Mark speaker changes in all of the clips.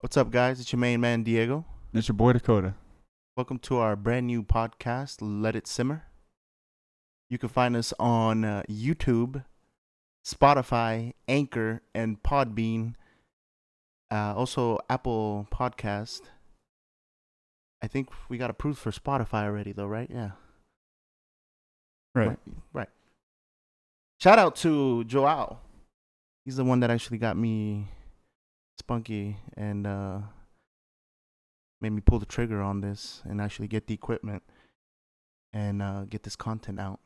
Speaker 1: What's up, guys? It's your main man, Diego.
Speaker 2: It's your boy Dakota.
Speaker 1: Welcome to our brand new podcast, Let It Simmer. You can find us on uh, YouTube, Spotify, Anchor, and Podbean. Uh, also, Apple Podcast. I think we got approved for Spotify already, though, right? Yeah.
Speaker 2: Right.
Speaker 1: Right. Shout out to Joao. He's the one that actually got me spunky and uh, made me pull the trigger on this and actually get the equipment and uh, get this content out.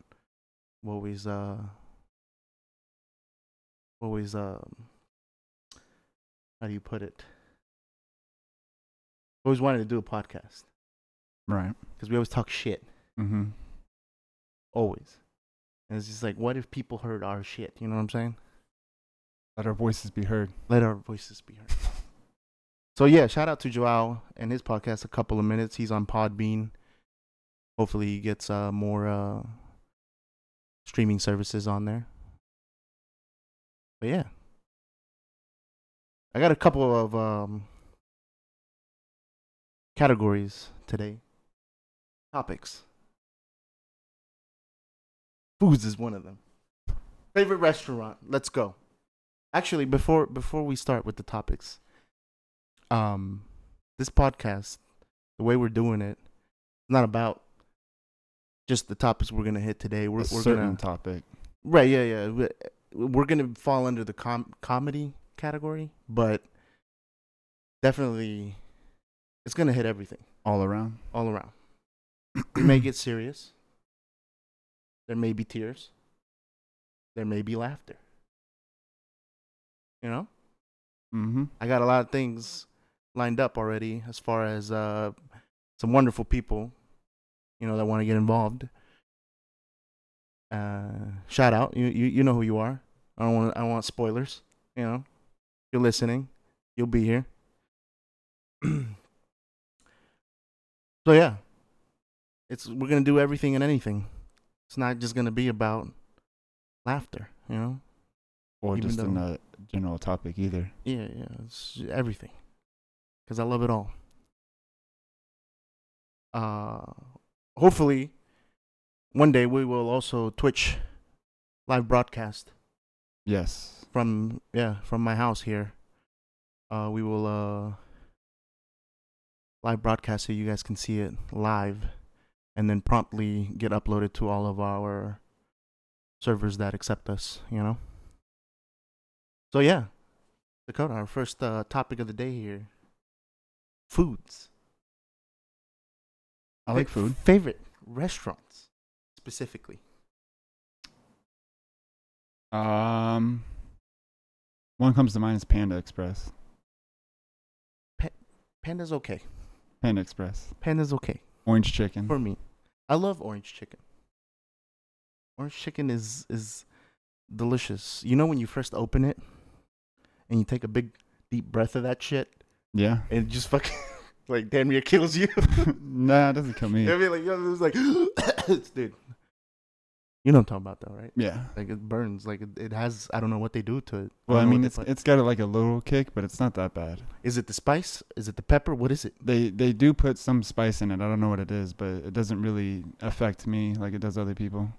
Speaker 1: I'm always, uh, always, um, how do you put it? Always wanted to do a podcast
Speaker 2: Right.
Speaker 1: because we always talk shit.
Speaker 2: Mm-hmm.
Speaker 1: always. And it's just like, what if people heard our shit? You know what I'm saying?
Speaker 2: Let our voices be heard.
Speaker 1: Let our voices be heard. So yeah, shout out to Joao and his podcast. A couple of minutes. He's on Podbean. Hopefully, he gets uh, more uh, streaming services on there. But yeah, I got a couple of um, categories today. Topics. Foods is one of them. Favorite restaurant. Let's go. Actually, before before we start with the topics, um this podcast the way we're doing it it's not about just the topics we're gonna hit today we're,
Speaker 2: a
Speaker 1: we're
Speaker 2: certain
Speaker 1: gonna
Speaker 2: topic.
Speaker 1: right yeah yeah we- we're gonna fall under the com- comedy category but definitely it's gonna hit everything
Speaker 2: All around.
Speaker 1: all around we may get serious there may be tears there may be laughter you know
Speaker 2: Mm-hmm.
Speaker 1: I got a lot of things lined up already as far as uh, some wonderful people, you know, that want to get involved. Uh, shout out, you, you you know who you are. I don't want I don't want spoilers. You know, you're listening, you'll be here. so yeah, it's we're gonna do everything and anything. It's not just gonna be about laughter, you know.
Speaker 2: Or
Speaker 1: Even
Speaker 2: just in
Speaker 1: though-
Speaker 2: a general topic either.
Speaker 1: Yeah, yeah, it's everything. Cause I love it all. Uh, hopefully, one day we will also Twitch live broadcast
Speaker 2: Yes.
Speaker 1: from yeah from my house here. Uh, we will uh live broadcast so you guys can see it live, and then promptly get uploaded to all of our servers that accept us. You know. So yeah, Dakota, our first uh, topic of the day here: foods.
Speaker 2: I like
Speaker 1: Fa-
Speaker 2: food.
Speaker 1: Favorite restaurants specifically.
Speaker 2: Um, one comes to mind is Panda Express.
Speaker 1: Panda's okay.
Speaker 2: Panda Express.
Speaker 1: Panda's okay.
Speaker 2: Orange chicken.
Speaker 1: for me. I love orange chicken. Orange chicken is is delicious. You know when you first open it and you take a big deep breath of that shit
Speaker 2: Yeah.
Speaker 1: and it just fucking like damn near kills you.
Speaker 2: nah, it doesn't kill me.
Speaker 1: You know what I mean, like you know, it's like it's- dude. You know what I'm talking about though, right?
Speaker 2: Yeah.
Speaker 1: Like it burns. Like it, it has. I don't know what they do to it.
Speaker 2: Well, I
Speaker 1: don't know what
Speaker 2: mean,
Speaker 1: they
Speaker 2: it's
Speaker 1: put-
Speaker 2: it's got like a little kick, but it's not that bad.
Speaker 1: is it the spice? Is it the pepper? What is it?
Speaker 2: They they do put some spice in it. I don't know what it is, but it doesn't really affect me like it does other people.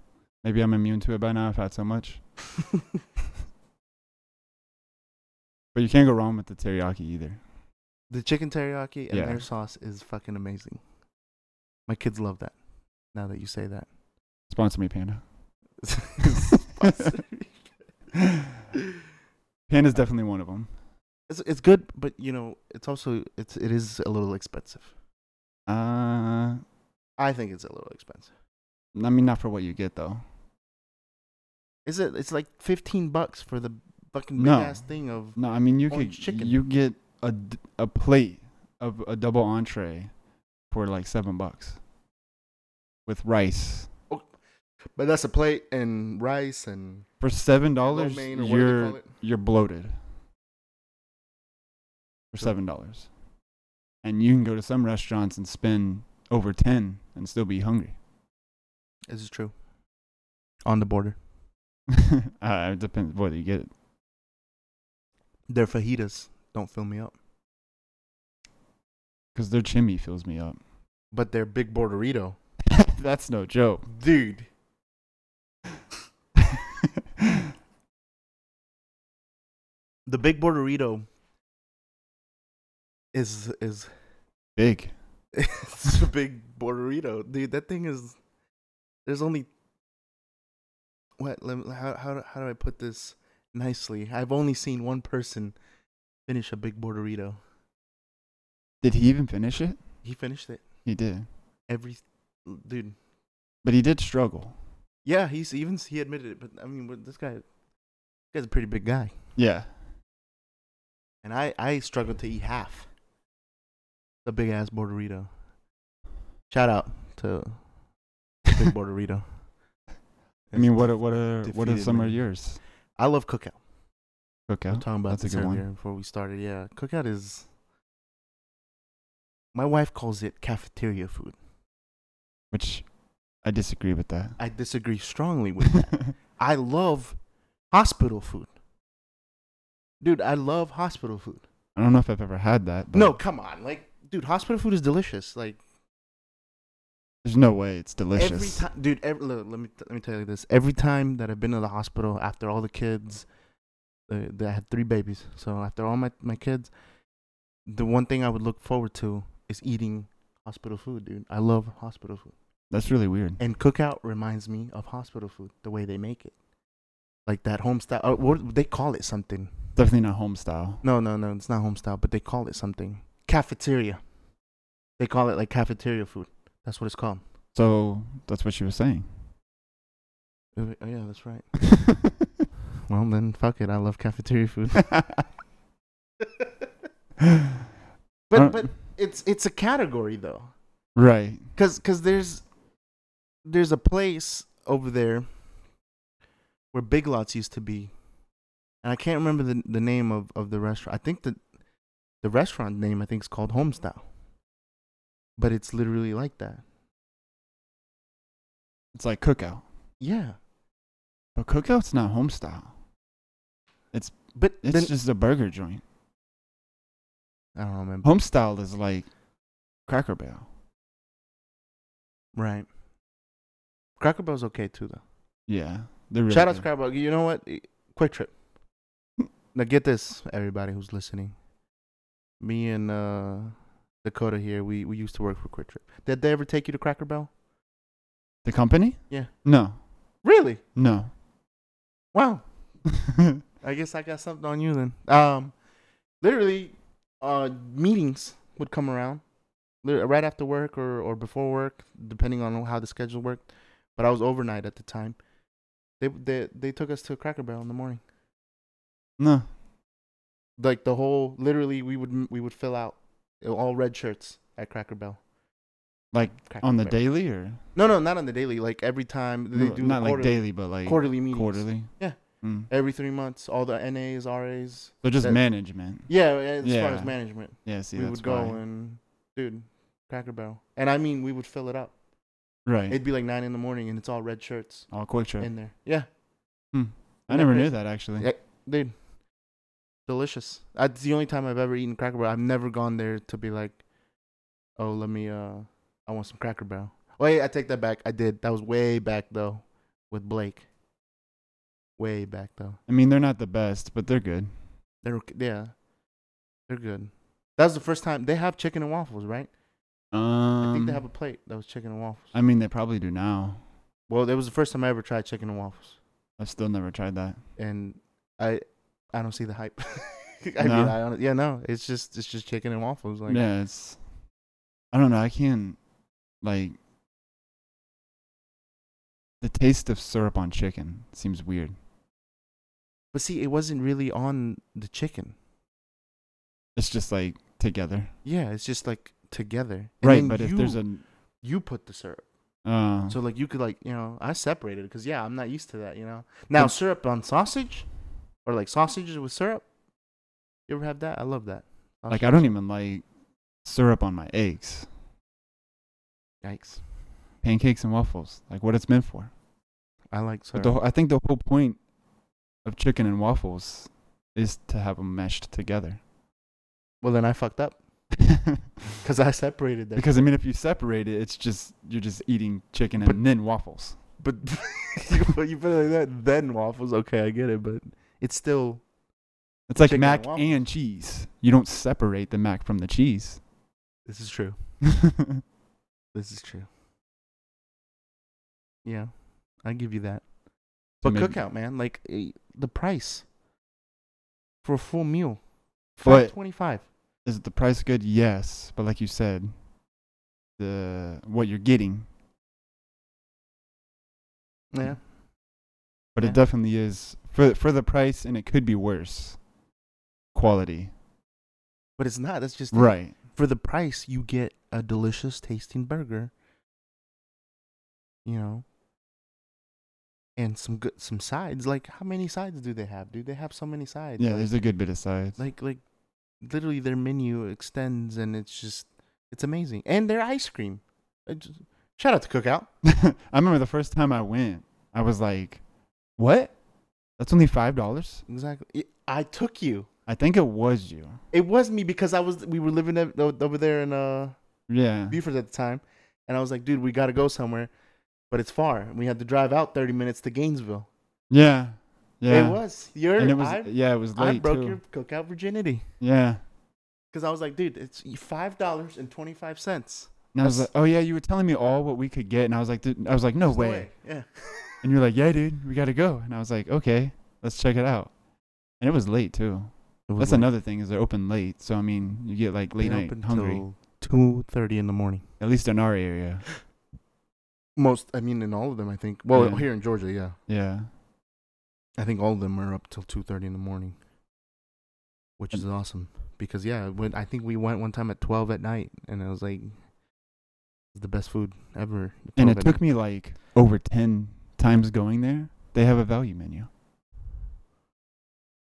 Speaker 2: Maybe I'm immune to it by now. I've had so much. But you can't go wrong with the teriyaki either.
Speaker 1: The chicken teriyaki and
Speaker 2: Yeah.
Speaker 1: their sauce is fucking amazing. My kids love that. Now that you say that.
Speaker 2: Sponsor me, Panda.
Speaker 1: Sponsor
Speaker 2: Panda's definitely one of them.
Speaker 1: it's it's good, but you know, it's also it's it is a little expensive.
Speaker 2: Uh,
Speaker 1: I think it's a little expensive.
Speaker 2: I mean, not for what you get though.
Speaker 1: Is it? It's like fifteen bucks for the fucking big
Speaker 2: No.
Speaker 1: ass thing of
Speaker 2: No, I mean you could
Speaker 1: Orange chicken.
Speaker 2: you get a, d- a plate of a double entree for like seven bucks with rice
Speaker 1: But that's a plate and rice and
Speaker 2: for seven
Speaker 1: lo
Speaker 2: dollars.
Speaker 1: mein or whatever they call
Speaker 2: You're
Speaker 1: it.
Speaker 2: you're bloated for seven dollars, and you can go to some restaurants and spend over ten and still be hungry.
Speaker 1: This is true. On the border,
Speaker 2: uh, it depends whether you get it.
Speaker 1: their fajitas don't fill me up.
Speaker 2: because their chimney fills me up.
Speaker 1: but they're big Borderito.
Speaker 2: That's no joke.
Speaker 1: Dude. The big Borderito is is
Speaker 2: Big.
Speaker 1: it's a big Borderito. Dude, that thing is there's only what let me- how how do- how do I put this nicely? I've only seen one person finish a big Borderito.
Speaker 2: Did he even finish it?
Speaker 1: He finished it
Speaker 2: He did,
Speaker 1: every dude.
Speaker 2: but he did struggle.
Speaker 1: Yeah, he's even he admitted it, but I mean, what- this guy this guy's a pretty big guy.
Speaker 2: Yeah.
Speaker 1: And I, I struggled to eat half the big ass Borderito. Shout out to Big Borderito.
Speaker 2: I mean, what are, what are what are
Speaker 1: Defeated
Speaker 2: some
Speaker 1: me.
Speaker 2: of yours?
Speaker 1: I love cookout. We were
Speaker 2: Cookout.
Speaker 1: talking about
Speaker 2: that's a
Speaker 1: this
Speaker 2: good one.
Speaker 1: earlier before we started. Yeah, cookout is. My wife calls it cafeteria food.
Speaker 2: Which I disagree with that.
Speaker 1: I disagree strongly with that. I love hospital food. Dude, I love hospital food.
Speaker 2: I don't know if I've ever had that. But
Speaker 1: no, come on. Like, dude, hospital food is delicious. Like,
Speaker 2: There's no way it's delicious.
Speaker 1: Every time, dude. Every, look, let me let me tell you this. Every time that I've been to the hospital after all the kids, uh, that I had three babies. So after all my my kids, the one thing I would look forward to is eating hospital food, dude. I love hospital food,
Speaker 2: That's really weird.
Speaker 1: and cookout reminds me of hospital food the way they make it, like that home style. Uh, what they call it something?
Speaker 2: Definitely not home style.
Speaker 1: No, no, no. It's not home style, but they call it something. Cafeteria. They call it like cafeteria food. That's what it's called.
Speaker 2: So that's what she was saying.
Speaker 1: Oh yeah, that's right. Well, then fuck it. I love cafeteria food.
Speaker 2: Uh,
Speaker 1: but but it's it's a category though,
Speaker 2: right.
Speaker 1: cause 'cause there's there's a place over there where Big Lots used to be, and I can't remember the the name of of the restaurant. I think the the restaurant name I think is called Homestyle, but it's literally like that.
Speaker 2: It's like cookout,
Speaker 1: Yeah,
Speaker 2: but cookout's not home style.
Speaker 1: but
Speaker 2: It's
Speaker 1: then
Speaker 2: just a burger joint.
Speaker 1: I don't know, man.
Speaker 2: Home style is like Cracker Barrel.
Speaker 1: Right. Cracker Barrel's okay too though.
Speaker 2: Yeah, they're really
Speaker 1: Shout out to
Speaker 2: good.
Speaker 1: Cracker Barrel. You know what? Quick trip. Now get this, everybody who's listening. Me and uh, Dakota here, we, we used to work for Quick Trip. Did they ever take you to Cracker Barrel?
Speaker 2: the company.
Speaker 1: Yeah.
Speaker 2: No,
Speaker 1: Really?
Speaker 2: no.
Speaker 1: Wow. I guess I got something on you then. Um, literally, uh, meetings would come around, li- right after work or or before work, depending on how the schedule worked. But I was overnight at the time. They they they took us to Cracker Barrel in the morning.
Speaker 2: no.
Speaker 1: like the whole literally we would we would fill out all red shirts at Cracker Barrel.
Speaker 2: Like
Speaker 1: Cracker
Speaker 2: on the
Speaker 1: Barrel.
Speaker 2: daily or
Speaker 1: No, no, not on the daily. Like every time they
Speaker 2: No,
Speaker 1: do
Speaker 2: not like
Speaker 1: quarterly,
Speaker 2: daily, but like
Speaker 1: quarterly meetings.
Speaker 2: quarterly.
Speaker 1: Yeah.
Speaker 2: Mm.
Speaker 1: Every three months, all the NAs, RAs.
Speaker 2: So just
Speaker 1: That-
Speaker 2: management.
Speaker 1: Yeah, as far as
Speaker 2: Yeah.
Speaker 1: management,
Speaker 2: Yeah. See,
Speaker 1: we
Speaker 2: that's
Speaker 1: would go
Speaker 2: why.
Speaker 1: and dude, Cracker Barrel, and I mean we would fill it up.
Speaker 2: right.
Speaker 1: It'd be like nine in the morning, and it's all red shirts
Speaker 2: All quick trip.
Speaker 1: in there. Yeah,
Speaker 2: Hmm. I
Speaker 1: isn't that
Speaker 2: never knew
Speaker 1: crazy?
Speaker 2: that actually.
Speaker 1: Yeah. dude, delicious. That's the only time I've ever eaten Cracker Barrel. I've never gone there to be like, oh, let me. uh I want some Cracker Barrel. Wait, I take that back. I did. That was way back though, with Blake. Way back though.
Speaker 2: I mean, they're not the best, but they're good.
Speaker 1: They're ok- yeah, they're good. That was the first time they have chicken and waffles, right?
Speaker 2: Um,
Speaker 1: I think they have a plate that was chicken and waffles.
Speaker 2: I mean, they probably do now.
Speaker 1: well, that was the first time I ever tried chicken and waffles,
Speaker 2: I've still never tried that.
Speaker 1: and I, I don't see the hype. I
Speaker 2: No?
Speaker 1: mean, I don't, yeah, no, it's just it's just chicken and waffles. Like,
Speaker 2: yeah, it's. I don't know. I can't like. The taste of syrup on chicken seems weird.
Speaker 1: But see, it wasn't really on the chicken.
Speaker 2: It's just like together,
Speaker 1: Yeah, it's just like together. And
Speaker 2: right?
Speaker 1: then
Speaker 2: But
Speaker 1: you,
Speaker 2: if there's a,
Speaker 1: you put the syrup,
Speaker 2: uh,
Speaker 1: so like you could like you know I separated because yeah I'm not used to that you know. Now
Speaker 2: But-
Speaker 1: syrup on sausage, or like sausages with syrup. You ever have that? I love that.
Speaker 2: like I don't even like syrup on my eggs,
Speaker 1: Yikes!
Speaker 2: pancakes and waffles. Like what it's meant for.
Speaker 1: I like syrup.
Speaker 2: But the whole- I think the whole point of chicken and waffles is to have them meshed together.
Speaker 1: well then I fucked up. because I separated them.
Speaker 2: because I mean, if you separate it, it's just you're just eating chicken and
Speaker 1: But-
Speaker 2: then waffles.
Speaker 1: But you, put- you put it like that, then waffles. Okay, I get it, but it's still
Speaker 2: It's like
Speaker 1: Chicken and
Speaker 2: mac and,
Speaker 1: waffles.
Speaker 2: cheese. You don't separate the mac from the cheese.
Speaker 1: this is true. This is true. Yeah, I give you that.
Speaker 2: So
Speaker 1: But
Speaker 2: maybe-
Speaker 1: cookout, man, like eh, the price for a full meal,
Speaker 2: But-
Speaker 1: five twenty-five.
Speaker 2: Is the price good? Yes, but like you said, the what you're getting. Mm.
Speaker 1: Yeah,
Speaker 2: But
Speaker 1: Yeah.
Speaker 2: it definitely is for for the price, and it could be worse. Quality,
Speaker 1: but it's not. That's just it.
Speaker 2: right?
Speaker 1: for the price you get a delicious tasting burger. You know, and some good some sides. Like how many sides do they have? Do they have so many sides?
Speaker 2: Yeah,
Speaker 1: like,
Speaker 2: there's a good bit of sides.
Speaker 1: like like literally their menu extends and it's just it's amazing and their ice cream I just- shout out to cookout
Speaker 2: I remember the first time I went, I was like, "What? That's only five dollars."
Speaker 1: exactly It- i took you
Speaker 2: I think it was you.
Speaker 1: it was me because i was we were living ev- o- over there in uh
Speaker 2: Yeah.
Speaker 1: buford at the time and i was like dude we gotta go somewhere but it's far and we had to drive out 30 minutes to gainesville
Speaker 2: Yeah. Yeah.
Speaker 1: it was your
Speaker 2: And it was
Speaker 1: I,
Speaker 2: yeah, it was
Speaker 1: I
Speaker 2: late
Speaker 1: broke
Speaker 2: too.
Speaker 1: your cookout virginity
Speaker 2: Yeah.
Speaker 1: because i was like dude it's five dollars and 25 cents
Speaker 2: And I was like,
Speaker 1: That's-
Speaker 2: "Oh yeah, you were telling me all what we could get." And I was like, dude, I was like, "No way."
Speaker 1: yeah
Speaker 2: And you're like, "Yeah, dude, we got to go." And I was like, "Okay, let's check it out." And it was late too. That's another thing is they're open late. So I mean, you get like late
Speaker 1: They
Speaker 2: night
Speaker 1: open
Speaker 2: hungry.
Speaker 1: till two thirty in the morning.
Speaker 2: At least in our area.
Speaker 1: Most, I mean, in all of them, I think. Well,
Speaker 2: Yeah.
Speaker 1: here in Georgia, yeah,
Speaker 2: Yeah.
Speaker 1: I think all of them are up till two thirty in the morning, which is awesome because yeah, when I think we went one time at twelve at night, and I was like, "It's the best food ever."
Speaker 2: And
Speaker 1: 12
Speaker 2: it
Speaker 1: at
Speaker 2: took
Speaker 1: night.
Speaker 2: me like over 10 times going there. They have a value menu.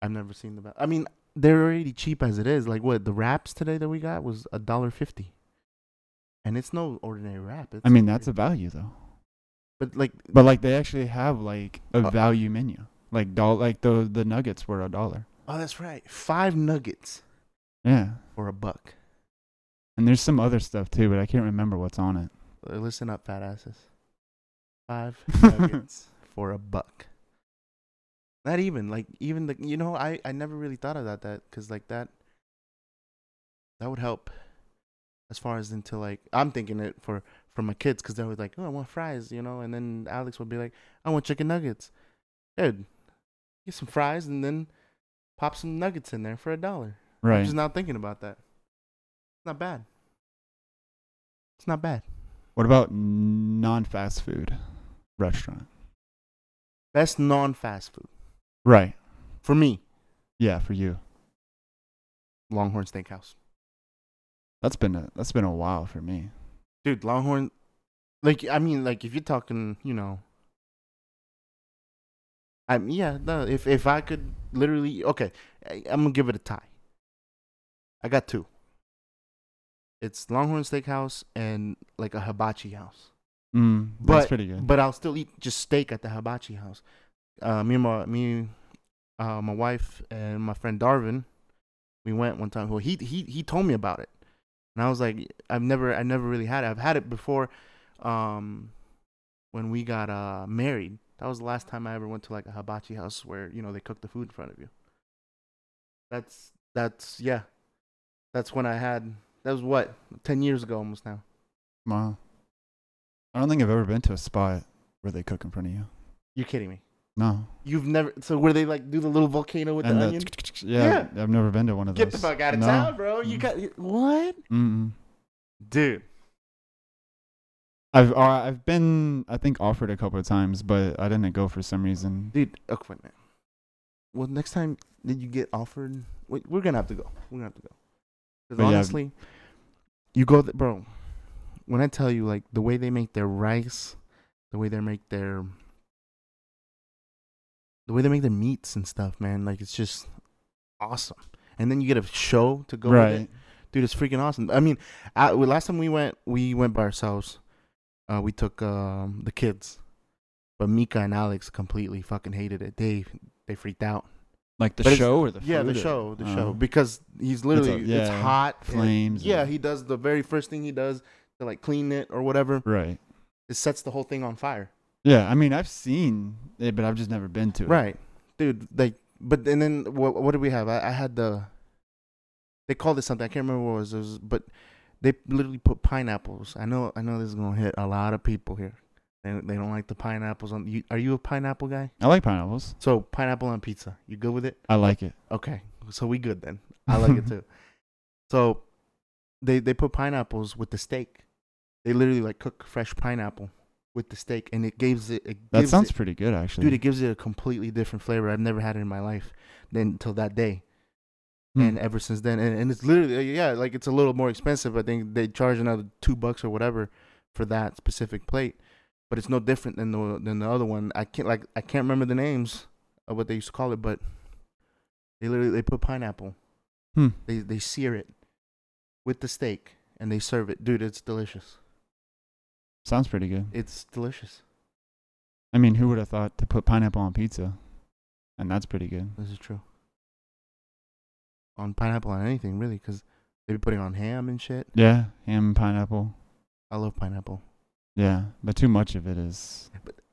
Speaker 1: I've never seen the. ba- I mean, they're already cheap as it is. Like what the wraps today that we got was a dollar fifty, and it's no ordinary wrap. It's
Speaker 2: I mean, that's a value though.
Speaker 1: but like
Speaker 2: But like they actually have like a
Speaker 1: Uh,
Speaker 2: value menu. Like doll like the the nuggets were a dollar.
Speaker 1: oh, that's right, five nuggets
Speaker 2: Yeah.
Speaker 1: for a buck.
Speaker 2: And there's some other stuff too, but I can't remember what's on it.
Speaker 1: Uh, Listen up, fat asses. Five nuggets for a buck. Not even like even the you know I I never really thought about that because like that that would help as far as into like I'm thinking it for for my kids because they were like oh I want fries you know and then Alex would be like I want chicken nuggets, dude. Get some fries and then pop some nuggets in there for a dollar. I'm
Speaker 2: Right.
Speaker 1: just not thinking about that. Not bad. It's not bad.
Speaker 2: What about non fast food restaurant?
Speaker 1: Best non fast food
Speaker 2: Right.
Speaker 1: for me.
Speaker 2: Yeah, for you.
Speaker 1: Longhorn Steakhouse,
Speaker 2: That's been a that's been a while for me.
Speaker 1: dude. Longhorn, like I mean, like if you're talking, you know, I mean, yeah. No, if if I could literally, okay, I, I'm gonna give it a tie. I got two. It's Longhorn Steakhouse and like a hibachi house.
Speaker 2: Mm, that's pretty good.
Speaker 1: But I'll still eat just steak at the hibachi house. Uh, me and my me, uh, my wife and my friend Darvin, we went one time. Well, he he he told me about it, and I was like, I've never I never really had it. I've had it before, um, when we got uh married. That was the last time I ever went to like a hibachi house where you know they cook the food in front of you. That's that's yeah, that's when I had. That was what ten years ago almost now.
Speaker 2: wow. I don't think I've ever been to a spot where they cook in front of you.
Speaker 1: You're kidding me.
Speaker 2: No.
Speaker 1: You've never so where they like do the little volcano with
Speaker 2: And
Speaker 1: the
Speaker 2: the
Speaker 1: onion.
Speaker 2: Yeah, I've never been to one of those.
Speaker 1: Get the fuck out of
Speaker 2: No.
Speaker 1: town, bro. You
Speaker 2: Mm.
Speaker 1: got what,
Speaker 2: Mm-mm.
Speaker 1: dude?
Speaker 2: I've uh, I've been I think offered a couple of times, but I didn't go for some reason.
Speaker 1: Dude, okay, wait, man. Well, next time that you get offered, we- we're gonna have to go. We're gonna have to go. 'Cause
Speaker 2: But yeah.
Speaker 1: honestly, you go, th- bro. When I tell you, like the way they make their rice, the way they make their, the way they make their meats and stuff, man, like it's just awesome. And then you get a show to go with it.
Speaker 2: right.
Speaker 1: dude it's freaking awesome i mean I, well, last time we went we went by ourselves uh, we took um, the kids but mika and alex completely fucking hated it they they freaked out
Speaker 2: Like the
Speaker 1: But it's-
Speaker 2: show or the
Speaker 1: yeah, the
Speaker 2: food or-
Speaker 1: show, the
Speaker 2: Oh.
Speaker 1: show, because he's literally it's,
Speaker 2: yeah,
Speaker 1: hot and-
Speaker 2: flames
Speaker 1: Yeah,
Speaker 2: and-
Speaker 1: he does the very first thing he does to like clean it or whatever.
Speaker 2: Right.
Speaker 1: It sets the whole thing on fire.
Speaker 2: Yeah, I mean I've seen it, but I've just never been to it.
Speaker 1: Right, dude. Like, but and then what? What did we have? I, I had the. They called it something. I can't remember what it was, it was, but they literally put pineapples. I know. I know this is gonna hit a lot of people here. They they don't like the pineapples on. You, are you a pineapple guy?
Speaker 2: I like pineapples.
Speaker 1: So pineapple on pizza. You good with it?
Speaker 2: I like it.
Speaker 1: Okay, so we good then. I like it too. So they they put pineapples with the steak. They literally like cook fresh pineapple with the steak, and it gives it. it
Speaker 2: That
Speaker 1: gives
Speaker 2: sounds
Speaker 1: it,
Speaker 2: pretty good actually.
Speaker 1: dude. It gives it a completely different flavor. I've never had it in my life than until that day,
Speaker 2: Hmm.
Speaker 1: and ever since then, and, and it's literally uh, yeah, like it's a little more expensive. I think they charge another two bucks or whatever for that specific plate, but it's no different than the than the other one. I can't like I can't remember the names of what they used to call it, but they literally they put pineapple
Speaker 2: Hmm.
Speaker 1: they they sear it with the steak and they serve it. Dude, it's delicious.
Speaker 2: Sounds pretty good.
Speaker 1: It's delicious.
Speaker 2: I mean, who would have thought to put pineapple on pizza? And that's pretty good.
Speaker 1: This is true. On pineapple on anything really, because they be putting on ham and shit.
Speaker 2: Yeah, ham and pineapple.
Speaker 1: I love pineapple.
Speaker 2: Yeah, but too much of it is.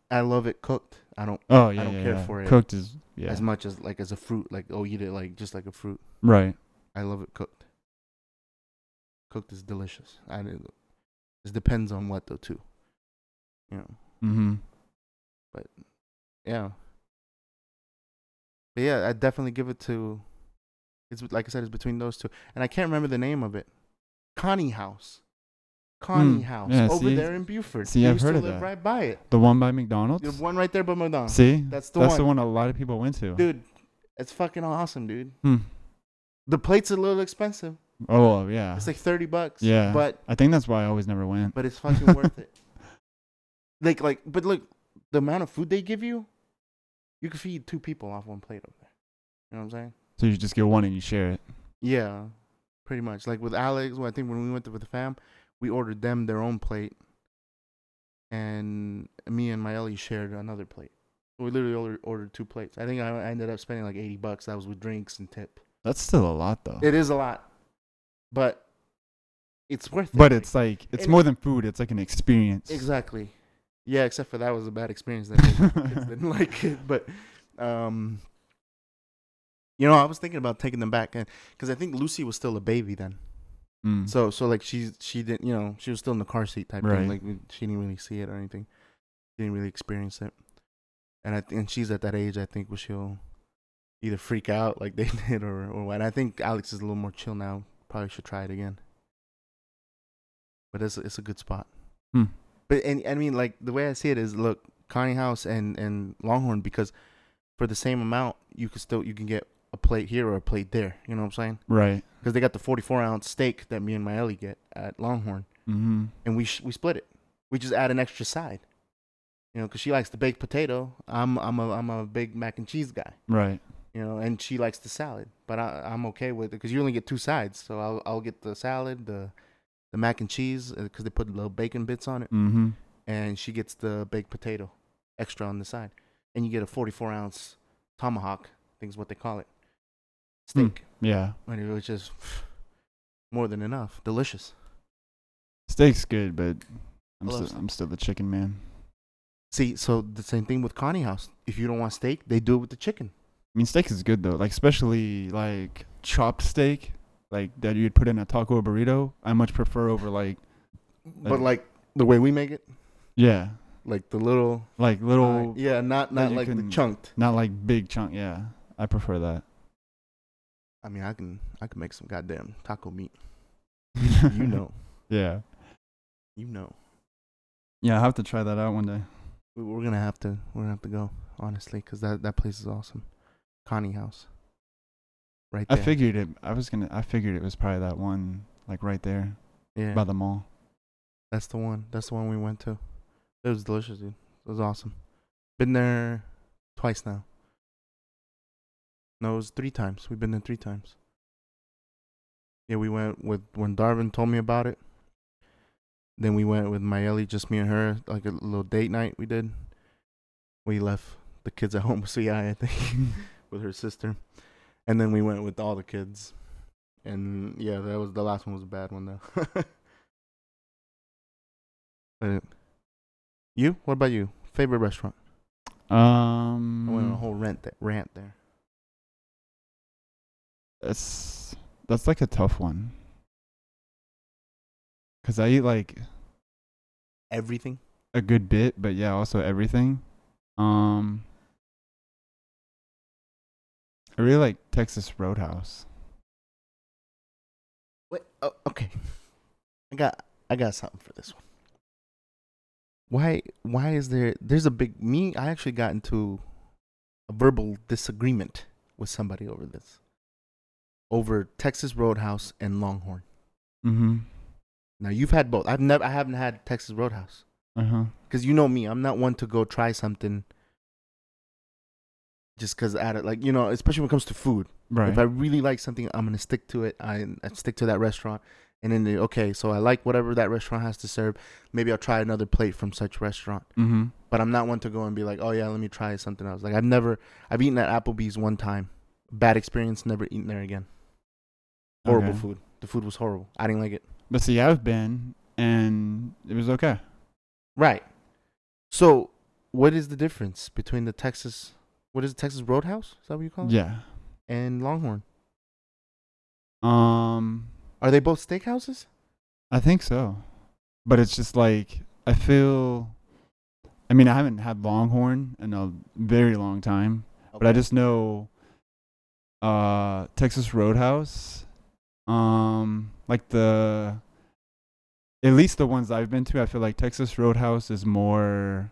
Speaker 1: I love it cooked. I don't
Speaker 2: Oh yeah,
Speaker 1: don't
Speaker 2: yeah,
Speaker 1: care
Speaker 2: yeah.
Speaker 1: for it
Speaker 2: Cooked is yeah.
Speaker 1: as much as like as a fruit. Like oh, eat it like just like a fruit.
Speaker 2: right.
Speaker 1: I love it cooked. Cooked is delicious. I do. It depends on what though too. You know.
Speaker 2: Mm-hmm.
Speaker 1: Yeah. But yeah, I definitely give it to. It's like I said, it's between those two, and I can't remember the name of it. Connie House, Connie
Speaker 2: Mm,
Speaker 1: House,
Speaker 2: yeah,
Speaker 1: over
Speaker 2: see?
Speaker 1: there in Buford.
Speaker 2: See,
Speaker 1: I
Speaker 2: I've
Speaker 1: used
Speaker 2: heard
Speaker 1: to
Speaker 2: of
Speaker 1: live
Speaker 2: that.
Speaker 1: right by it.
Speaker 2: The one by McDonald's.
Speaker 1: The one right there by McDonald's.
Speaker 2: See,
Speaker 1: That's the
Speaker 2: that's
Speaker 1: one,
Speaker 2: the one a lot of people went to.
Speaker 1: dude. It's fucking awesome, dude.
Speaker 2: Hmm.
Speaker 1: The plate's a little expensive.
Speaker 2: Oh yeah.
Speaker 1: It's like thirty bucks.
Speaker 2: Yeah.
Speaker 1: but
Speaker 2: I think that's why I always never went.
Speaker 1: but it's fucking worth it. Like like, but look, the amount of food they give you, you can feed two people off one plate over there. You know what I'm saying?
Speaker 2: So you just get one and you share it.
Speaker 1: Yeah, pretty much. Like with Alex, well, I think when we went to, with the fam, we ordered them their own plate, and me and my Ellie shared another plate. We literally ordered, ordered two plates. I think I I ended up spending like eighty bucks. That was with drinks and tip.
Speaker 2: That's still a lot though.
Speaker 1: It is a lot, but it's worth it.
Speaker 2: but
Speaker 1: like-
Speaker 2: it's like it's
Speaker 1: And-
Speaker 2: more than food. It's like an experience.
Speaker 1: exactly, yeah. Except for that was a bad experience. That day. kids didn't like it, but um, you know, I was thinking about taking them back, and because I think Lucy was still a baby then.
Speaker 2: Mm.
Speaker 1: So so like she she didn't you know she was still in the car seat type
Speaker 2: Right.
Speaker 1: thing like she didn't really see it or anything, didn't really experience it, and I th- and she's at that age I think where she'll either freak out like they did or or what. I think Alex is a little more chill now. Probably should try it again. But it's it's a good spot.
Speaker 2: Hmm.
Speaker 1: But and I mean like the way I see it is look Connie House and and Longhorn because for the same amount you can still you can get a plate here or a plate there. You know what I'm saying?
Speaker 2: right.
Speaker 1: because they got the 44 ounce steak that me and my Ellie get at Longhorn,
Speaker 2: Mm-hmm.
Speaker 1: and we sh- we split it. We just add an extra side, you know, because she likes the baked potato. I'm I'm a I'm a big mac and cheese guy,
Speaker 2: Right.
Speaker 1: you know, and she likes the salad. But I, I'm okay with it because you only get two sides, so I'll I'll get the salad, the the mac and cheese because they put little bacon bits on it,
Speaker 2: Mm-hmm.
Speaker 1: and she gets the baked potato extra on the side, and you get a 44 ounce tomahawk. I think is what they call it.
Speaker 2: Hmm.
Speaker 1: Steak.
Speaker 2: Yeah.
Speaker 1: And it was just more than enough. Delicious.
Speaker 2: Steak's good, but
Speaker 1: I
Speaker 2: I'm
Speaker 1: love
Speaker 2: still,
Speaker 1: steak.
Speaker 2: I'm still the chicken man.
Speaker 1: See, so the same thing with Connie House. If you don't want steak, they do it with the chicken.
Speaker 2: I mean, steak is good though. Like especially like chopped steak, like that you'd put in a taco burrito. I much prefer over like
Speaker 1: But like the way we make it,
Speaker 2: yeah,
Speaker 1: like the little, uh,
Speaker 2: like little,
Speaker 1: yeah, not
Speaker 2: that
Speaker 1: not
Speaker 2: you
Speaker 1: like the
Speaker 2: can-
Speaker 1: chunked.
Speaker 2: not like big chunk. Yeah, I prefer that.
Speaker 1: I mean, I can I can make some goddamn taco meat. You know,
Speaker 2: yeah.
Speaker 1: you know.
Speaker 2: Yeah, I have to try that out one day.
Speaker 1: We- We're gonna have to we're gonna have to go honestly because that that place is awesome. Connie House, right
Speaker 2: I
Speaker 1: there.
Speaker 2: figured it. I was gonna. I figured it was probably that one, like right there
Speaker 1: yeah,
Speaker 2: by the mall.
Speaker 1: that's the one. That's the one we went to. It was delicious, dude. It was awesome. Been there twice now. No, it was three times. We've been there three times. Yeah, we went with when Darvin told me about it. Then we went with Mayeli, just me and her, like a little date night we did. We left the kids at home with CI, I think. with her sister, and then we went with all the kids. And yeah, that was the last one was a bad one though. But you? What about you? Favorite restaurant?
Speaker 2: Um,
Speaker 1: I went on a whole rant that rant there.
Speaker 2: that's that's like a tough one. Cause I eat like
Speaker 1: Everything.
Speaker 2: a good bit, but yeah, also everything. Um, I really like Texas Roadhouse.
Speaker 1: Wait. Oh, okay. I got. I got something for this one. Why? Why is there? There's a big me. I actually got into a verbal disagreement with somebody over this, over Texas Roadhouse and Longhorn.
Speaker 2: Mm-hmm.
Speaker 1: Now you've had both. I've never. I haven't had Texas Roadhouse
Speaker 2: Uh huh.
Speaker 1: because you know me. I'm not one to go try something just because at it. Like you know, especially when it comes to food.
Speaker 2: Right.
Speaker 1: If I really like something, I'm gonna stick to it. I, I stick to that restaurant, and then okay, so I like whatever that restaurant has to serve. Maybe I'll try another plate from such restaurant,
Speaker 2: mm-hmm.
Speaker 1: but I'm not one to go and be like, oh yeah, let me try something else. Like I've never, I've eaten at Applebee's one time, bad experience, never eaten there again. Horrible
Speaker 2: Okay.
Speaker 1: food. The food was horrible. I didn't like it.
Speaker 2: But see, I've been and it was okay.
Speaker 1: Right. So, what is the difference between the Texas, what is it, Texas Roadhouse? Is that what you call it?
Speaker 2: Yeah.
Speaker 1: And Longhorn.
Speaker 2: Um,
Speaker 1: Are they both steakhouses?
Speaker 2: I think so, but it's just like I feel. I mean, I haven't had Longhorn in a very long time, but I
Speaker 1: Okay.
Speaker 2: just know uh Texas Roadhouse um like the at least the ones I've been to I feel like Texas Roadhouse is more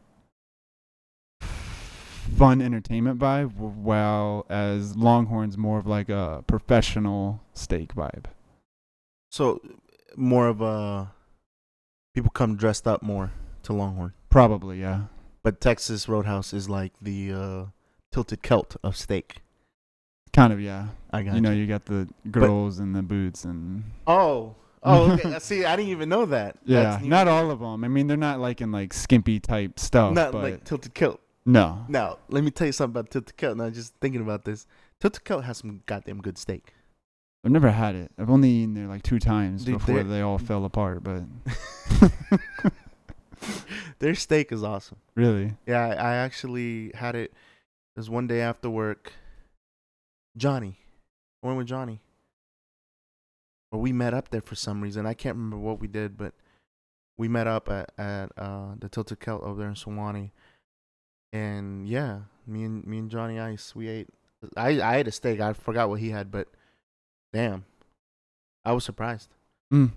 Speaker 2: fun entertainment vibe wh- while as Longhorn's more of like a professional steak vibe.
Speaker 1: So more of a people come dressed up more to Longhorn,
Speaker 2: Probably, yeah.
Speaker 1: but Texas Roadhouse is like the uh, tilted celt of steak.
Speaker 2: Kind of, yeah.
Speaker 1: I got
Speaker 2: You know, you got the girls and the boots and
Speaker 1: Oh, oh, okay. I See, I didn't even know that.
Speaker 2: yeah,
Speaker 1: That's new.
Speaker 2: not all of them. I mean, they're not like in like skimpy type stuff,
Speaker 1: not
Speaker 2: but
Speaker 1: like tilted kilt.
Speaker 2: no.
Speaker 1: Now, let me tell you something about tilted kilt. Now, just thinking about this, tilted kilt has some goddamn good steak.
Speaker 2: I've never had it. I've only eaten there like two times
Speaker 1: Dude,
Speaker 2: before
Speaker 1: they're-
Speaker 2: they all fell apart. But
Speaker 1: Their steak is awesome.
Speaker 2: really,
Speaker 1: Yeah, I, I actually had it. It was one day after work. Johnny, I went with Johnny, or we met up there for some reason. I can't remember what we did, but we met up at at uh, the Tilted Celt over there in Sewanee. And yeah, me and me and Johnny Ice, we ate. I I ate a steak. I forgot what he had, but damn, I was surprised.
Speaker 2: Mm,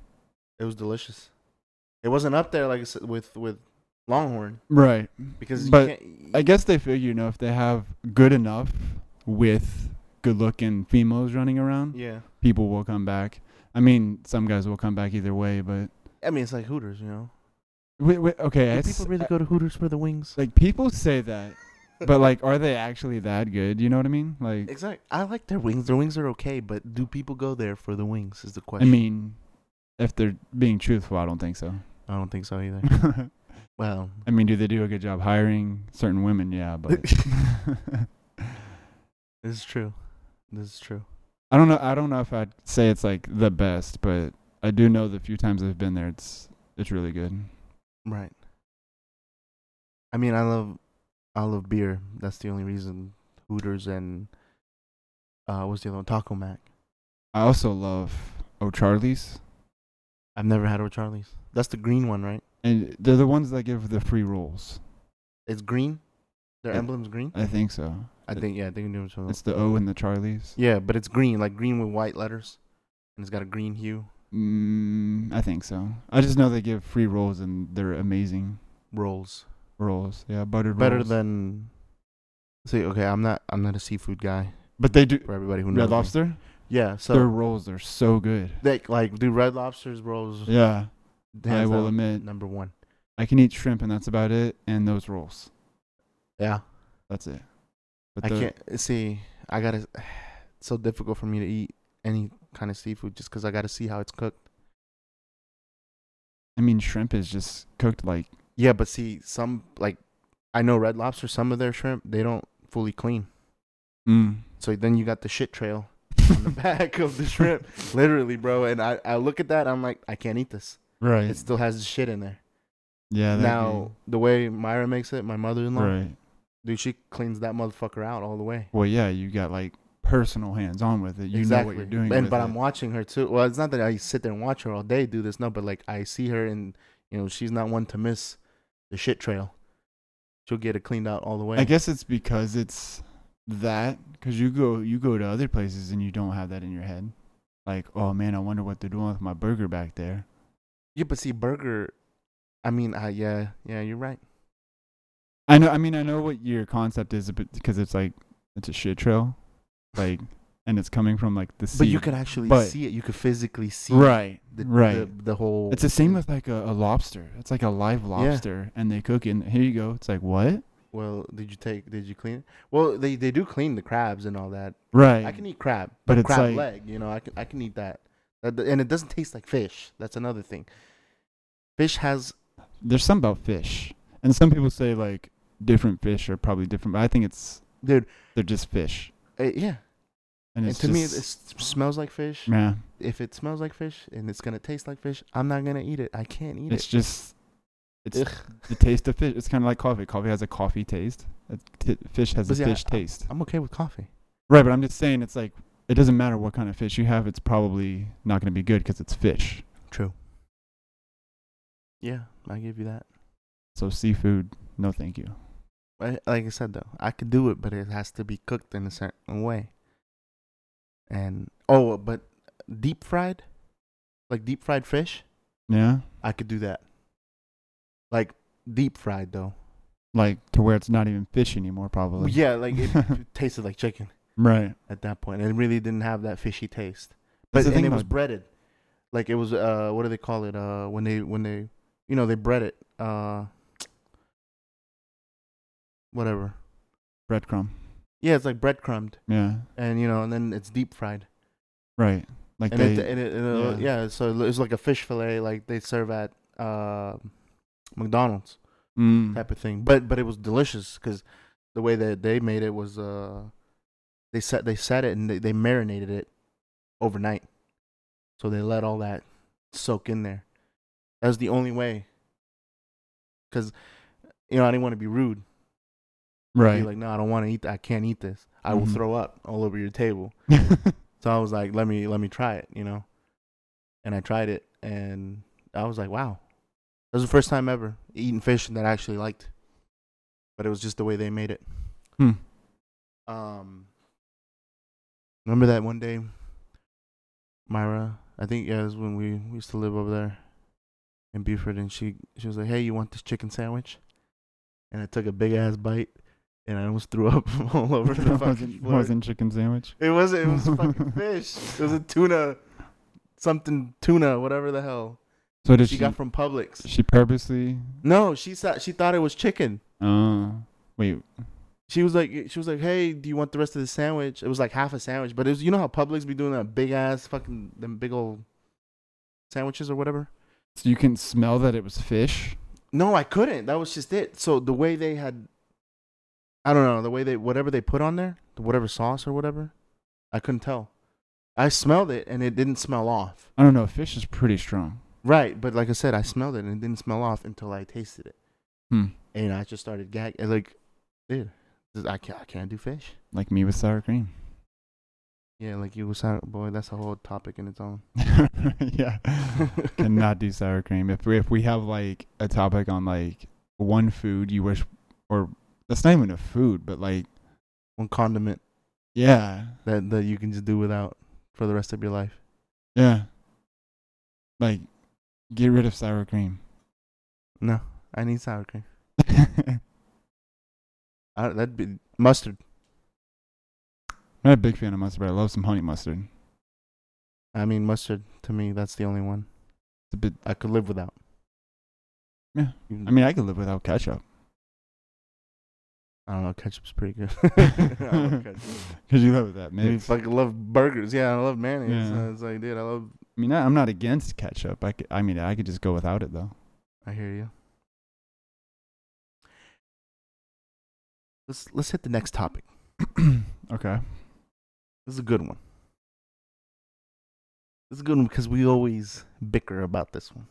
Speaker 1: It was delicious. It wasn't up there like I said, with with Longhorn
Speaker 2: right?
Speaker 1: because
Speaker 2: But
Speaker 1: you can't,
Speaker 2: I guess they figure you know if they have good enough with good-looking females running around,
Speaker 1: yeah.
Speaker 2: people will come back. I mean, some guys will come back either way, but
Speaker 1: I mean, it's like Hooters, you know.
Speaker 2: wait, wait, okay,
Speaker 1: Do
Speaker 2: it's-
Speaker 1: people really go to Hooters for the wings?
Speaker 2: like people say that, but like, are they actually that good? You know what I mean? Like,
Speaker 1: exactly. I like their wings. Their wings are okay, but do people go there for the wings? Is the
Speaker 2: I
Speaker 1: question.
Speaker 2: mean, if they're being truthful, I don't think so.
Speaker 1: I don't think so either.
Speaker 2: I
Speaker 1: well,
Speaker 2: mean, do they do a good job hiring certain women? Yeah, but.
Speaker 1: this is true. This is true.
Speaker 2: I don't know. I don't know if I'd say it's like the best, but I do know the few times I've been there, it's it's really good.
Speaker 1: Right. I mean, I love, I love beer. That's the only reason. Hooters and uh, what's the other one? Taco Mac.
Speaker 2: I also love O'Charlie's,
Speaker 1: I've never had it with Charlie's. That's the green one, right?
Speaker 2: and they're the ones that give the free rolls.
Speaker 1: It's green. Their
Speaker 2: Yeah.
Speaker 1: emblem's green.
Speaker 2: I think so.
Speaker 1: I think yeah, I think it was.
Speaker 2: It's the O and the Charlie's.
Speaker 1: Yeah, but it's green, like green with white letters, and it's got a green hue.
Speaker 2: Mm, I think so. I just know they give free rolls, and they're amazing
Speaker 1: rolls.
Speaker 2: rolls. Yeah, buttered
Speaker 1: Better
Speaker 2: rolls.
Speaker 1: than See, okay, I'm not I'm not a seafood guy
Speaker 2: but they do
Speaker 1: for everybody who knows.
Speaker 2: Red
Speaker 1: me.
Speaker 2: Lobster.
Speaker 1: Yeah,
Speaker 2: their
Speaker 1: so
Speaker 2: rolls are so good.
Speaker 1: like like dude, Red Lobster's rolls
Speaker 2: Yeah, I
Speaker 1: hands
Speaker 2: will
Speaker 1: down,
Speaker 2: admit,
Speaker 1: number 1.
Speaker 2: I can eat shrimp, and that's about it. And those rolls,
Speaker 1: Yeah.
Speaker 2: that's it. But
Speaker 1: I
Speaker 2: the-
Speaker 1: can't see I got to it's so difficult for me to eat any kind of seafood just cuz I got to see how it's cooked.
Speaker 2: I mean, shrimp is just cooked like
Speaker 1: Yeah, but see
Speaker 2: Mm.
Speaker 1: some like I know Red Lobster some of their shrimp, they don't fully clean. So then you got the shit trail on the back of the shrimp, literally, bro. And I, I look at that, I'm like, I can't eat this.
Speaker 2: right.
Speaker 1: It still has the shit in there.
Speaker 2: yeah. that'd
Speaker 1: now the way Myra makes it, my
Speaker 2: be-
Speaker 1: mother-in-law,
Speaker 2: right.
Speaker 1: dude, she cleans that motherfucker out all the way.
Speaker 2: Well, yeah, you got like personal hands on with it. You know what you're doing.
Speaker 1: And
Speaker 2: with
Speaker 1: but
Speaker 2: it.
Speaker 1: I'm watching her too. Well, it's not that I sit there and watch her all day do this. No, but like I see her, and you know she's not one to miss the shit trail. She'll get it cleaned out all the way.
Speaker 2: I guess it's because it's that because you go you go to other places and you don't have that in your head. Like, oh man, I wonder what they're doing with my burger back there.
Speaker 1: Yeah, but see, burger. I mean, I yeah, yeah, you're right.
Speaker 2: I know. I mean, I know what your concept is, but because it's like it's a shit trail, like, and it's coming from like the sea.
Speaker 1: But you could actually
Speaker 2: but-
Speaker 1: see it. You could physically see
Speaker 2: right,
Speaker 1: the,
Speaker 2: right.
Speaker 1: the, the whole.
Speaker 2: it's the same with like a, a lobster. It's like a live lobster, and they cook it. And here you go. It's like what?
Speaker 1: Well, did you take? Did you clean it? Well, they they do clean the crabs and all that.
Speaker 2: Right.
Speaker 1: I can eat crab,
Speaker 2: But
Speaker 1: but
Speaker 2: it's
Speaker 1: crab
Speaker 2: like-
Speaker 1: leg. You know, I can I can eat that, That- and it doesn't taste like fish. That's another thing. Fish has
Speaker 2: There's something about fish, and some people say like different fish are probably different, but I think it's
Speaker 1: dude.
Speaker 2: they're just fish.
Speaker 1: Uh, yeah,
Speaker 2: And,
Speaker 1: and
Speaker 2: it's
Speaker 1: to me, it
Speaker 2: just-
Speaker 1: s- smells like fish.
Speaker 2: Yeah,
Speaker 1: If it smells like fish and it's gonna taste like fish, I'm not gonna eat it. I can't eat
Speaker 2: it's
Speaker 1: it.
Speaker 2: just it's
Speaker 1: Ugh.
Speaker 2: the taste of fish. It's kind of like coffee. Coffee has a coffee taste. A t- fish has
Speaker 1: But
Speaker 2: a
Speaker 1: see, I-
Speaker 2: fish taste.
Speaker 1: I'm okay with coffee.
Speaker 2: right, but I'm just saying it's like it doesn't matter what kind of fish you have. It's probably not going to be good because it's fish.
Speaker 1: True. Yeah, I give you that.
Speaker 2: So seafood, no thank you.
Speaker 1: I, like I said though, I could do it, but it has to be cooked in a certain way. And oh, but deep fried, like deep fried fish,
Speaker 2: Yeah,
Speaker 1: I could do that. Like deep fried though.
Speaker 2: like to where it's not even fish anymore.
Speaker 1: Well,
Speaker 2: Probably.
Speaker 1: yeah, like it tasted like chicken
Speaker 2: Right.
Speaker 1: at that point. It really didn't have that fishy taste. But
Speaker 2: the
Speaker 1: and
Speaker 2: thing
Speaker 1: it was
Speaker 2: about-
Speaker 1: breaded. Like it was uh what do they call it? Uh when they when they you know, they bread it. Uh whatever.
Speaker 2: Breadcrumb.
Speaker 1: Yeah, it's like breadcrumbed.
Speaker 2: Yeah.
Speaker 1: and you know, and then it's deep fried.
Speaker 2: Right. Like
Speaker 1: And
Speaker 2: they.
Speaker 1: it, and it, and it-
Speaker 2: yeah.
Speaker 1: yeah. so it was like a fish fillet, like they serve at uh, McDonald's
Speaker 2: Mm.
Speaker 1: type of thing. But but it was delicious because the way that they made it was uh, they set they set it and they, they marinated it overnight, so they let all that soak in there. That was the only way. Because you know, I didn't want to be rude.
Speaker 2: right.
Speaker 1: Be like, no, I don't want to eat. that. I can't eat this. I will
Speaker 2: Mhm.
Speaker 1: throw up all over your table. So I was like, let me let me try it, you know. And I tried it, and I was like, wow, that was the first time ever eating fish that I actually liked. But it was just the way they made it.
Speaker 2: Hmm.
Speaker 1: Um, remember that one day, Myra? I think yeah, it was when we, we used to live over there in Buford, and she she was like, hey, you want this chicken sandwich? And I took a big ass bite, and I almost threw up all over the fucking
Speaker 2: wasn't,
Speaker 1: floor.
Speaker 2: wasn't chicken sandwich.
Speaker 1: It wasn't. It was fucking fish. It was a tuna, something tuna, whatever the hell
Speaker 2: So
Speaker 1: she,
Speaker 2: did she?
Speaker 1: got from Publix.
Speaker 2: she purposely.
Speaker 1: No, she thought she thought it was chicken.
Speaker 2: Uh, wait.
Speaker 1: She was like, she was like, hey, do you want the rest of the sandwich? It was like half a sandwich, but it was you know how Publix be doing that big ass fucking them big old sandwiches or whatever.
Speaker 2: So you can smell that it was fish.
Speaker 1: No, I couldn't. That was just it. So the way they had, I don't know, the way they whatever they put on there, whatever sauce or whatever, I couldn't tell. I smelled it and it didn't smell off.
Speaker 2: I don't know. Fish is pretty strong.
Speaker 1: Right, but like I said, I smelled it and it didn't smell off until I tasted it,
Speaker 2: Hmm.
Speaker 1: and I just started gagging. Like, dude, this- I can't, I can't do fish.
Speaker 2: Like me with sour cream.
Speaker 1: Yeah, like you was out, boy. That's a whole topic in its own.
Speaker 2: yeah. Cannot do sour cream. If we, if we have like a topic on like one food you wish, or that's not even a food, but like
Speaker 1: One condiment
Speaker 2: yeah,
Speaker 1: that that you can just do without for the rest of your life.
Speaker 2: yeah. Like, get rid of sour cream.
Speaker 1: No, I need sour cream. I, that'd be mustard.
Speaker 2: I'm not a big fan of mustard, but I love some honey mustard. It's
Speaker 1: I mean, mustard to me, that's the only one
Speaker 2: a bit.
Speaker 1: I could live without.
Speaker 2: Yeah,
Speaker 1: You-
Speaker 2: I mean, I could live without ketchup
Speaker 1: I don't know. Ketchup's pretty good. I love ketchup.
Speaker 2: because you love that
Speaker 1: You
Speaker 2: mix. I
Speaker 1: fucking love burgers. Yeah, I love mayonnaise.
Speaker 2: Yeah.
Speaker 1: It's like, dude, I love
Speaker 2: mean, I- I'm not against ketchup. I, could, I mean, I could just go without it though.
Speaker 1: I hear you. Let's let's hit the next topic.
Speaker 2: okay.
Speaker 1: This is a good one. This is a good one because we always bicker about this one.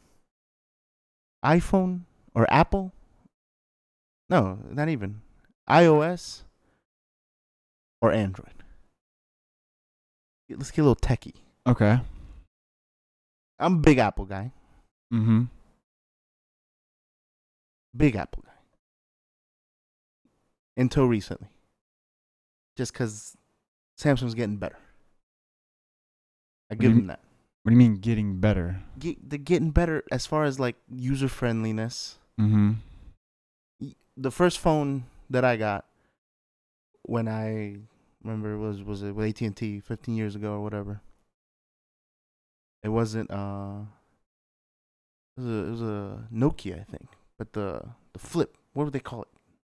Speaker 1: iPhone or Apple? No, not even. iOS or Android? Let's get a little techie.
Speaker 2: Okay.
Speaker 1: I'm a big Apple guy.
Speaker 2: Mm-hmm.
Speaker 1: Big Apple guy. Until recently. Just because Samsung's getting better. I
Speaker 2: What do
Speaker 1: give
Speaker 2: you
Speaker 1: them that.
Speaker 2: What do you mean getting better?
Speaker 1: Get, they're getting better as far as like user friendliness.
Speaker 2: Mm-hmm.
Speaker 1: The first phone that I got when I remember it was was it with AT and T 15 years ago or whatever. It wasn't uh. It was a, it was a Nokia, I think, but the the flip. What would they call it?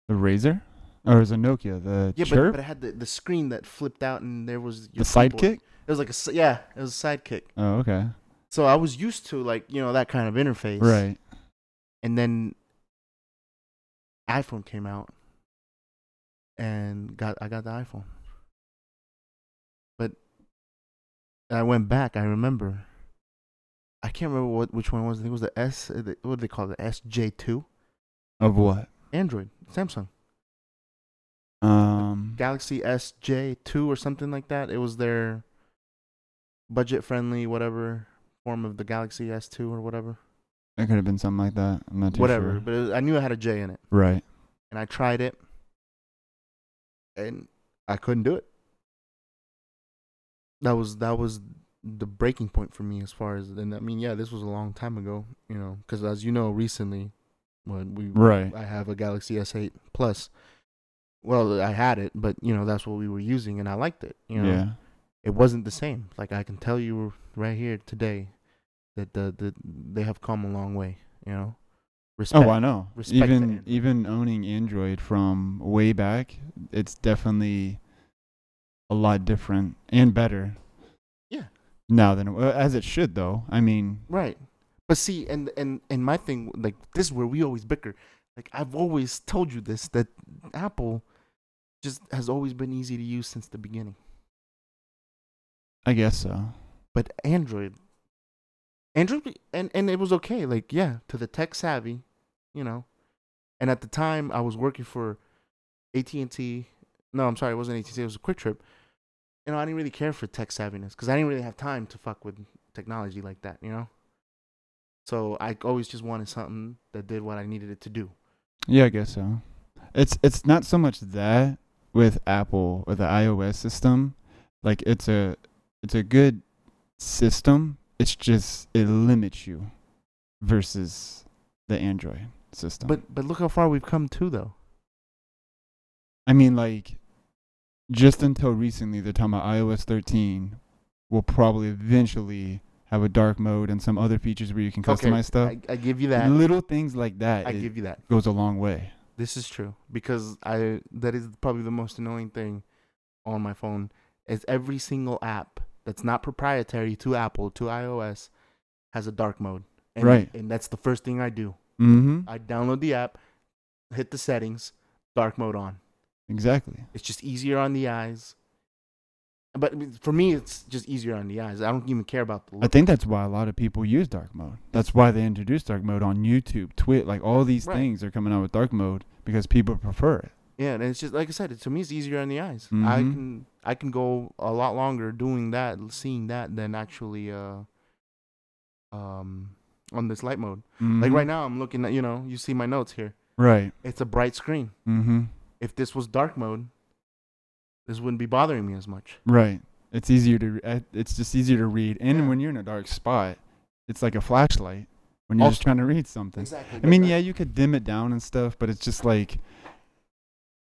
Speaker 2: The Razer? Or is it Nokia? The
Speaker 1: Yeah, but,
Speaker 2: Chirp?
Speaker 1: but it had the, the screen that flipped out, and there was
Speaker 2: the
Speaker 1: your keyboard.
Speaker 2: Sidekick?
Speaker 1: It was like a s- yeah, it was a sidekick.
Speaker 2: Oh, okay.
Speaker 1: So I was used to like you know that kind of interface,
Speaker 2: Right.
Speaker 1: And then iPhone came out, and got I got the iPhone. But I went back. I remember. I can't remember what which one it was. I think it was the S. uh, the- What do they call it? The SJ two
Speaker 2: Of what?
Speaker 1: Android Samsung
Speaker 2: Um.
Speaker 1: Galaxy SJ two or something like that. It was their budget friendly whatever form of the Galaxy S two or whatever.
Speaker 2: It could have been something like that. I'm not too
Speaker 1: whatever.
Speaker 2: sure.
Speaker 1: But it, I knew it had a J in it,
Speaker 2: Right.
Speaker 1: and I tried it, and I couldn't do it. That was that was the breaking point for me as far as and I mean yeah this was a long time ago you know because as you know recently when we
Speaker 2: Right.
Speaker 1: I have a Galaxy S8 Plus well I had it but you know that's what we were using and I liked it you know
Speaker 2: Yeah.
Speaker 1: it wasn't the same like I can tell you right here today that the, the they have come a long way you know respect
Speaker 2: Oh, I know.
Speaker 1: respect to
Speaker 2: Even
Speaker 1: Android.
Speaker 2: even owning Android from way back, it's definitely a lot different and better.
Speaker 1: Yeah.
Speaker 2: Now than well, as it should though. I mean,
Speaker 1: Right. But see, and and and my thing, like this, is where we always bicker. Like I've always told you this that Apple just has always been easy to use since the beginning.
Speaker 2: I guess so.
Speaker 1: But Android, Android, and and it was okay. Like yeah, to the tech savvy, you know. And at the time, I was working for AT and T. No, I'm sorry, it wasn't AT and T. It was a Quick Trip. You know, I didn't really care for tech savviness because I didn't really have time to fuck with technology like that. You know. So I always just wanted something that did what I needed it to do.
Speaker 2: Yeah, I guess so. It's it's not so much that with Apple or the iOS system, like it's a it's a good system. It's just it limits you versus the Android system.
Speaker 1: But but look how far we've come too, though.
Speaker 2: I mean, like, just until recently, they're talking about iOS 13 will probably eventually have a dark mode and some other features where you can customize stuff.
Speaker 1: I, I give you that.
Speaker 2: Little things like that
Speaker 1: I
Speaker 2: it
Speaker 1: give you that.
Speaker 2: goes a long way.
Speaker 1: This is true because I that is probably the most annoying thing on my phone is every single app that's not proprietary to Apple to iOS has a dark mode. And,
Speaker 2: Right.
Speaker 1: And that's the first thing I do.
Speaker 2: Mm-hmm.
Speaker 1: I download the app, hit the settings, dark mode on.
Speaker 2: Exactly.
Speaker 1: It's just easier on the eyes. But I mean, for me, it's just easier on the eyes. I don't even care about the
Speaker 2: I
Speaker 1: look.
Speaker 2: think that's why a lot of people use dark mode. That's why they introduced dark mode on YouTube, Twit, like all these
Speaker 1: Right.
Speaker 2: things are coming out with dark mode because people prefer it.
Speaker 1: Yeah, and it's just like I said. It, to me, it's easier on the eyes. I
Speaker 2: Mhm.
Speaker 1: can I can go a lot longer doing that, seeing that, than actually uh, um, on this light mode. Like
Speaker 2: Mhm.
Speaker 1: right now, I'm looking at you know you see my notes here.
Speaker 2: Right.
Speaker 1: It's a bright screen.
Speaker 2: Mm-hmm.
Speaker 1: If this was dark mode, this wouldn't be bothering me as much.
Speaker 2: Right. It's easier to. Re- uh, it's just easier to read, and
Speaker 1: Yeah.
Speaker 2: when you're in a dark spot, it's like a flashlight when you're just
Speaker 1: Also-
Speaker 2: trying to read something.
Speaker 1: Exactly.
Speaker 2: I mean, yeah, you could dim it down and stuff, but it's just like,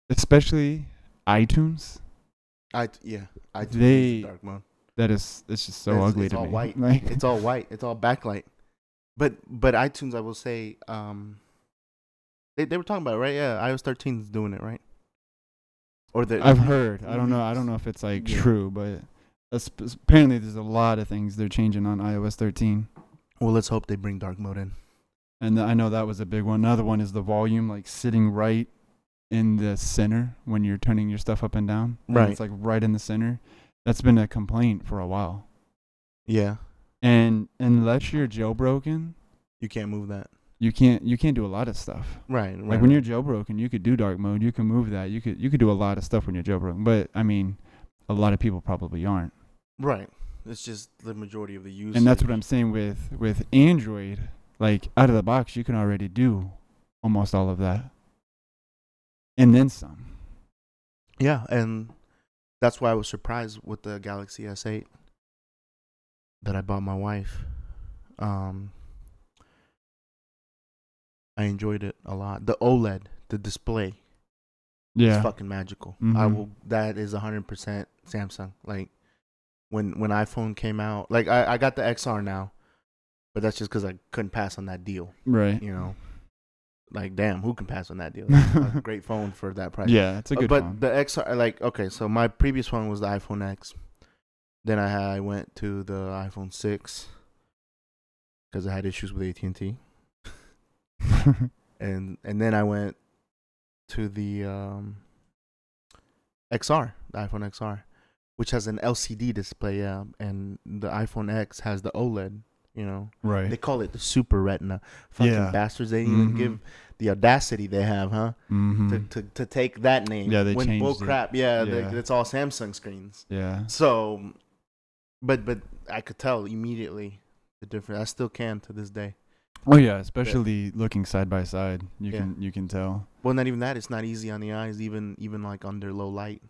Speaker 2: especially iTunes.
Speaker 1: I yeah. I
Speaker 2: do They-
Speaker 1: dark mode.
Speaker 2: That is, it's just so
Speaker 1: It's-
Speaker 2: ugly
Speaker 1: it's
Speaker 2: to
Speaker 1: all
Speaker 2: me.
Speaker 1: white.
Speaker 2: Like,
Speaker 1: it's all white. It's all backlight. But but iTunes, I will say, um, they they were talking about it, right? Yeah, iOS 13 is doing it, right? Or the
Speaker 2: I've heard. I don't know. I don't know if it's like
Speaker 1: Yeah.
Speaker 2: true, but that's- apparently there's a lot of things they're changing on iOS 13,
Speaker 1: Well, let's hope they bring dark mode in.
Speaker 2: and I know that was a big one. Another one is the volume, like sitting right in the center when you're turning your stuff up and down. And
Speaker 1: Right.
Speaker 2: It's like right in the center. that's been a complaint for a while.
Speaker 1: Yeah.
Speaker 2: And unless you're jailbroken,
Speaker 1: You can't move that.
Speaker 2: you can't you can't do a lot of stuff.
Speaker 1: Right. Right.
Speaker 2: Like when you're jailbroken, you could do dark mode, you can move that, you could you could do a lot of stuff when you're jailbroken. But I mean, a lot of people probably aren't.
Speaker 1: right. It's just the majority of the users.
Speaker 2: And that's what I'm saying with with Android, like out of the box, you can already do almost all of that. And then some.
Speaker 1: Yeah, and that's why I was surprised with the Galaxy S8 that I bought my wife. Um, I enjoyed it a lot. The OLED, the display,
Speaker 2: Yeah.
Speaker 1: it's fucking magical. I
Speaker 2: Mhm.
Speaker 1: will. That is hundred percent Samsung. Like when when iPhone came out, like I, I got the XR now, but that's just because I couldn't pass on that deal.
Speaker 2: Right.
Speaker 1: You know, like damn, who can pass on that deal? That's a great phone for that price.
Speaker 2: Yeah, it's a
Speaker 1: Uh,
Speaker 2: good
Speaker 1: but
Speaker 2: phone.
Speaker 1: the XR, like, okay, so my previous one was the iPhone X. Then I had, I went to the iPhone six because I had issues with AT and T, and and then I went to the um, XR, the iPhone XR, which has an LCD display, yeah, and the iPhone X has the OLED. You know,
Speaker 2: right.
Speaker 1: they call it Mm-hmm. the Super Retina. Fucking
Speaker 2: Yeah.
Speaker 1: bastards! They didn't even
Speaker 2: Mhm.
Speaker 1: give the audacity they have, huh? to,
Speaker 2: Mhm.
Speaker 1: to, to take that name.
Speaker 2: Yeah, they
Speaker 1: when
Speaker 2: changed
Speaker 1: bull
Speaker 2: it.
Speaker 1: crap. Yeah, they-
Speaker 2: Yeah.
Speaker 1: it's all Samsung screens.
Speaker 2: Yeah.
Speaker 1: So, but but I could tell immediately the difference. I still can to this day.
Speaker 2: Oh yeah, especially looking side by side, you
Speaker 1: Yeah.
Speaker 2: can you can tell.
Speaker 1: Well, not even that. It's not easy on the eyes, even even like under low light,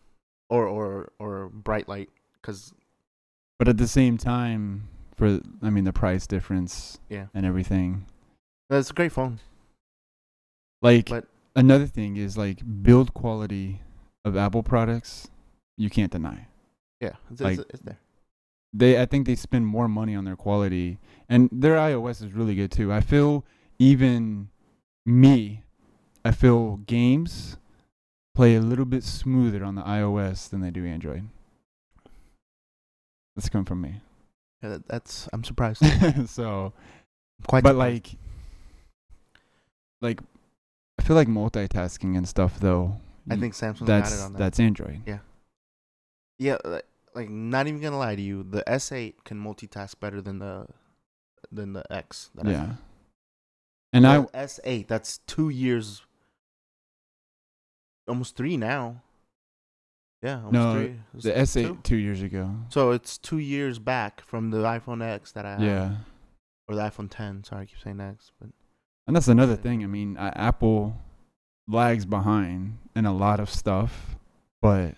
Speaker 1: or or or bright light, because
Speaker 2: But at the same time, for I mean the price difference
Speaker 1: Yeah.
Speaker 2: and everything.
Speaker 1: that's a great phone.
Speaker 2: Like
Speaker 1: But-
Speaker 2: another thing is like build quality of Apple products, you can't deny.
Speaker 1: Yeah, it's,
Speaker 2: Like-
Speaker 1: it's, it's there.
Speaker 2: They I think they spend more money on their quality and their iOS is really good too. I feel even me, I feel games play a little bit smoother on the iOS than they do Android. That's come from me.
Speaker 1: Yeah, that, that's I'm surprised.
Speaker 2: so
Speaker 1: Quite,
Speaker 2: but
Speaker 1: surprised.
Speaker 2: like like i feel like multitasking and stuff though
Speaker 1: I think Samsung got
Speaker 2: that's
Speaker 1: it on that.
Speaker 2: that's android
Speaker 1: Yeah, like, like not even gonna lie to you, the S8 can multitask better than the than the X. That I
Speaker 2: yeah and i
Speaker 1: S eight. That's two years, almost three now. Yeah, almost
Speaker 2: No,
Speaker 1: three. It's
Speaker 2: the s8
Speaker 1: two.
Speaker 2: two years ago
Speaker 1: So it's two years back from the iPhone X that I had,
Speaker 2: yeah
Speaker 1: or the iPhone 10. Sorry, I keep saying X, but
Speaker 2: and that's another
Speaker 1: Yeah.
Speaker 2: thing i mean I, apple lags behind in a lot of stuff but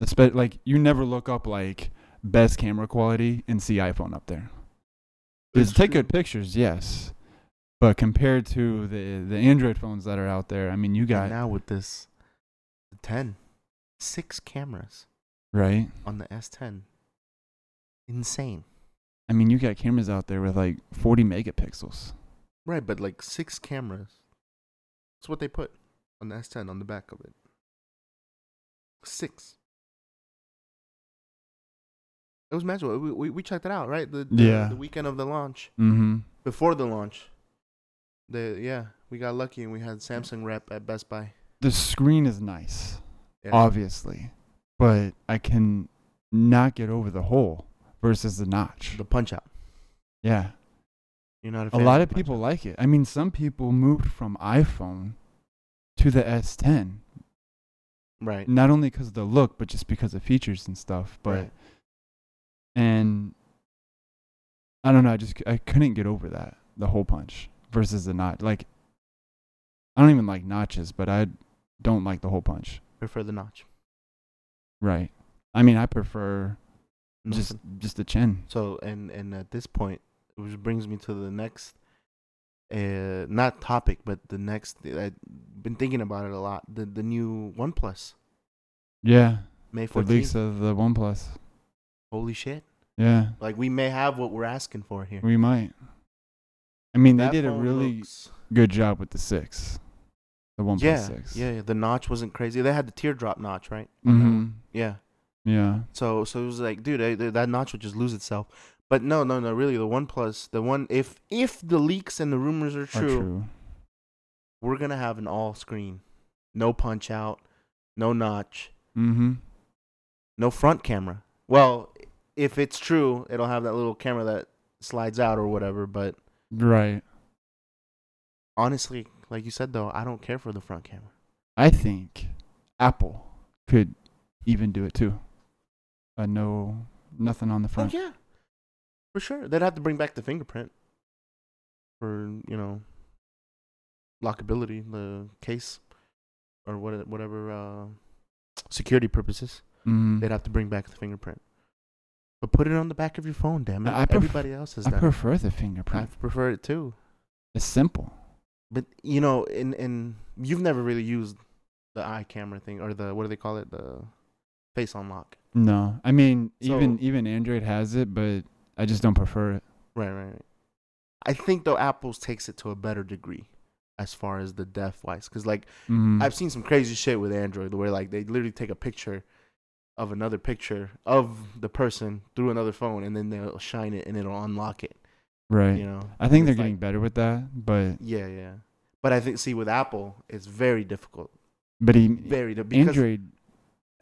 Speaker 2: especially like you never look up like best camera quality and see iphone up there Because take good pictures, yes. But compared to the the Android phones that are out there, I mean, you
Speaker 1: And
Speaker 2: got
Speaker 1: now with this 10, six cameras
Speaker 2: right.
Speaker 1: on the S10. Insane,
Speaker 2: I mean, you got cameras out there with like 40 megapixels.
Speaker 1: right? But like six cameras. That's what they put on the S10 on the back of it. Six. It was magical. We, we, we checked it out, right? The, the,
Speaker 2: Yeah.
Speaker 1: The weekend of the launch,
Speaker 2: Mm-hmm.
Speaker 1: before the launch, the yeah, we got lucky and we had Samsung rep at Best Buy.
Speaker 2: The screen is nice,
Speaker 1: Yeah.
Speaker 2: obviously, but I can not get over the hole versus the notch.
Speaker 1: The punch out.
Speaker 2: Yeah,
Speaker 1: You're not a,
Speaker 2: a
Speaker 1: fan
Speaker 2: lot
Speaker 1: the
Speaker 2: of
Speaker 1: punch
Speaker 2: people
Speaker 1: out.
Speaker 2: like it. I mean, some people moved from iPhone to the S10
Speaker 1: right?
Speaker 2: not only because of the look, but just because of features and stuff. But
Speaker 1: Right.
Speaker 2: and I don't know. I just c- I couldn't get over that the hole punch versus the notch. Like I don't even like notches, but I don't like the hole punch.
Speaker 1: Prefer the notch.
Speaker 2: Right. I mean, I prefer just
Speaker 1: Nothing.
Speaker 2: just the chin.
Speaker 1: so and and at this point, which brings me to the next, uh, not topic, but the next. I've been thinking about it a lot. The the new OnePlus
Speaker 2: Yeah.
Speaker 1: May
Speaker 2: The
Speaker 1: 14th.
Speaker 2: leaks of the OnePlus.
Speaker 1: Holy shit!
Speaker 2: Yeah.
Speaker 1: Like we may have what we're asking for here.
Speaker 2: We might. I mean, they
Speaker 1: That
Speaker 2: did a
Speaker 1: phone
Speaker 2: really
Speaker 1: looks-
Speaker 2: good job with the six, the OnePlus
Speaker 1: yeah,
Speaker 2: six.
Speaker 1: yeah, yeah. The notch wasn't crazy. They had the teardrop notch, right? On that one.
Speaker 2: hmm
Speaker 1: Yeah.
Speaker 2: Yeah.
Speaker 1: So so it was like, dude, I, that notch would just lose itself. But no, no, no. Really, the OnePlus, the one. If if the leaks and the rumors are
Speaker 2: Are
Speaker 1: true, we're gonna have an all screen, no punch out, no notch,
Speaker 2: Mm-hmm.
Speaker 1: no front camera. Well, if it's true, it'll have that little camera that slides out or whatever. But
Speaker 2: Right.
Speaker 1: honestly, like you said though, I don't care for the front camera.
Speaker 2: I think Apple could even do it too. A no, nothing on the
Speaker 1: Oh
Speaker 2: front.
Speaker 1: yeah, for sure. They'd have to bring back the fingerprint for you know lockability, the case, or what whatever uh, security purposes.
Speaker 2: Mm.
Speaker 1: They'd have to bring back the fingerprint. But put it on the back of your phone, damn it!
Speaker 2: I pref-
Speaker 1: Everybody else has
Speaker 2: I
Speaker 1: done. it.
Speaker 2: prefer the
Speaker 1: I
Speaker 2: fingerprint.
Speaker 1: prefer it too.
Speaker 2: It's simple.
Speaker 1: But you know, in in you've never really used the eye camera thing or the what do they call it? The face unlock.
Speaker 2: No, I mean even
Speaker 1: So-
Speaker 2: even Android has it, but I just don't prefer it.
Speaker 1: Right, right, right. I think though Apple's takes it to a better degree as far as the depth wise, because like
Speaker 2: Mm.
Speaker 1: I've seen some crazy shit with Android where like they literally take a picture of another picture of the person through another phone and then they'll shine it and it'll unlock it.
Speaker 2: right.
Speaker 1: You know.
Speaker 2: I think
Speaker 1: And
Speaker 2: they're
Speaker 1: it's like-
Speaker 2: getting better with that, but
Speaker 1: Yeah, yeah. But I think see with Apple, it's very difficult.
Speaker 2: but he,
Speaker 1: Very di- because
Speaker 2: Android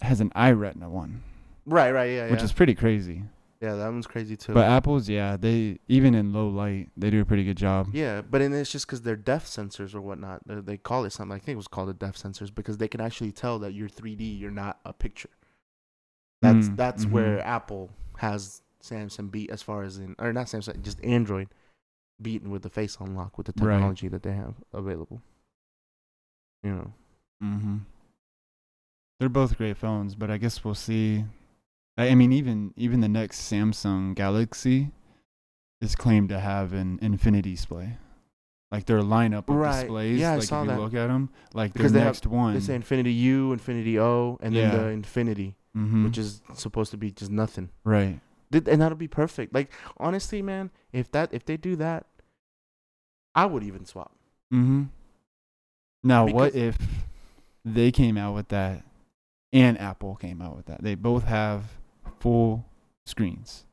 Speaker 2: has an iRetina one,
Speaker 1: Right, right, yeah,
Speaker 2: which
Speaker 1: yeah.
Speaker 2: is pretty crazy.
Speaker 1: yeah, that one's crazy too.
Speaker 2: But Apple's, yeah, they even in low light, they do a pretty good job.
Speaker 1: Yeah, but and it's just because they're depth sensors or whatnot. They, they call it something. I think it was called a depth sensors because they can actually tell that you're 3D. You're not a picture. That's
Speaker 2: Mm,
Speaker 1: that's
Speaker 2: mhm.
Speaker 1: where Apple has Samsung beat as far as in or not Samsung, just Android beaten with the face unlock with the
Speaker 2: Right.
Speaker 1: technology that they have available. You know,
Speaker 2: Mm-hmm. They're both great phones, but I guess we'll see. I, I mean, even even the next Samsung Galaxy is claimed to have an infinity display, like their lineup of
Speaker 1: Right.
Speaker 2: displays.
Speaker 1: Yeah, I
Speaker 2: like
Speaker 1: saw
Speaker 2: if you
Speaker 1: that.
Speaker 2: look at them, like
Speaker 1: Because they
Speaker 2: their
Speaker 1: have-
Speaker 2: next one,
Speaker 1: they say Infinity U, Infinity O, and then
Speaker 2: Yeah.
Speaker 1: the Infinity,
Speaker 2: mm-hmm.
Speaker 1: which is supposed to be just nothing.
Speaker 2: right.
Speaker 1: Th- and that'll be perfect. Like honestly, man, if that if they do that, I would even swap.
Speaker 2: Mm-hmm. Now, what if they came out with that, and Apple came out with that? They both have full screens.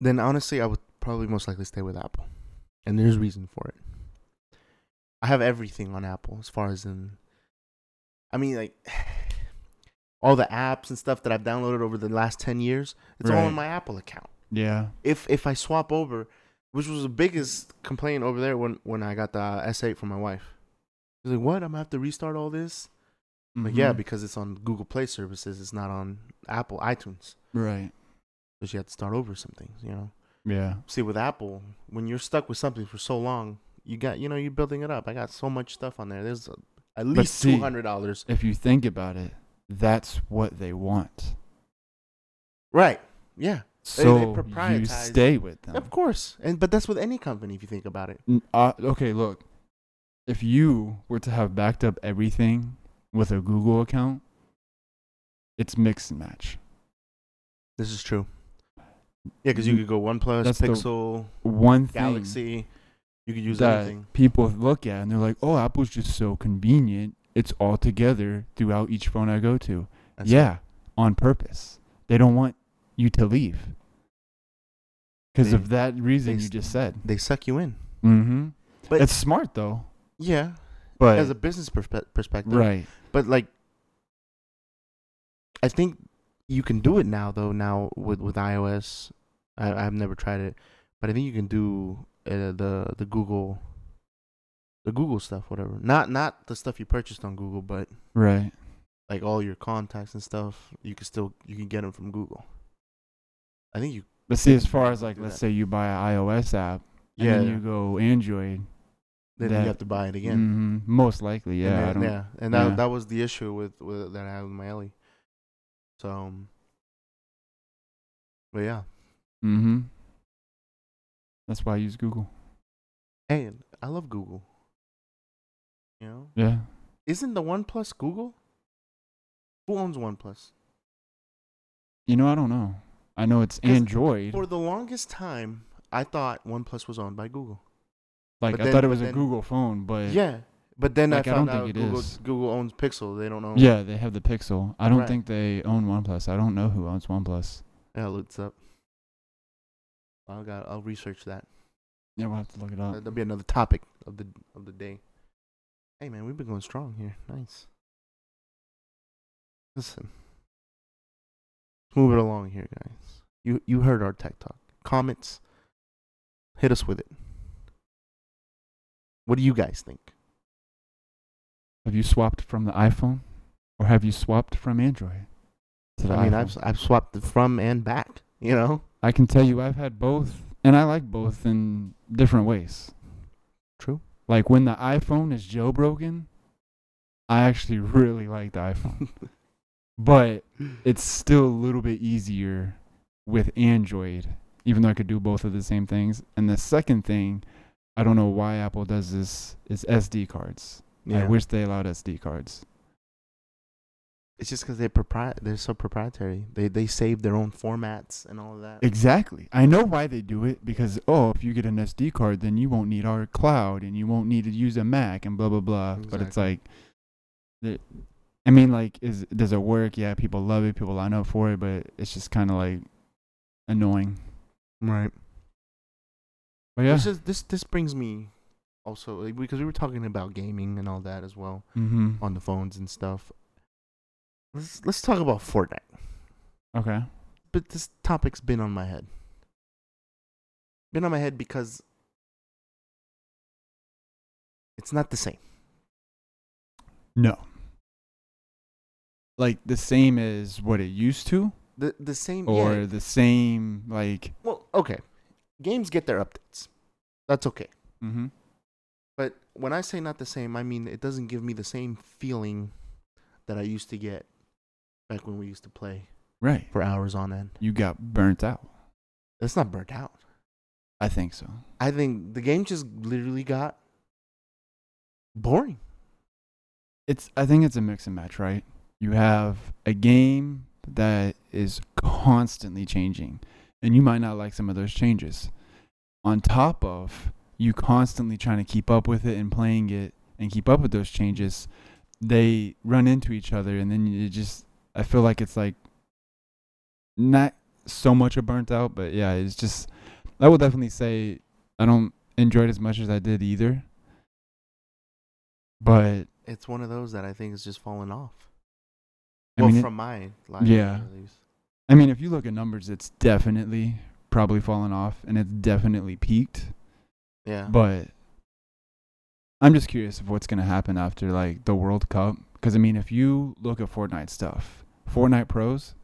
Speaker 1: then honestly, I would probably most likely stay with Apple, and there's reason for it. I have everything on Apple as far as in, I mean, like all the apps and stuff that I've downloaded over the last ten years. It's all
Speaker 2: Right.
Speaker 1: in my Apple account.
Speaker 2: Yeah.
Speaker 1: If if I swap over, which was the biggest complaint over there when when I got the S8 from my wife, she's like, "What? I'm gonna have to restart all this?" Like, yeah,
Speaker 2: Mhm.
Speaker 1: because it's on Google Play services. It's not on Apple iTunes,
Speaker 2: right.
Speaker 1: so she had to start over some things, you know.
Speaker 2: Yeah.
Speaker 1: see with Apple, when you're stuck with something for so long, you got you know you're building it up. I got so much stuff on there. There's uh, at least
Speaker 2: see-
Speaker 1: two hundred dollars.
Speaker 2: if you think about it, that's what they want.
Speaker 1: Right. Yeah. They- they
Speaker 2: So you
Speaker 1: proprietize-
Speaker 2: stay with them.
Speaker 1: Of course. And but that's with any company if you think about it.
Speaker 2: N- Uh, okay, look. If you were to have backed up everything with a Google account, it's mix and match.
Speaker 1: This is true. Mm-hmm. Yeah, because you
Speaker 2: Mm.
Speaker 1: could go OnePlus,
Speaker 2: That's the
Speaker 1: Pixel,
Speaker 2: One thing
Speaker 1: Galaxy. You could use
Speaker 2: that
Speaker 1: anything.
Speaker 2: people look at and they're like, "Oh, Apple's just so convenient. It's all together throughout each phone I go to."
Speaker 1: That's
Speaker 2: yeah, on purpose. They don't want you to leave because
Speaker 1: They-
Speaker 2: of that reason
Speaker 1: they
Speaker 2: you
Speaker 1: s-
Speaker 2: just said.
Speaker 1: They suck you in.
Speaker 2: Mm-hmm.
Speaker 1: But-
Speaker 2: it's smart though.
Speaker 1: Yeah.
Speaker 2: But
Speaker 1: As a business perspe- perspective.
Speaker 2: right,
Speaker 1: But like, I think you can do it now though. Now with with iOS, I, I've never tried it, but I think you can do uh, the the Google, the Google stuff, whatever. Not not the stuff you purchased on Google, but
Speaker 2: right.
Speaker 1: like all your contacts and stuff. You can still you can get them from Google. I think you
Speaker 2: But see, as
Speaker 1: can
Speaker 2: far
Speaker 1: actually
Speaker 2: as like,
Speaker 1: do
Speaker 2: let's
Speaker 1: that.
Speaker 2: say you buy an iOS app, and
Speaker 1: yeah.
Speaker 2: then you go Android.
Speaker 1: then
Speaker 2: that-
Speaker 1: you have to buy it again.
Speaker 2: Mm-hmm, most likely,
Speaker 1: And
Speaker 2: yeah. I
Speaker 1: then-
Speaker 2: don't,
Speaker 1: yeah, and that
Speaker 2: yeah.
Speaker 1: that was the issue with, with that I had with my Ellie. So, um, but yeah.
Speaker 2: Mm-hmm. That's why I use Google.
Speaker 1: Hey, I love Google. You know,
Speaker 2: Yeah.
Speaker 1: isn't the OnePlus Google? Who owns OnePlus?
Speaker 2: You know, I don't know. I know it's
Speaker 1: 'Cause
Speaker 2: Android.
Speaker 1: For the longest time, I thought OnePlus was owned by Google.
Speaker 2: Like
Speaker 1: but
Speaker 2: I
Speaker 1: then-
Speaker 2: thought it
Speaker 1: but
Speaker 2: was a
Speaker 1: then-
Speaker 2: Google phone, but
Speaker 1: Yeah, but then
Speaker 2: Like,
Speaker 1: I
Speaker 2: I don't
Speaker 1: found
Speaker 2: think
Speaker 1: out
Speaker 2: it
Speaker 1: Google
Speaker 2: is.
Speaker 1: Google owns Pixel. They don't own.
Speaker 2: yeah, they have the Pixel. I don't
Speaker 1: Right.
Speaker 2: think they own OnePlus. I don't know who owns OnePlus.
Speaker 1: yeah, look this up. I'll got. I'll research that.
Speaker 2: Yeah, we'll have to look it up.
Speaker 1: That'll be another topic of the of the day. Hey man, we've been going strong here. Nice. Listen, move it along here, guys. You you heard our tech talk. Comments. Hit us with it. What do you guys think?
Speaker 2: Have you swapped from the iPhone, or have you swapped from Android? to the
Speaker 1: I mean,
Speaker 2: iPhone?
Speaker 1: I've I've swapped it from and back. You know,
Speaker 2: I can tell you I've had both, and I like both in different ways.
Speaker 1: True.
Speaker 2: Like when the iPhone is jailbroken, I actually really like the iPhone, but it's still a little bit easier with Android, even though I could do both of the same things. And the second thing, I don't know why Apple does this, is SD cards. I wish they allowed SD cards.
Speaker 1: it's just because they propri- they're so proprietary. They they save their own formats and all of that.
Speaker 2: Exactly. I know why they do it because oh, if you get an SD card, then you won't need our cloud and you won't need to use a Mac and blah blah blah. But it's
Speaker 1: Exactly.
Speaker 2: like, the- I mean, like, is does it work? Yeah, people love it. People line up for it, but it's just kind of like annoying.
Speaker 1: right.
Speaker 2: But yeah.
Speaker 1: This is this this brings me also like, because we were talking about gaming and all that as well
Speaker 2: mm-hmm.
Speaker 1: on the phones and stuff. Let's let's talk about Fortnite.
Speaker 2: Okay.
Speaker 1: But this topic's been on my head. Been on my head because it's not the same.
Speaker 2: No. Like the same as what it used to,
Speaker 1: The the same
Speaker 2: or
Speaker 1: yeah,
Speaker 2: the same like.
Speaker 1: well, okay. Games get their updates. That's okay.
Speaker 2: Mm-hmm.
Speaker 1: But when I say not the same, I mean it doesn't give me the same feeling that I used to get back when we used to play
Speaker 2: Right.
Speaker 1: for hours on end.
Speaker 2: You got burnt out.
Speaker 1: It's not burnt out.
Speaker 2: I think so.
Speaker 1: I think the game just literally got boring.
Speaker 2: it's I think it's a mix and match, right? You have a game that is constantly changing, and you might not like some of those changes. On top of you constantly trying to keep up with it and playing it and keep up with those changes, they run into each other, and then you just I feel like it's like not so much a burnt out, but yeah, it's just I would definitely say I don't enjoy it as much as I did either. But
Speaker 1: It's one of those that I think is just falling off.
Speaker 2: I
Speaker 1: well,
Speaker 2: mean, it-
Speaker 1: from my life,
Speaker 2: Yeah.
Speaker 1: at least.
Speaker 2: I mean, if you look at numbers, it's definitely probably fallen off and it's definitely peaked.
Speaker 1: Yeah.
Speaker 2: But I'm just curious of what's going to happen after like the World Cup. Because I mean, if you look at Fortnite stuff, Fortnite pros,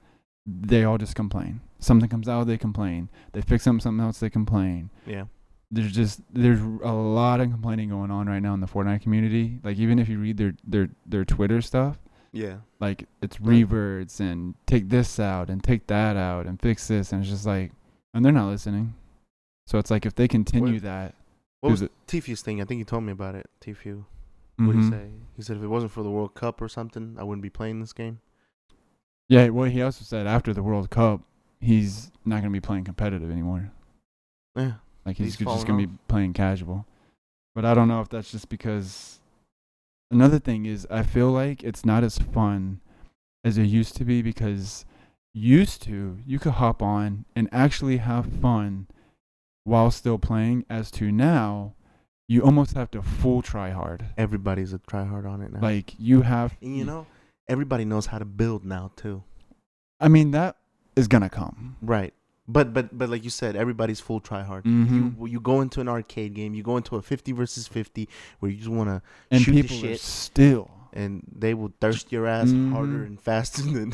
Speaker 2: they all just complain. Something comes out, they complain. They fix something, something else, they complain.
Speaker 1: yeah.
Speaker 2: There's just there's a lot of complaining going on right now in the Fortnite community. Like even if you read their their their Twitter stuff,
Speaker 1: Yeah.
Speaker 2: like it's
Speaker 1: Right.
Speaker 2: reverts and take this out and take that out and fix this and it's just like and they're not listening so it's like if they continue that
Speaker 1: What was
Speaker 2: is it
Speaker 1: Tfew's thing? I think you told me about it. Tfew. What did he
Speaker 2: Mhm.
Speaker 1: say? He said if it wasn't for the World Cup or something, I wouldn't be playing this game.
Speaker 2: yeah well he also said after the world cup he's not going to be playing competitive anymore
Speaker 1: Yeah.
Speaker 2: like he's,
Speaker 1: He's
Speaker 2: just
Speaker 1: fallen
Speaker 2: going to be playing casual but i don't know if that's just because another thing is i feel like it's not as fun as it used to be because used to you could hop on and actually have fun while still playing as to now you almost have to full try hard
Speaker 1: Everybody's a tryhard on it now.
Speaker 2: like you have
Speaker 1: and you know, everybody knows how to build now too.
Speaker 2: i mean that is gonna come
Speaker 1: Right. But but but like you said, everybody's full tryhard.
Speaker 2: Mhm.
Speaker 1: You you go into an arcade game, you go into a fifty versus fifty where you just want to,
Speaker 2: and
Speaker 1: shoot the
Speaker 2: people are
Speaker 1: shit.
Speaker 2: still
Speaker 1: and they will thirst your ass harder
Speaker 2: Mhm.
Speaker 1: and faster than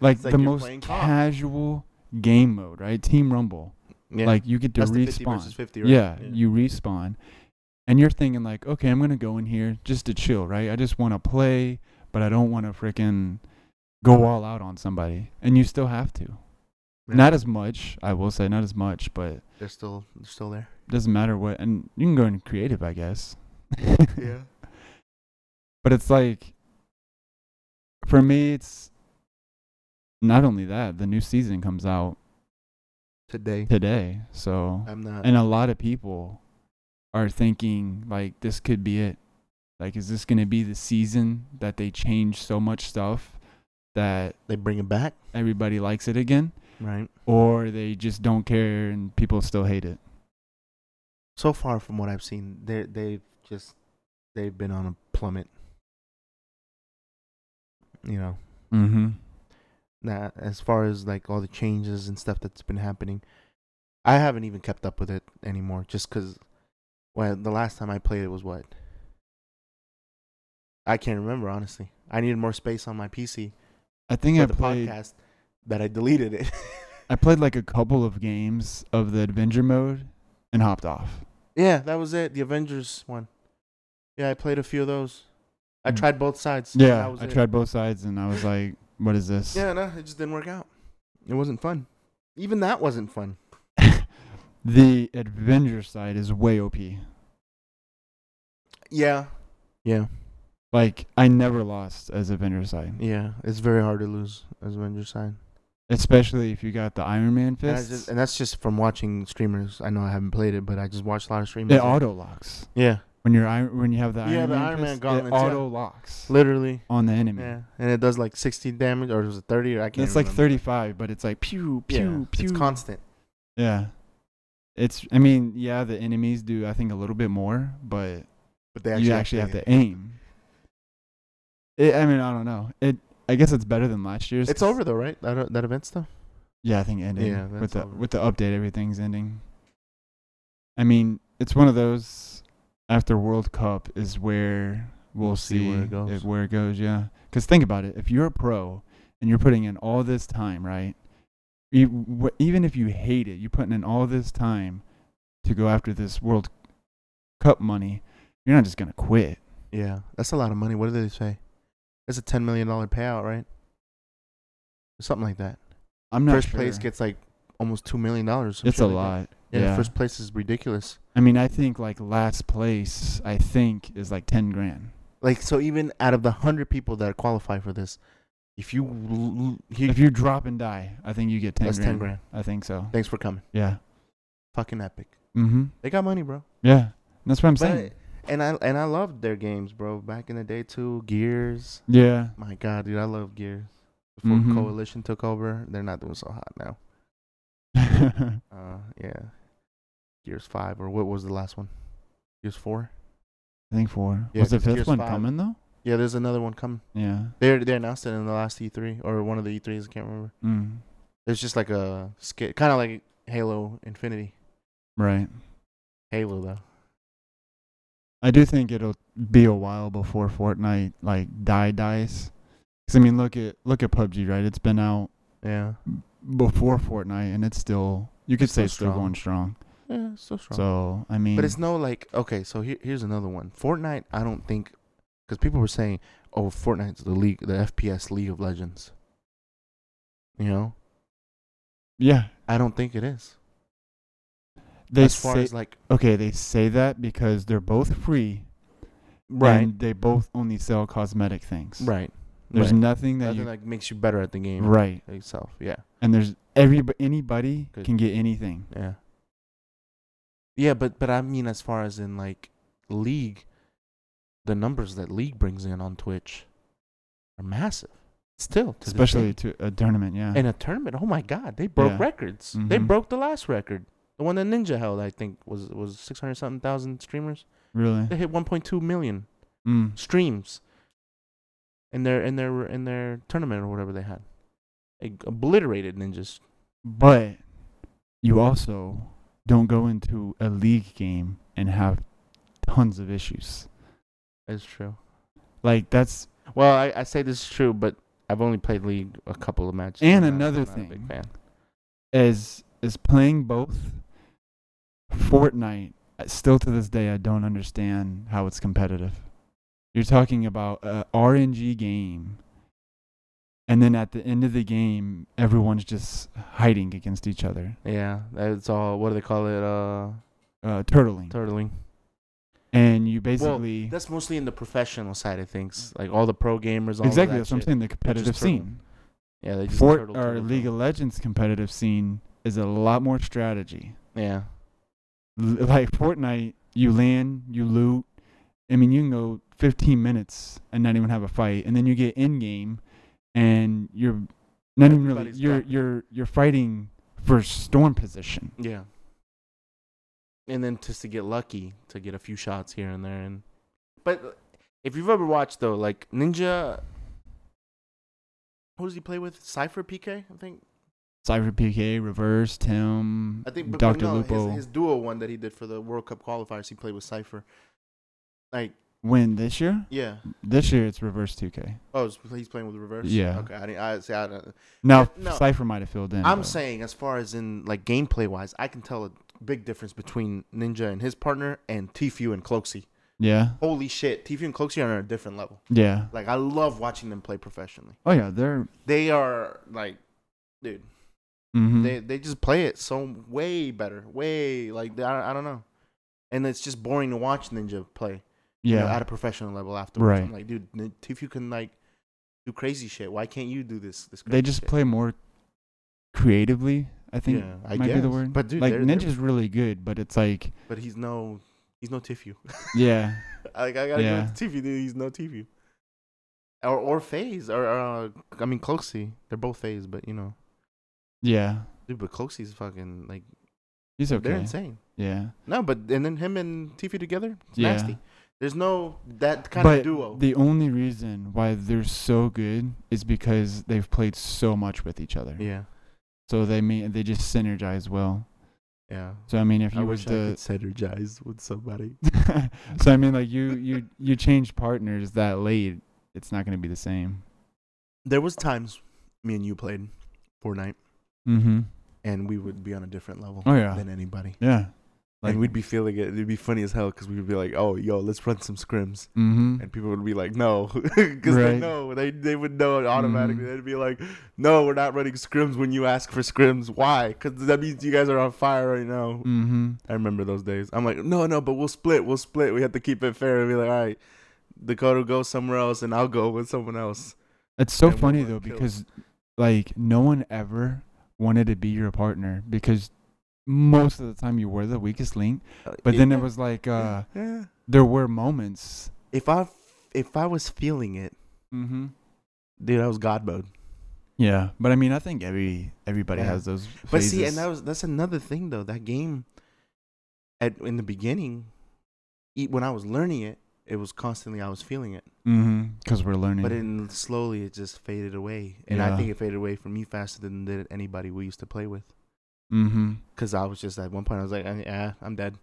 Speaker 2: like,
Speaker 1: It's
Speaker 2: the
Speaker 1: you're
Speaker 2: most
Speaker 1: playing COD.
Speaker 2: casual game mode right team rumble
Speaker 1: Yeah.
Speaker 2: Like you get to
Speaker 1: that's the fifty
Speaker 2: respawn.
Speaker 1: versus fifty. Right?
Speaker 2: yeah, you respawn, and you're thinking like, okay, I'm gonna go in here just to chill, right? I just want to play, but I don't want to freaking go all out on somebody. And you still have to.
Speaker 1: Yeah.
Speaker 2: Not as much, I will say, not as much, but it
Speaker 1: they're still they're still there.
Speaker 2: doesn't matter what. And you can go in creative, I guess.
Speaker 1: Yeah.
Speaker 2: But it's like, for me, it's not only that the new season comes out
Speaker 1: Today,
Speaker 2: today, so
Speaker 1: I'm not.
Speaker 2: and a lot of people are thinking like this could be it like is this going to be the season that they change so much stuff that
Speaker 1: They bring it back,
Speaker 2: everybody likes it again
Speaker 1: right?
Speaker 2: or they just don't care and people still hate it
Speaker 1: So far, from what I've seen, they they just they've been on a plummet. You know,
Speaker 2: mm-hmm
Speaker 1: Nah, as far as like all the changes and stuff that's been happening, I haven't even kept up with it anymore. Just because, well, the last time I played it was what? I can't remember honestly. I needed more space on my PC
Speaker 2: I think
Speaker 1: for
Speaker 2: I
Speaker 1: the
Speaker 2: played.
Speaker 1: podcast that I deleted it.
Speaker 2: I played like a couple of games of the adventure mode and hopped off.
Speaker 1: yeah, that was it. The Avengers one. Yeah, I played a few of those. I
Speaker 2: Mm.
Speaker 1: tried both sides. and that
Speaker 2: Yeah,
Speaker 1: was
Speaker 2: I
Speaker 1: it.
Speaker 2: tried both sides and I was like, "What is this?"
Speaker 1: Yeah, no, it just didn't work out. It wasn't fun. Even that wasn't fun.
Speaker 2: the adventure side is way OP.
Speaker 1: Yeah. Yeah.
Speaker 2: Like I never lost as adventure side,
Speaker 1: Yeah. It's very hard to lose as Avenger side.
Speaker 2: especially if you got the Iron Man
Speaker 1: And, I
Speaker 2: fists.
Speaker 1: just, and that's just from watching streamers. I know I haven't played it, but I just watched a lot of streamers.
Speaker 2: it auto locks
Speaker 1: yeah.
Speaker 2: when you're iron, when you have the Iron
Speaker 1: Yeah,
Speaker 2: Man.
Speaker 1: the Iron Man
Speaker 2: fist,
Speaker 1: gauntlets,
Speaker 2: It
Speaker 1: yeah.
Speaker 2: auto locks
Speaker 1: Literally.
Speaker 2: on the enemy.
Speaker 1: Yeah. And it does like 60 damage, or was it 30? I can't
Speaker 2: Mm. It's like
Speaker 1: remember.
Speaker 2: 35, but it's like pew pew
Speaker 1: yeah.
Speaker 2: pew.
Speaker 1: It's constant.
Speaker 2: yeah, it's. I mean, yeah, the enemies do I think a little bit more, but
Speaker 1: But they
Speaker 2: you actually have to aim. It, I mean, I don't know. It. I guess it's better than last year's.
Speaker 1: It's over though, right? That, that event stuff?
Speaker 2: Yeah, I think it ended.
Speaker 1: Yeah,
Speaker 2: with
Speaker 1: that's
Speaker 2: the
Speaker 1: over.
Speaker 2: with the update, everything's ending. I mean, it's one of those after World Cup is where we'll,
Speaker 1: We'll
Speaker 2: see,
Speaker 1: see where it goes.
Speaker 2: If, where it goes. Yeah, because think about it. If you're a pro and you're putting in all this time, right? E- wh- Even if you hate it, you're putting in all this time to go after this World Cup money. You're not just gonna quit.
Speaker 1: Yeah. That's a lot of money. What did they say? It's a $10 million payout, right? Something like that.
Speaker 2: I'm not
Speaker 1: first
Speaker 2: sure.
Speaker 1: place gets like almost two million dollars.
Speaker 2: It's a lot.
Speaker 1: Yeah,
Speaker 2: yeah.
Speaker 1: first place is ridiculous.
Speaker 2: I mean, I think like last place, I think is like ten grand.
Speaker 1: Like so, even out of the hundred people that qualify for this, if you, l- l- he-
Speaker 2: if you drop and die, I think you get ten
Speaker 1: that's
Speaker 2: grand.
Speaker 1: ten grand.
Speaker 2: I think so.
Speaker 1: Thanks for coming.
Speaker 2: Yeah.
Speaker 1: Fucking epic.
Speaker 2: Mm-hmm.
Speaker 1: They got money, bro.
Speaker 2: Yeah. That's what I'm
Speaker 1: But
Speaker 2: saying.
Speaker 1: and I and I loved their games, bro. Back in the day too, Gears.
Speaker 2: yeah.
Speaker 1: My God, dude, I love Gears. Before
Speaker 2: Mhm.
Speaker 1: Coalition took over, they're not doing so hot now. Uh, yeah, Gears Five or what was the last one? Gears Four.
Speaker 2: I think four.
Speaker 1: Yeah,
Speaker 2: Was the
Speaker 1: 'cause
Speaker 2: fifth
Speaker 1: Gears
Speaker 2: one
Speaker 1: five-
Speaker 2: coming though?
Speaker 1: Yeah, there's another one coming.
Speaker 2: Yeah.
Speaker 1: They they announced it in the last E3 or one of the E3s. I can't remember.
Speaker 2: Mm.
Speaker 1: It's just like a skit, kind of like Halo Infinity.
Speaker 2: Right.
Speaker 1: Halo though.
Speaker 2: I do think it'll be a while before Fortnite like die dies. 'Cause, I mean, look at look at PUBG, right? It's been out
Speaker 1: Yeah.
Speaker 2: before Fortnite, and it's still you could
Speaker 1: It's still
Speaker 2: say it's still
Speaker 1: strong.
Speaker 2: going strong.
Speaker 1: Yeah, it's so strong.
Speaker 2: So I mean,
Speaker 1: but it's no like okay. So here, here's another one. Fortnite. I don't think because people were saying, oh, Fortnite's the league, the FPS League of Legends. You know,
Speaker 2: yeah,
Speaker 1: I don't think it is.
Speaker 2: they
Speaker 1: as far
Speaker 2: say
Speaker 1: as like
Speaker 2: okay, they say that because they're both free
Speaker 1: right,
Speaker 2: and they both only sell cosmetic things.
Speaker 1: right.
Speaker 2: There's
Speaker 1: right.
Speaker 2: nothing that
Speaker 1: nothing
Speaker 2: you
Speaker 1: that makes you better at the game
Speaker 2: right,
Speaker 1: itself. Yeah,
Speaker 2: and there's everybody anybody
Speaker 1: Good.
Speaker 2: can get anything.
Speaker 1: yeah, yeah. But but I mean, as far as in like league, the numbers that league brings in on Twitch are massive. Still, to this
Speaker 2: Especially
Speaker 1: day.
Speaker 2: to a tournament, yeah.
Speaker 1: in a tournament. Oh my God, they broke
Speaker 2: Yeah.
Speaker 1: records. They
Speaker 2: Mhm.
Speaker 1: broke the last record, the one that Ninja held. I think was was six hundred something thousand streamers.
Speaker 2: really.
Speaker 1: They hit one point two million
Speaker 2: Mm.
Speaker 1: streams in their in their in their tournament or whatever they had. They obliterated Ninjas.
Speaker 2: But you also don't go into a league game and have tons of issues.
Speaker 1: It's true.
Speaker 2: Like that's
Speaker 1: Well, I, I say this is true, but I've only played League a couple of matches.
Speaker 2: And
Speaker 1: I'm not-
Speaker 2: another
Speaker 1: I'm not a
Speaker 2: thing.
Speaker 1: big fan.
Speaker 2: as is playing both Fortnite uh, still to this day I don't understand how it's competitive. You're talking about a RNG game and then at the end of the game everyone's just hiding against each other.
Speaker 1: Yeah, that's all. What do they call it? Uh,
Speaker 2: Uh turtling.
Speaker 1: turtling.
Speaker 2: and you basically
Speaker 1: That's mostly in the professional side of things, like all the pro gamers. All of
Speaker 2: Exactly,
Speaker 1: that
Speaker 2: that's what I'm
Speaker 1: shit.
Speaker 2: saying, the competitive
Speaker 1: turtle.
Speaker 2: scene.
Speaker 1: Yeah, they just
Speaker 2: Fort
Speaker 1: turtle,
Speaker 2: or
Speaker 1: turtle,
Speaker 2: League
Speaker 1: turtle.
Speaker 2: of Legends competitive scene is a lot more strategy.
Speaker 1: Yeah,
Speaker 2: L- like Fortnite, you land, you loot. I mean, you can go 15 minutes and not even have a fight, and then you get in game, and you're not even really
Speaker 1: Everybody's
Speaker 2: you're
Speaker 1: grappling.
Speaker 2: you're you're fighting for storm position.
Speaker 1: yeah. And then just to get lucky to get a few shots here and there, and but if you've ever watched though, like Ninja, Who does he play with? Cipher PK, I think.
Speaker 2: Cypher PK, Reverse, Tim,
Speaker 1: I think, but,
Speaker 2: Dr.
Speaker 1: but no,
Speaker 2: Lupo.
Speaker 1: his, his duo one that he did for the World Cup qualifiers, he played with Cipher. Like,
Speaker 2: When this year?
Speaker 1: yeah.
Speaker 2: This year it's Reverse 2K.
Speaker 1: Oh, it's- he's playing with reverse.
Speaker 2: Yeah.
Speaker 1: Okay. I didn't. I see. I don't.
Speaker 2: Now,
Speaker 1: no.
Speaker 2: Cypher might have filled in.
Speaker 1: I'm
Speaker 2: but-
Speaker 1: saying, as far as in like gameplay wise, I can tell a big difference between Ninja and his partner and Tfue and Cloxy.
Speaker 2: Yeah.
Speaker 1: Holy shit, Tfue and Cloxy are on a different level.
Speaker 2: Yeah.
Speaker 1: Like I love watching them play professionally.
Speaker 2: Oh, yeah. They're.
Speaker 1: They are like, dude,
Speaker 2: mhm.
Speaker 1: they they just play it so way better, way like I, I don't know, and it's just boring to watch Ninja play. you know,
Speaker 2: yeah.
Speaker 1: at a professional level afterwards. I'm
Speaker 2: Right.
Speaker 1: like, dude, n- if you can like do crazy shit, why can't you do this? This
Speaker 2: they
Speaker 1: crazy
Speaker 2: just
Speaker 1: shit?
Speaker 2: play more creatively, I think
Speaker 1: Yeah, I
Speaker 2: might be the
Speaker 1: guess.
Speaker 2: word.
Speaker 1: But dude,
Speaker 2: like,
Speaker 1: they're- they're-
Speaker 2: Ninja's really good, but it's like,
Speaker 1: but he's no, he's no Tifu.
Speaker 2: yeah.
Speaker 1: like I gotta
Speaker 2: Yeah.
Speaker 1: give it to Tifu, dude. He's no Tifu. Or or Phase or uh, I mean Cloxy. They're both Phase, but you know,
Speaker 2: Yeah.
Speaker 1: dude, but Cloxy's fucking like
Speaker 2: He's okay.
Speaker 1: they're insane.
Speaker 2: Yeah.
Speaker 1: No, but and then him and Tifu together, it's
Speaker 2: Yeah.
Speaker 1: nasty. There's no that kind
Speaker 2: but
Speaker 1: of duo.
Speaker 2: The only reason why they're so good is because they've played so much with each other.
Speaker 1: yeah,
Speaker 2: So they mean they just synergize well.
Speaker 1: yeah.
Speaker 2: So I mean, if
Speaker 1: I
Speaker 2: you was
Speaker 1: wish I
Speaker 2: to,
Speaker 1: could synergize with somebody.
Speaker 2: so I mean, like you you you change partners that late, it's not gonna be the same.
Speaker 1: There was times me and you played Fortnite.
Speaker 2: Mm-hmm.
Speaker 1: and we would be on a different level
Speaker 2: Oh yeah,
Speaker 1: than anybody.
Speaker 2: yeah.
Speaker 1: and we'd be feeling it. It'd be funny as hell because we would be like, "Oh, yo, let's run some scrims,"
Speaker 2: Mm-hmm.
Speaker 1: and people would be like, "No," because they
Speaker 2: Right.
Speaker 1: know they they would know it automatically.
Speaker 2: Mhm.
Speaker 1: They'd be like, "No, we're not running scrims when you ask for scrims. Why? Because that means you guys are on fire right now."
Speaker 2: Mm-hmm.
Speaker 1: I remember those days. I'm like, "No, no, but we'll split. We'll split. We have to keep it fair." And be like, "All right, Dakota will go somewhere else, and I'll go with someone else."
Speaker 2: It's so
Speaker 1: And we
Speaker 2: funny
Speaker 1: would
Speaker 2: though
Speaker 1: kill.
Speaker 2: because like no one ever wanted to be your partner because most of the time you were the weakest link.
Speaker 1: Uh,
Speaker 2: But then it
Speaker 1: yeah,
Speaker 2: was like
Speaker 1: yeah,
Speaker 2: uh
Speaker 1: yeah.
Speaker 2: there were moments.
Speaker 1: if I if I was feeling it,
Speaker 2: Mm-hmm.
Speaker 1: dude, I was God mode.
Speaker 2: Yeah, but I mean, I think every everybody
Speaker 1: Yeah.
Speaker 2: has those.
Speaker 1: But see, and
Speaker 2: phases.
Speaker 1: that was that's another thing though. That game, at in the beginning, e- when I was learning it, it was constantly I was feeling it.
Speaker 2: Mhm, 'cause we're learning.
Speaker 1: But then slowly it just faded away, and I
Speaker 2: Yeah.
Speaker 1: think it faded away from me faster than did anybody we used to play with.
Speaker 2: mm-hmm.
Speaker 1: Cause I was just at one point I was like, "Uh, yeah, I'm dead.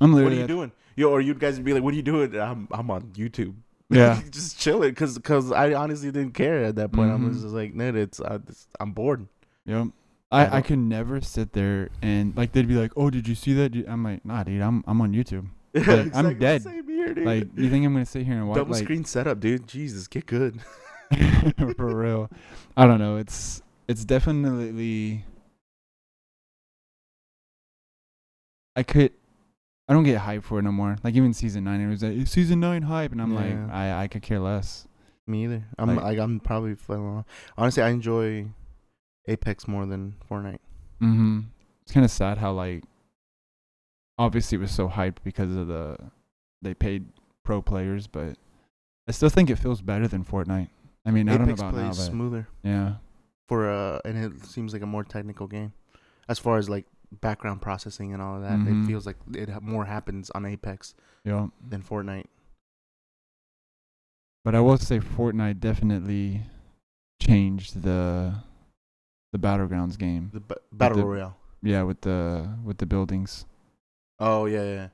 Speaker 2: I'm literally.
Speaker 1: What are you
Speaker 2: at-
Speaker 1: doing? Yo, or you guys would be like, what are you doing? I'm I'm on YouTube.
Speaker 2: Yeah.
Speaker 1: just chilling. Cause 'cause I honestly didn't care at that point. I was
Speaker 2: Mhm.
Speaker 1: just like, no, it's uh, it's- I'm bored.
Speaker 2: Yep.
Speaker 1: I
Speaker 2: I, I
Speaker 1: don't-
Speaker 2: could never sit there and like they'd be like, "Oh, did you see that?" dude?" I'm like, "Nah, dude. I'm I'm on YouTube. Like, I'm
Speaker 1: Exactly the
Speaker 2: dead.
Speaker 1: same here, dude.
Speaker 2: Like, you think I'm gonna sit here and watch
Speaker 1: Double
Speaker 2: like
Speaker 1: screen setup, dude. Jesus, get good.
Speaker 2: for real? I don't know. It's it's definitely. I could. I don't get hype for it no more. Like even season nine, it was like "It's season nine hype, and I'm
Speaker 1: Yeah.
Speaker 2: like, I I could care less.
Speaker 1: Me either. I'm
Speaker 2: Like-
Speaker 1: like I'm probably falling off. Honestly, I enjoy Apex more than Fortnite.
Speaker 2: Mm-hmm. It's kind of sad how like obviously it was so hyped because of the they paid pro players, but I still think it feels better than Fortnite. I mean, I don't know
Speaker 1: Apex
Speaker 2: about now,
Speaker 1: plays
Speaker 2: but
Speaker 1: smoother
Speaker 2: yeah,
Speaker 1: for uh, and it seems like a more technical game, as far as like background processing and all of that. It
Speaker 2: Mhm.
Speaker 1: feels like it ha- more happens on Apex
Speaker 2: yeah.
Speaker 1: than Fortnite.
Speaker 2: But I will say Fortnite definitely changed the the battlegrounds game.
Speaker 1: The b- battle
Speaker 2: the-
Speaker 1: royale.
Speaker 2: Yeah, with the with the buildings.
Speaker 1: Oh yeah, yeah, yeah.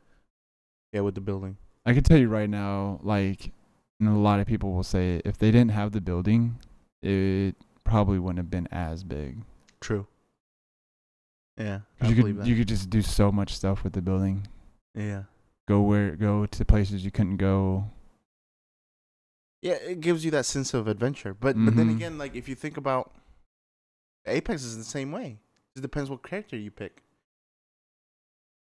Speaker 1: yeah, with the building.
Speaker 2: I can tell you right now, like, and a lot of people will say it, if they didn't have the building, it probably wouldn't have been as big.
Speaker 1: True. Yeah, I
Speaker 2: 'Cause you
Speaker 1: believe
Speaker 2: could
Speaker 1: that.
Speaker 2: you could just do so much stuff with the building.
Speaker 1: yeah,
Speaker 2: Go where go to places you couldn't go.
Speaker 1: yeah. It gives you that sense of adventure, but but then
Speaker 2: Mhm.
Speaker 1: again, like if you think about Apex, is the same way. It depends what character you pick.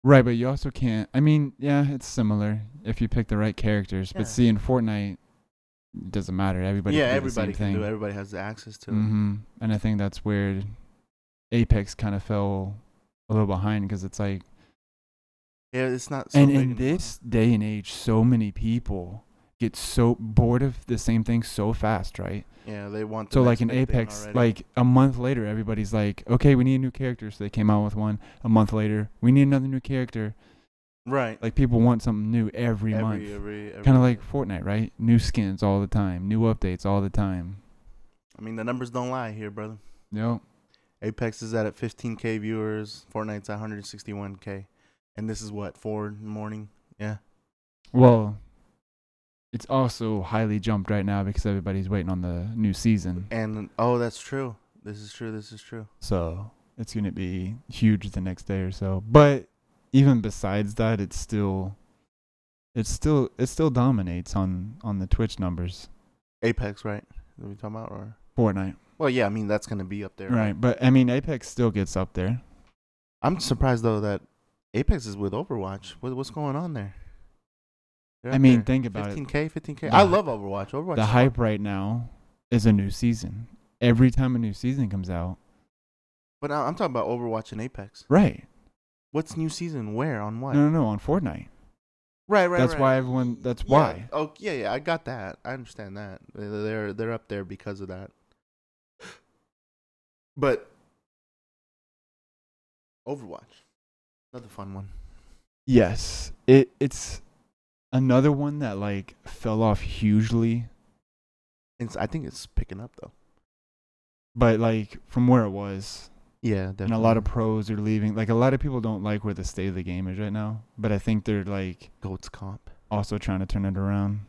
Speaker 2: Right, but you also can't. I mean, yeah, it's similar if you pick the right characters.
Speaker 1: Yeah.
Speaker 2: But see, in Fortnite, it doesn't matter. Everybody
Speaker 1: yeah,
Speaker 2: can do
Speaker 1: everybody
Speaker 2: the same
Speaker 1: can
Speaker 2: thing.
Speaker 1: do. it. Everybody has the access to it.
Speaker 2: hmm And I think that's where Apex kind of fell a little behind because it's like,
Speaker 1: Yeah, it's not. So
Speaker 2: and
Speaker 1: big
Speaker 2: in
Speaker 1: and-
Speaker 2: this day and age, so many people get so bored of the same thing so fast, right?
Speaker 1: yeah, they want. the
Speaker 2: So
Speaker 1: next
Speaker 2: like in
Speaker 1: big thing
Speaker 2: Apex,
Speaker 1: already.
Speaker 2: like a month later, everybody's like, okay, we need a new character. So they came out with one. A month later, we need another new character.
Speaker 1: right
Speaker 2: Like people want something new every,
Speaker 1: every
Speaker 2: month.
Speaker 1: every, every
Speaker 2: Kind of like Fortnite, right? New skins all the time, new updates all the time.
Speaker 1: I mean, the numbers don't lie here, brother.
Speaker 2: Yep.
Speaker 1: Apex is at, at 15k viewers. Fortnite's at 161k, and this is what four in the morning. Yeah,
Speaker 2: Well, it's also highly jumped right now because everybody's waiting on the new season.
Speaker 1: and oh, that's true. This is true. This is true.
Speaker 2: So it's going to be huge the next day or so. But even besides that, it's still it's still it still dominates on on the Twitch numbers.
Speaker 1: Apex, right? That we talking about, or
Speaker 2: Fortnite.
Speaker 1: well, yeah. I mean, that's gonna be up there.
Speaker 2: Right, but I mean Apex still gets up there.
Speaker 1: I'm surprised though that Apex is with Overwatch. What, what's going on there? They're
Speaker 2: I
Speaker 1: up
Speaker 2: mean,
Speaker 1: there.
Speaker 2: think about it.
Speaker 1: 15k, 15k.
Speaker 2: The
Speaker 1: I
Speaker 2: hy-
Speaker 1: love Overwatch. Overwatch.
Speaker 2: The
Speaker 1: is
Speaker 2: hype right now is a new season. Every time a new season comes out,
Speaker 1: But I- I'm talking about Overwatch and Apex.
Speaker 2: right?
Speaker 1: What's new season? Where? On what?
Speaker 2: No, no, no, on Fortnite.
Speaker 1: Right, right.
Speaker 2: Mm. that's
Speaker 1: right.
Speaker 2: why everyone. That's
Speaker 1: Yeah,
Speaker 2: why.
Speaker 1: Oh, yeah, yeah. I got that. I understand that. They're they're- they're up there because of that. But Overwatch, another fun one.
Speaker 2: Yes, it it's another one that like fell off hugely,
Speaker 1: It's, I think it's picking up though.
Speaker 2: but like from where it was,
Speaker 1: Yeah, definitely.
Speaker 2: and a lot of pros are leaving. Like a lot of people don't like where the state of the game is right now, but I think they're like
Speaker 1: goats comp.
Speaker 2: also trying to turn it around.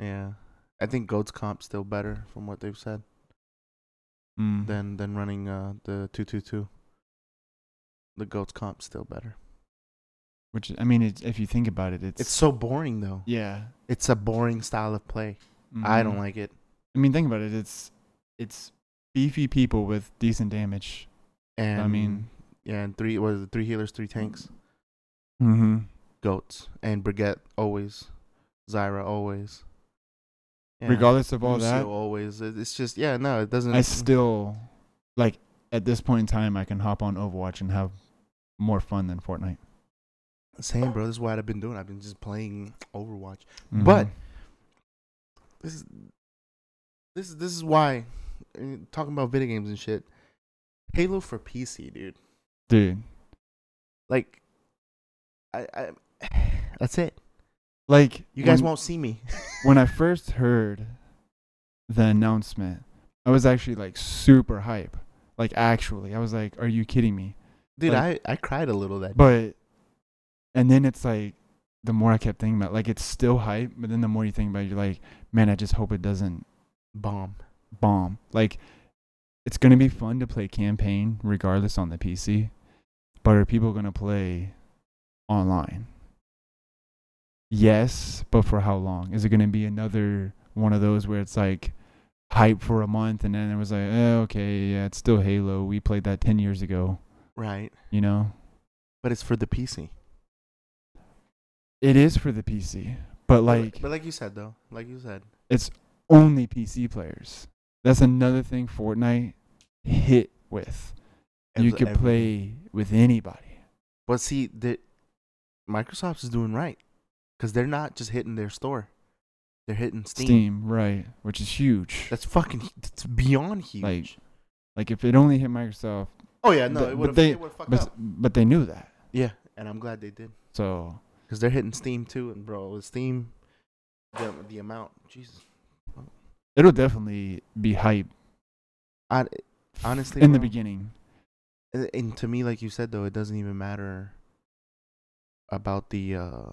Speaker 1: Yeah, I think goats comp still better from what they've said
Speaker 2: Mm.
Speaker 1: than than running uh the two two two. The goats comp still better.
Speaker 2: Which I mean, it, if you think about it, it's
Speaker 1: It's so boring though.
Speaker 2: yeah.
Speaker 1: It's a boring style of play. I don't
Speaker 2: Mhm.
Speaker 1: like it.
Speaker 2: I mean, think about it. It's it's beefy people with decent damage.
Speaker 1: And
Speaker 2: I mean,
Speaker 1: yeah, and three was it three healers, three tanks.
Speaker 2: mm-hmm.
Speaker 1: goats and Brigette always, Zyra always. Yeah,
Speaker 2: regardless of all
Speaker 1: Lucio
Speaker 2: that,
Speaker 1: always. It- It's just yeah, no, it doesn't.
Speaker 2: I still like at this point in time, I can hop on Overwatch and have more fun than Fortnite.
Speaker 1: same, bro. This is what I've been doing. I've been just playing Overwatch.
Speaker 2: Mhm.
Speaker 1: But This is this is this is why uh, talking about video games and shit. Halo for PC, dude.
Speaker 2: dude,
Speaker 1: Like, I, I that's it.
Speaker 2: like
Speaker 1: You guys
Speaker 2: when-
Speaker 1: won't see me.
Speaker 2: when I first heard the announcement, I was actually like super hype. Like actually, I was like, "Are you kidding me?"
Speaker 1: dude,
Speaker 2: like-
Speaker 1: I I cried a little that.
Speaker 2: But and then it's like the more I kept thinking about, it, like it's still hype, but then the more you think about, it, you're like, "Man, I just hope it doesn't
Speaker 1: bomb.
Speaker 2: bomb." Like it's gonna be fun to play campaign regardless on the PC, but are people gonna play online? Yes, but for how long? Is it gonna be another one of those where it's like hype for a month and then it was like, eh, okay, yeah, it's still Halo. We played that ten years ago,
Speaker 1: Right,
Speaker 2: you know?
Speaker 1: but it's for the PC.
Speaker 2: It is for the PC, but like
Speaker 1: but like you said though, like you said,
Speaker 2: only PC players. That's another thing Fortnite hit with. You
Speaker 1: ev-
Speaker 2: could
Speaker 1: everything.
Speaker 2: play with anybody.
Speaker 1: But see, the Microsoft is doing right because they're not just hitting their store; they're hitting Steam.
Speaker 2: Steam, right? Which is huge.
Speaker 1: That's fucking. hu- That's beyond huge.
Speaker 2: Like- like if it only hit Microsoft,
Speaker 1: oh yeah, no,
Speaker 2: but-
Speaker 1: it
Speaker 2: but
Speaker 1: would have.
Speaker 2: they-
Speaker 1: It would have fucked
Speaker 2: but
Speaker 1: up.
Speaker 2: but they knew that.
Speaker 1: Yeah, and I'm glad they did
Speaker 2: So
Speaker 1: because they're hitting Steam too. And bro, with Steam, the the amount, Jesus,
Speaker 2: it'll definitely be hype
Speaker 1: I, Honestly,
Speaker 2: in the
Speaker 1: bro.
Speaker 2: beginning.
Speaker 1: and- and to me, like you said though, it doesn't even matter about the uh,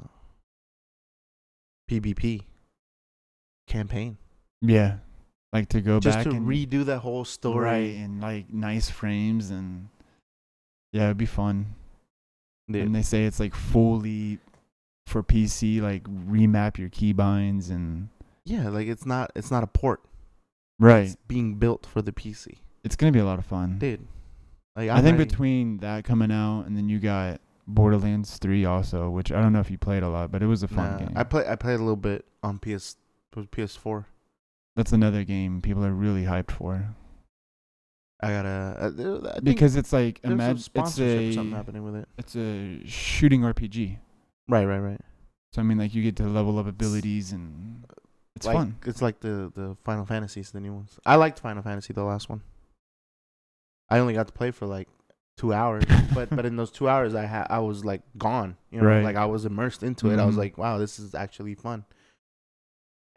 Speaker 1: PvP campaign.
Speaker 2: Yeah. Like to go
Speaker 1: Just
Speaker 2: back
Speaker 1: to
Speaker 2: and
Speaker 1: redo that whole story.
Speaker 2: right and like nice frames and yeah, it'd be fun.
Speaker 1: Dude.
Speaker 2: And they say it's like fully for PC, like remap your keybinds and
Speaker 1: Yeah, like it's not it's not a port.
Speaker 2: right.
Speaker 1: It's being built for the PC,
Speaker 2: It's gonna be a lot of fun.
Speaker 1: dude. Like
Speaker 2: I think
Speaker 1: ready.
Speaker 2: between that coming out and then you got Borderlands 3 also, which I don't know if you played a lot, but it was a fun
Speaker 1: Nah,
Speaker 2: game.
Speaker 1: I play I played a little bit on PS with PS4.
Speaker 2: That's another game people are really hyped for
Speaker 1: I gotta uh, there- I think
Speaker 2: because it's like
Speaker 1: there's some
Speaker 2: imagine it's
Speaker 1: sponsorship or something
Speaker 2: a
Speaker 1: happening with it.
Speaker 2: it's a shooting RPG.
Speaker 1: Right, right, right.
Speaker 2: So I mean, like you get to level up abilities and it's
Speaker 1: like,
Speaker 2: fun.
Speaker 1: It's like the the Final Fantasies, the new ones. I liked Final Fantasy, the last one. I only got to play for like two hours, but but in those two hours, I had I was like gone. You know,
Speaker 2: Right.
Speaker 1: like I was immersed into it. I was
Speaker 2: Mhm.
Speaker 1: like, wow, this is actually fun.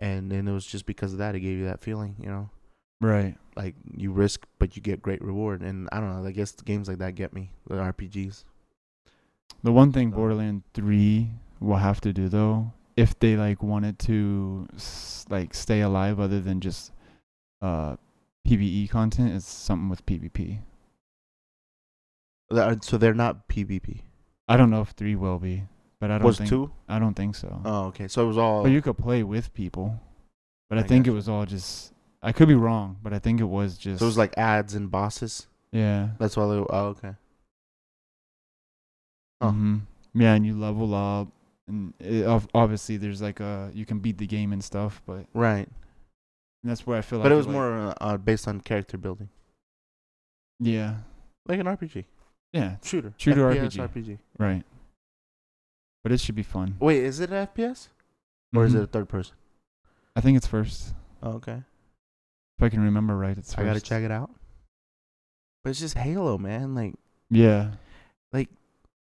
Speaker 1: And then it was just because of that, it gave you that feeling. You know,
Speaker 2: Right.
Speaker 1: Like you risk, but you get great reward. And I don't know. I guess games like that get me. The RPGs.
Speaker 2: The one thing
Speaker 1: So-
Speaker 2: Borderland 3 will have to do though, if they like wanted to s- like stay alive other than just uh PvE content, is something with PvP.
Speaker 1: That are- uh, So they're not PvP.
Speaker 2: I don't know if 3 will be, but I don't
Speaker 1: Was
Speaker 2: think
Speaker 1: two?
Speaker 2: I don't think so.
Speaker 1: Oh, okay. So it was all.
Speaker 2: But you could play with people. But I,
Speaker 1: I
Speaker 2: think it
Speaker 1: gotcha.
Speaker 2: was all just I could be wrong, but I think it was just
Speaker 1: so it was like ads and bosses.
Speaker 2: yeah.
Speaker 1: That's why. They, oh, okay. Huh.
Speaker 2: hmm Yeah, and you level up, and it, ob- obviously there's like a you can beat the game and stuff, but
Speaker 1: Right.
Speaker 2: that's where I feel. like
Speaker 1: But it was
Speaker 2: like-
Speaker 1: more uh, uh, based on character building,
Speaker 2: Yeah,
Speaker 1: like an RPG
Speaker 2: yeah,
Speaker 1: shooter.
Speaker 2: Shooter
Speaker 1: FPS
Speaker 2: RPG.
Speaker 1: RPG.
Speaker 2: right. But it should be fun.
Speaker 1: Wait, is it an FPS or is
Speaker 2: Mhm.
Speaker 1: it a third person?
Speaker 2: I think it's first.
Speaker 1: Oh, okay.
Speaker 2: If I can remember right, it's first.
Speaker 1: I gotta check it out. But it's just Halo, man. Like,
Speaker 2: Yeah,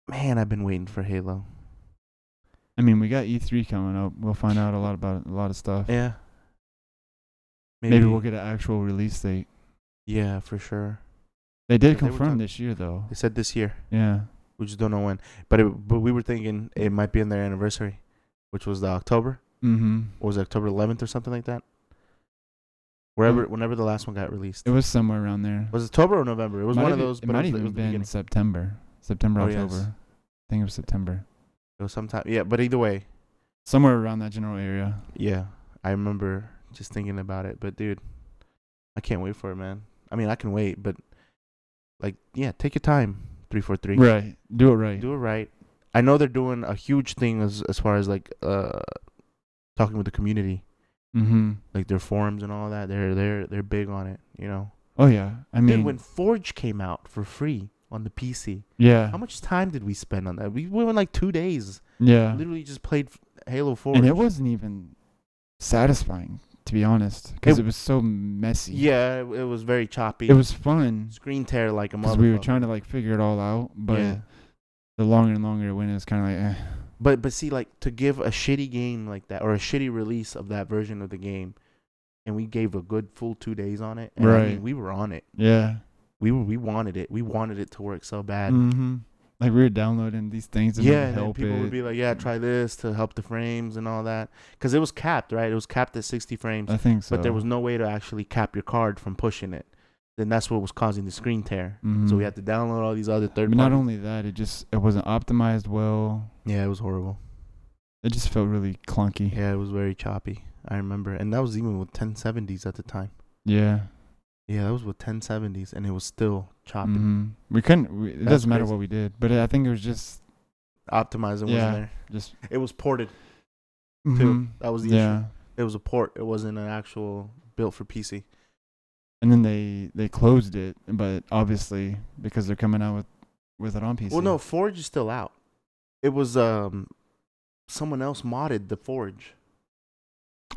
Speaker 1: man, I've been waiting for Halo.
Speaker 2: I mean we got E3 coming up. We'll find out a lot about a lot of stuff.
Speaker 1: Yeah.
Speaker 2: Maybe, we'll get an actual release date.
Speaker 1: Yeah, for sure.
Speaker 2: They
Speaker 1: Yeah, they
Speaker 2: did
Speaker 1: were
Speaker 2: confirm
Speaker 1: talk-
Speaker 2: this year though.
Speaker 1: They said this year.
Speaker 2: Yeah.
Speaker 1: We just don't know when. But it, but we were thinking it might be on their anniversary, which was the October.
Speaker 2: Mm-hmm.
Speaker 1: What was it, October 11th or something like that? Wherever, whenever the last one got released.
Speaker 2: It was somewhere around there.
Speaker 1: Was it October or November? It was
Speaker 2: Might
Speaker 1: one
Speaker 2: have
Speaker 1: of
Speaker 2: e-
Speaker 1: those.
Speaker 2: It
Speaker 1: but
Speaker 2: might
Speaker 1: it was,
Speaker 2: even
Speaker 1: it was the
Speaker 2: been
Speaker 1: beginning.
Speaker 2: September, September,
Speaker 1: Oh, yes.
Speaker 2: October. I think it was September,
Speaker 1: It was sometime. Yeah, but either way,
Speaker 2: somewhere around that general area.
Speaker 1: yeah, I remember just thinking about it. But dude, I can't wait for it, man. I mean, I can wait, but like, yeah, take your time. Three four three.
Speaker 2: Right. Do it right.
Speaker 1: Do it right. I know they're doing a huge thing as as far as like uh talking with the community,
Speaker 2: Mm-hmm.
Speaker 1: like their forums and all that. They're they're they're big on it. You know.
Speaker 2: Oh yeah. I
Speaker 1: Dude,
Speaker 2: mean,
Speaker 1: when Forge came out for free on the PC,
Speaker 2: yeah,
Speaker 1: how much time did we spend on that? We we went like two days.
Speaker 2: yeah,
Speaker 1: Literally just played f- Halo Forge.
Speaker 2: and it wasn't even satisfying to be honest, because
Speaker 1: It-
Speaker 2: it, was so messy.
Speaker 1: Yeah, it, it was very choppy.
Speaker 2: It was fun
Speaker 1: screen tear like a
Speaker 2: because
Speaker 1: motherfucker.
Speaker 2: we were trying to like figure it all out, but
Speaker 1: Yeah.
Speaker 2: the longer and longer it went, it was kind of like, eh.
Speaker 1: But but see, like to give a shitty game like that or a shitty release of that version of the game, and we gave a good full two days on it. And I mean,
Speaker 2: Right.
Speaker 1: we were on it.
Speaker 2: yeah.
Speaker 1: We were we wanted it. We wanted it to work so bad.
Speaker 2: Mm-hmm. Like we were downloading these things and
Speaker 1: Yeah,
Speaker 2: yeah,
Speaker 1: and then
Speaker 2: help
Speaker 1: people
Speaker 2: it.
Speaker 1: would be like, "Yeah, try this to help the frames and all that," because it was capped, right? It was capped at sixty frames,
Speaker 2: I think Uh, so.
Speaker 1: but there was no way to actually cap your card from pushing it. Then that's what was causing the screen tear. So we
Speaker 2: Mhm.
Speaker 1: had to download all these other
Speaker 2: But
Speaker 1: third.
Speaker 2: not
Speaker 1: party-
Speaker 2: only that, it just it wasn't optimized well.
Speaker 1: yeah, it was horrible.
Speaker 2: It just felt really clunky.
Speaker 1: Yeah, it was very choppy. I remember, and that was even with 1070s at the time.
Speaker 2: Yeah.
Speaker 1: Yeah, that was with 1070s, and it was still choppy.
Speaker 2: Mhm. We couldn't. We, it
Speaker 1: That's
Speaker 2: doesn't matter
Speaker 1: crazy.
Speaker 2: what we did, but I think it was just
Speaker 1: Optimizing
Speaker 2: Yeah.
Speaker 1: wasn't there.
Speaker 2: just
Speaker 1: It was ported.
Speaker 2: Mhm.
Speaker 1: That was the
Speaker 2: yeah.
Speaker 1: issue. It was a port. It wasn't an actual built for PC.
Speaker 2: And then they they closed it, but obviously because they're coming out with with it on PC.
Speaker 1: Well, no, Forge is still out. It was um, someone else modded the Forge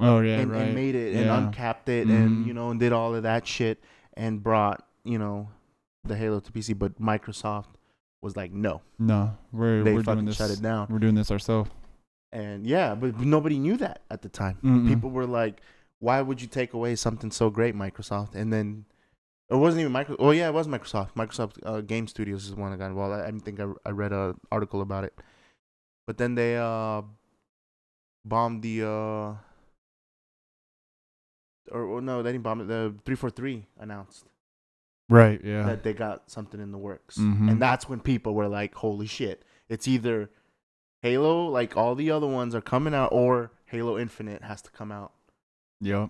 Speaker 2: Oh yeah,
Speaker 1: and,
Speaker 2: right.
Speaker 1: and made it and
Speaker 2: Yeah.
Speaker 1: uncapped it
Speaker 2: Mhm.
Speaker 1: and you know and did all of that shit and brought you know the Halo to PC. But Microsoft was like, no,
Speaker 2: no, we're
Speaker 1: they
Speaker 2: we're doing
Speaker 1: fucking
Speaker 2: this.
Speaker 1: shut it down.
Speaker 2: We're doing this ourselves.
Speaker 1: And yeah, but nobody knew that at the time.
Speaker 2: Mm-hmm.
Speaker 1: People were like, "Why would you take away something so great, Microsoft?" And then it wasn't even Microsoft. Oh yeah, it was Microsoft. Microsoft uh, Game Studios is the one that got involved. I, I think I, I read an article about it. But then they uh, bombed the. Uh, or, or no, they didn't bomb it. The three four three announced
Speaker 2: Right. Yeah.
Speaker 1: that they got something in the works,
Speaker 2: Mhm.
Speaker 1: and that's when people were like, "Holy shit!" It's either Halo, like all the other ones are coming out, or Halo Infinite has to come out
Speaker 2: yep.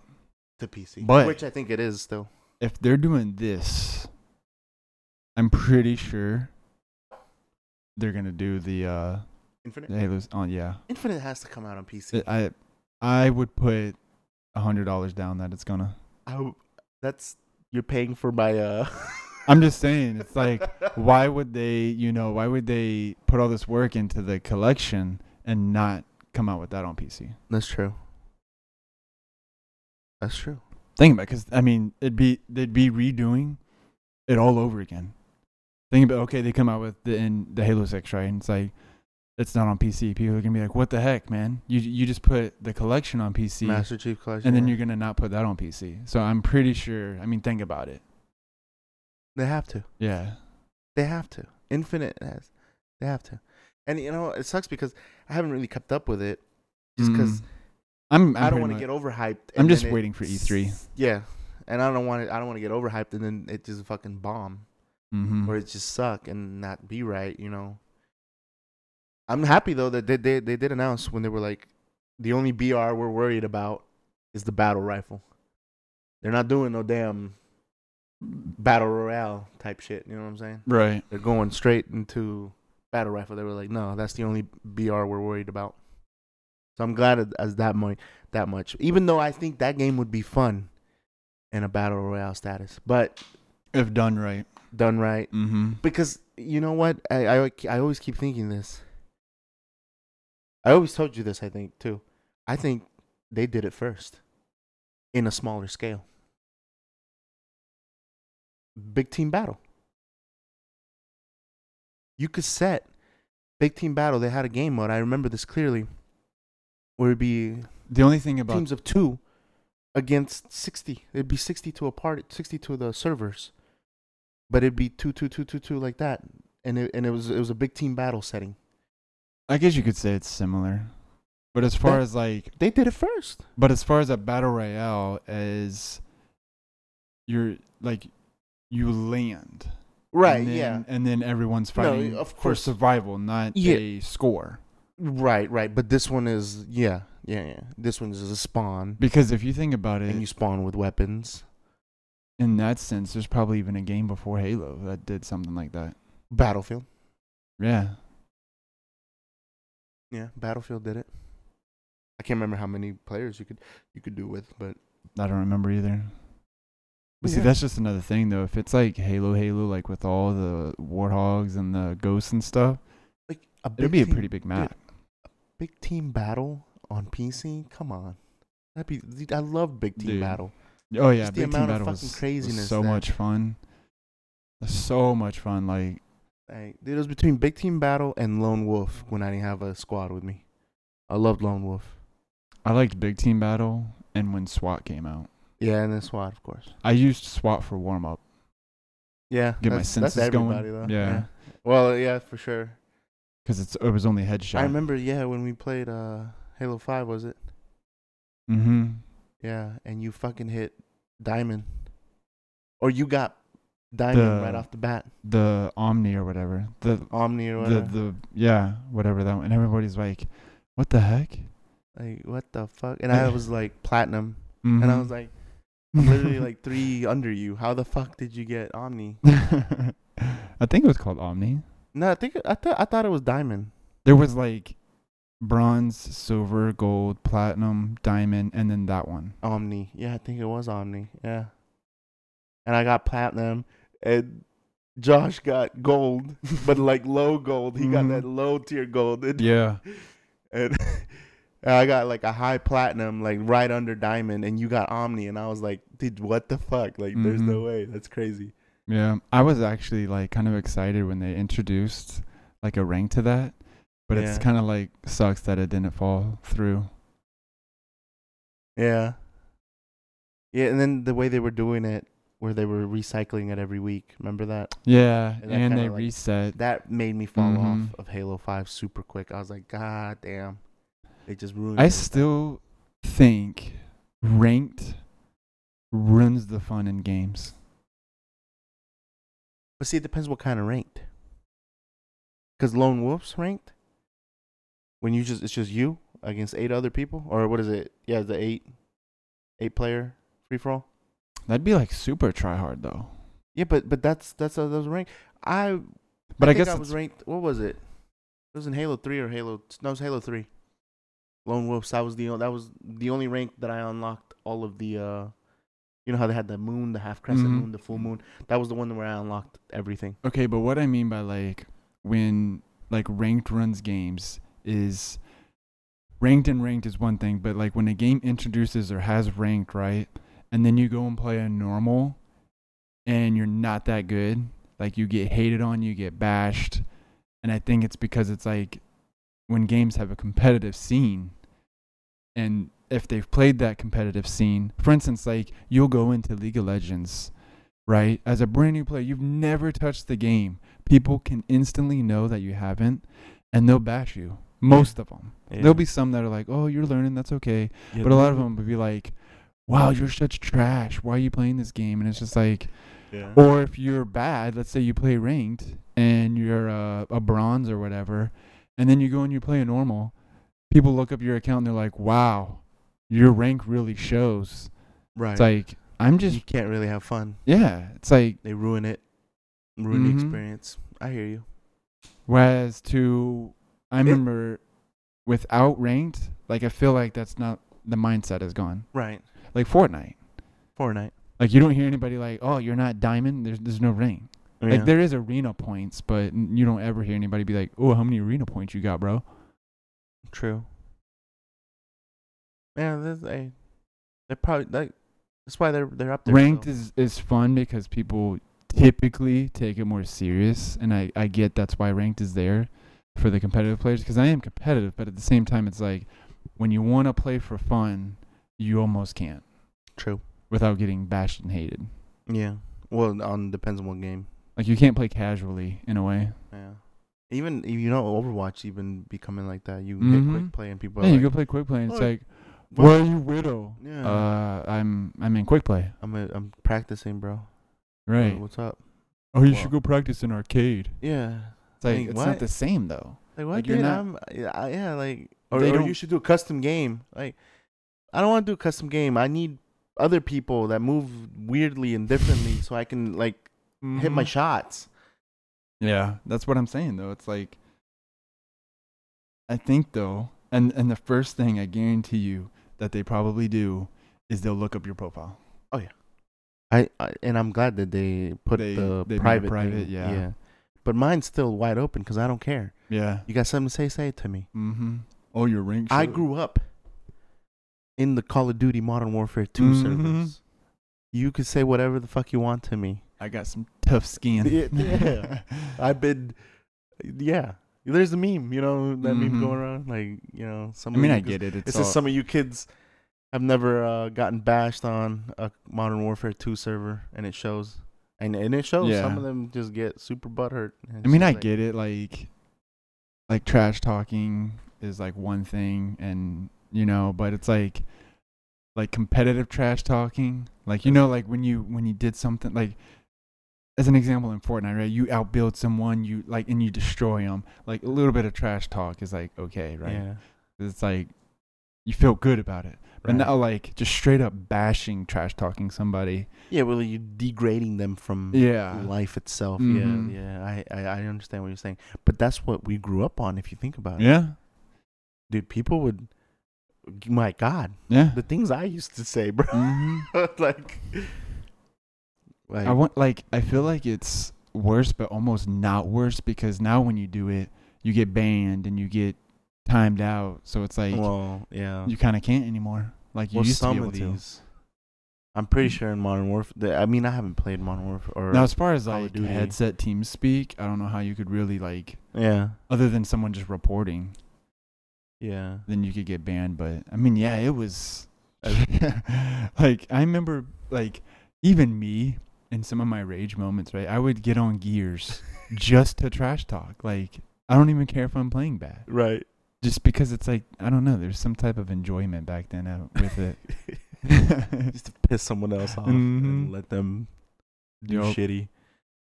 Speaker 1: to PC,
Speaker 2: But-
Speaker 1: which I think it is still.
Speaker 2: If they're doing this, I'm pretty sure they're gonna do the uh
Speaker 1: Infinite.
Speaker 2: the Halo's on. Yeah.
Speaker 1: Infinite has to come out on PC.
Speaker 2: It- I I would put a hundred dollars down that it's gonna.
Speaker 1: I w- that's you're paying for my. uh
Speaker 2: I'm just saying, it's like, why would they you know why would they put all this work into the collection and not come out with that on pc
Speaker 1: That's true. That's true.
Speaker 2: think about it because i mean it'd be they'd be redoing it all over again think about okay they come out with the in the halo 6 right and it's like it's not on PC, people are gonna be like, "What the heck, man? You you just put the collection on PC,
Speaker 1: Master Chief Collection.
Speaker 2: and then
Speaker 1: yeah.
Speaker 2: you're gonna not put that on PC." So I'm pretty sure. I mean, think about it.
Speaker 1: they have to.
Speaker 2: Yeah.
Speaker 1: They have to. Infinite has. They have to. And you know, it sucks because I haven't really kept up with it, just because
Speaker 2: Mm. I'm, I'm
Speaker 1: I don't
Speaker 2: pretty
Speaker 1: want to
Speaker 2: much-
Speaker 1: get overhyped.
Speaker 2: I'm
Speaker 1: and
Speaker 2: just
Speaker 1: then it
Speaker 2: waiting for E E3.
Speaker 1: s- Yeah, and I don't want to. I don't want to get overhyped and then it just fucking bomb
Speaker 2: Mhm.
Speaker 1: or it just suck and not be right. You know. I'm happy though that they they they did announce when they were like, the only BR we're worried about is the battle rifle. They're not doing no damn battle royale type shit. You know what I'm saying?
Speaker 2: Right.
Speaker 1: They're going straight into battle rifle. They were like, no, that's the only BR we're worried about. So I'm glad it- as that much, that much. Even though I think that game would be fun in a battle royale status, but
Speaker 2: If done right.
Speaker 1: done right.
Speaker 2: Mm-hmm.
Speaker 1: Because you know what, I I, I always keep thinking this. I always told you this. I think too. I think they did it first, in a smaller scale. Big team battle. you could set big team battle. They had a game mode. I remember this clearly, where it'd be
Speaker 2: The only thing about
Speaker 1: teams of two against sixty. It'd be sixty to a party, sixty to the servers, but it'd be two, two, two, two, two like that. And it and it was it was a big team battle setting.
Speaker 2: I guess you could say it's similar, but as far
Speaker 1: That-
Speaker 2: as like,
Speaker 1: They did it first.
Speaker 2: but as far as a battle royale is, you're like, you land
Speaker 1: Right.
Speaker 2: and then,
Speaker 1: yeah.
Speaker 2: and then everyone's
Speaker 1: No,
Speaker 2: fighting
Speaker 1: of
Speaker 2: for
Speaker 1: course.
Speaker 2: survival, not
Speaker 1: Yeah.
Speaker 2: a score.
Speaker 1: Right. Right. But this one is yeah. Yeah. Yeah. This one is a spawn,
Speaker 2: Because if you think about it,
Speaker 1: and you spawn with weapons.
Speaker 2: in that sense, there's probably even a game before Halo that did something like that.
Speaker 1: Battlefield.
Speaker 2: Yeah,
Speaker 1: Yeah. Battlefield did it. I can't remember how many players you could you could do with, but
Speaker 2: I don't remember either. But see,
Speaker 1: Yeah.
Speaker 2: that's just another thing though. If it's like Halo, Halo, like with all the warthogs and the ghosts and stuff,
Speaker 1: like a big
Speaker 2: it'd be a
Speaker 1: team-
Speaker 2: pretty big map.
Speaker 1: big team battle on PC. Come on, that'd be. dude, I love big team
Speaker 2: Dude.
Speaker 1: battle.
Speaker 2: Oh yeah,
Speaker 1: Just the
Speaker 2: Big Team
Speaker 1: amount of
Speaker 2: Battle was,
Speaker 1: fucking
Speaker 2: was
Speaker 1: craziness
Speaker 2: so
Speaker 1: that-
Speaker 2: much fun. So much fun. Like
Speaker 1: Like, dude, it was between big team battle and lone wolf when I didn't have a squad with me. I loved lone wolf.
Speaker 2: I liked Big Team Battle and when SWAT came out.
Speaker 1: Yeah, and then squad, of course.
Speaker 2: I used SWAT for warm up.
Speaker 1: Yeah,
Speaker 2: Get my
Speaker 1: that's,
Speaker 2: senses
Speaker 1: that's
Speaker 2: going.
Speaker 1: everybody, Though.
Speaker 2: Yeah.
Speaker 1: Well, yeah, for sure.
Speaker 2: Because it's it was only headshot.
Speaker 1: I remember, yeah, when we played uh Halo Five, was it?
Speaker 2: Mm-hmm.
Speaker 1: Yeah, and you fucking hit diamond, or you got diamond
Speaker 2: The-
Speaker 1: right off the bat.
Speaker 2: The Omni or whatever. The
Speaker 1: Omni or
Speaker 2: the
Speaker 1: whatever.
Speaker 2: the yeah whatever that one. And everybody's like, what the heck?
Speaker 1: like what the fuck? And I
Speaker 2: Yeah.
Speaker 1: was like platinum,
Speaker 2: Mhm.
Speaker 1: and I was like. I'm literally like three under you. How the fuck did you get Omni?
Speaker 2: I think it was called Omni.
Speaker 1: No, I think I thought I thought it was Diamond.
Speaker 2: There was like bronze, silver, gold, platinum, diamond, and then that one.
Speaker 1: Omni. Yeah, I think it was Omni. Yeah. And I got platinum, and Josh got gold, but like low gold. He got
Speaker 2: Mhm.
Speaker 1: that low tier gold, and,
Speaker 2: Yeah.
Speaker 1: and and I got like a high platinum, like right under Diamond, and you got Omni, and I was like, dude, what the fuck? Like, there's no
Speaker 2: Mhm.
Speaker 1: way. That's crazy.
Speaker 2: Yeah, I was actually like kind of excited when they introduced like a rank to that, but it's
Speaker 1: Yeah.
Speaker 2: kind of like sucks that it didn't fall through.
Speaker 1: Yeah. Yeah, and then the way they were doing it, where they were recycling it every week. Remember that?
Speaker 2: Yeah,
Speaker 1: And that
Speaker 2: and,
Speaker 1: kinda,
Speaker 2: they
Speaker 1: like,
Speaker 2: reset.
Speaker 1: that made me fall
Speaker 2: Mhm.
Speaker 1: off of Halo Five super quick. I was like, God damn, they just ruined.
Speaker 2: I
Speaker 1: it."
Speaker 2: still think ranked ruins the fun in games.
Speaker 1: but see, it depends what kind of ranked. Because lone wolves ranked, when you just it's just you against eight other people, or what is it? Yeah, the eight, eight player free for all.
Speaker 2: That'd be like super try hard though.
Speaker 1: Yeah, but but that's that's how those ranked. I
Speaker 2: But I,
Speaker 1: think
Speaker 2: guess
Speaker 1: I
Speaker 2: it's-
Speaker 1: was ranked. What was it? It was in Halo Three or Halo? No, it was Halo Three. Lone Wolves. That was the o- that was the only rank that I unlocked all of the. uh You know how they had the moon, the half crescent
Speaker 2: Mhm.
Speaker 1: moon, the full moon. That was the one where I unlocked everything.
Speaker 2: Okay, but what I mean by like when like ranked runs games is ranked and ranked is one thing, but like when a game introduces or has ranked, right? And then you go and play a normal and you're not that good, like you get hated on, you get bashed. And I think it's because it's like when games have a competitive scene and if they've played that competitive scene for instance like you'll go into league of legends right as a brand new player you've never touched the game people can instantly know that you haven't and they'll bash you most of them
Speaker 1: Yeah.
Speaker 2: there'll be some that are like oh you're learning that's okay
Speaker 1: Yeah,
Speaker 2: but a lot of them would be like wow you're such trash why are you playing this game and it's just like
Speaker 1: Yeah.
Speaker 2: or if you're bad, let's say you play ranked and you're uh, a bronze or whatever, and then you go and you play a normal, people look up your account and they're like, "Wow, your rank really shows."
Speaker 1: right.
Speaker 2: It's like I'm just
Speaker 1: you can't really have fun.
Speaker 2: yeah. It's like
Speaker 1: They ruin it, ruin the
Speaker 2: Mhm.
Speaker 1: experience. I hear you.
Speaker 2: whereas to I
Speaker 1: It-
Speaker 2: remember without ranked, like I feel like that's not the mindset is gone.
Speaker 1: Right.
Speaker 2: Like Fortnite,
Speaker 1: Fortnite.
Speaker 2: like you don't hear anybody like, "Oh, you're not diamond. There's there's no rank."
Speaker 1: Yeah.
Speaker 2: Like there is arena points, but n- you don't ever hear anybody be like, "Oh, how many arena points you got, bro?"
Speaker 1: True. Yeah, they they they're probably like that's why they're they're up there.
Speaker 2: Ranked
Speaker 1: still.
Speaker 2: is is fun because people typically take it more serious, and I I get that's why ranked is there for the competitive players because I am competitive, but at the same time, it's like when you want to play for fun, you almost can't
Speaker 1: true.
Speaker 2: without getting bashed and hated.
Speaker 1: Yeah. Well, on depends on what game.
Speaker 2: Like you can't play casually in a way.
Speaker 1: Yeah. Even if you know Overwatch even becoming like that, you hit
Speaker 2: Mhm.
Speaker 1: quick play and people.
Speaker 2: yeah,
Speaker 1: are
Speaker 2: you
Speaker 1: like,
Speaker 2: go play quick play, and it's
Speaker 1: "Oh,
Speaker 2: like,
Speaker 1: what?
Speaker 2: "Where are you, widow?"
Speaker 1: Yeah.
Speaker 2: Uh, I'm I'm in quick play.
Speaker 1: I'm a, I'm practicing, bro. What-
Speaker 2: Right.
Speaker 1: What's up?
Speaker 2: Oh, you
Speaker 1: Well-
Speaker 2: should go practice in arcade.
Speaker 1: Yeah.
Speaker 2: It's like
Speaker 1: Like,
Speaker 2: it's
Speaker 1: what?
Speaker 2: not the same though.
Speaker 1: Like what?
Speaker 2: Like,
Speaker 1: you're
Speaker 2: you're
Speaker 1: not.
Speaker 2: not-
Speaker 1: I'm, yeah, I- yeah. Like or,
Speaker 2: They
Speaker 1: or you
Speaker 2: don't-
Speaker 1: should do a custom game. Like I don't want to do a custom game. I need other people that move weirdly and differently so I can like hit
Speaker 2: Mm-hmm.
Speaker 1: my shots.
Speaker 2: Yeah, that's what I'm saying though. It's like I think though, and and the first thing I guarantee you that they probably do is they'll look up your profile.
Speaker 1: I, I and I'm glad that they put
Speaker 2: They-
Speaker 1: the
Speaker 2: they made it
Speaker 1: private
Speaker 2: private,
Speaker 1: thing.
Speaker 2: yeah.
Speaker 1: But mine's still wide open because I don't care.
Speaker 2: Yeah.
Speaker 1: You got something to say? Say it to me.
Speaker 2: Mm-hmm. Oh, your rank.
Speaker 1: I
Speaker 2: shows.
Speaker 1: grew up in the Call of Duty Modern Warfare 2
Speaker 2: Mhm.
Speaker 1: servers. You could say whatever the fuck you want to me.
Speaker 2: I got some tough skin.
Speaker 1: Yeah, yeah. I've been, yeah. There's a meme, you know that meme
Speaker 2: Mhm.
Speaker 1: going around. Like you know, some.
Speaker 2: I
Speaker 1: of
Speaker 2: mean,
Speaker 1: you
Speaker 2: I
Speaker 1: kids-
Speaker 2: get it. It's
Speaker 1: It says
Speaker 2: all-
Speaker 1: some of you kids have never uh, gotten bashed on a Modern Warfare 2 server, and it shows. And and it shows some
Speaker 2: Yeah.
Speaker 1: of them just get super butthurt. and
Speaker 2: I
Speaker 1: it's
Speaker 2: mean,
Speaker 1: just
Speaker 2: I
Speaker 1: like-
Speaker 2: get it. Like, like trash talking is like one thing, and you know, but it's like, like competitive trash talking. Like you know, like when you when you did something like, as an example in Fortnite, right? You outbuild someone, you like, and you destroy them. Like a little bit of trash talk is like okay, right?
Speaker 1: Yeah.
Speaker 2: 'Cause It's like you feel good about it, but
Speaker 1: right.
Speaker 2: now like just straight up bashing, trash talking somebody.
Speaker 1: yeah, well, you're degrading them from
Speaker 2: Yeah.
Speaker 1: life itself.
Speaker 2: Mhm.
Speaker 1: Yeah, yeah. I, I, I understand what you're saying, but that's what we grew up on. If you think about it,
Speaker 2: Yeah.
Speaker 1: dude, people would. My God,
Speaker 2: Yeah.
Speaker 1: the things I used to say, bro.
Speaker 2: Mhm.
Speaker 1: like, like,
Speaker 2: I want like I feel like it's worse, but almost not worse because now when you do it, you get banned and you get timed out. So it's like
Speaker 1: well, yeah.
Speaker 2: you kind of can't anymore. Like you
Speaker 1: well,
Speaker 2: used to be
Speaker 1: some
Speaker 2: able
Speaker 1: of
Speaker 2: to.
Speaker 1: these. I'm pretty sure in Modern Warfare. I mean, I haven't played Modern Warfare. Or,
Speaker 2: Now, as far as
Speaker 1: Call of
Speaker 2: like
Speaker 1: Duty.
Speaker 2: headset team speak, I don't know how you could really like
Speaker 1: yeah,
Speaker 2: other than someone just reporting,
Speaker 1: yeah.
Speaker 2: then you could get banned. But I mean, yeah, it was like I remember like even me in some of my rage moments, right? I would get on gears just to trash talk. Like I don't even care if I'm playing bad.
Speaker 1: Right.
Speaker 2: just because it's like I don't know. There's some type of enjoyment back then uh, with it.
Speaker 1: Just to piss someone else off and
Speaker 2: Mhm.
Speaker 1: let them do
Speaker 2: Yup.
Speaker 1: shitty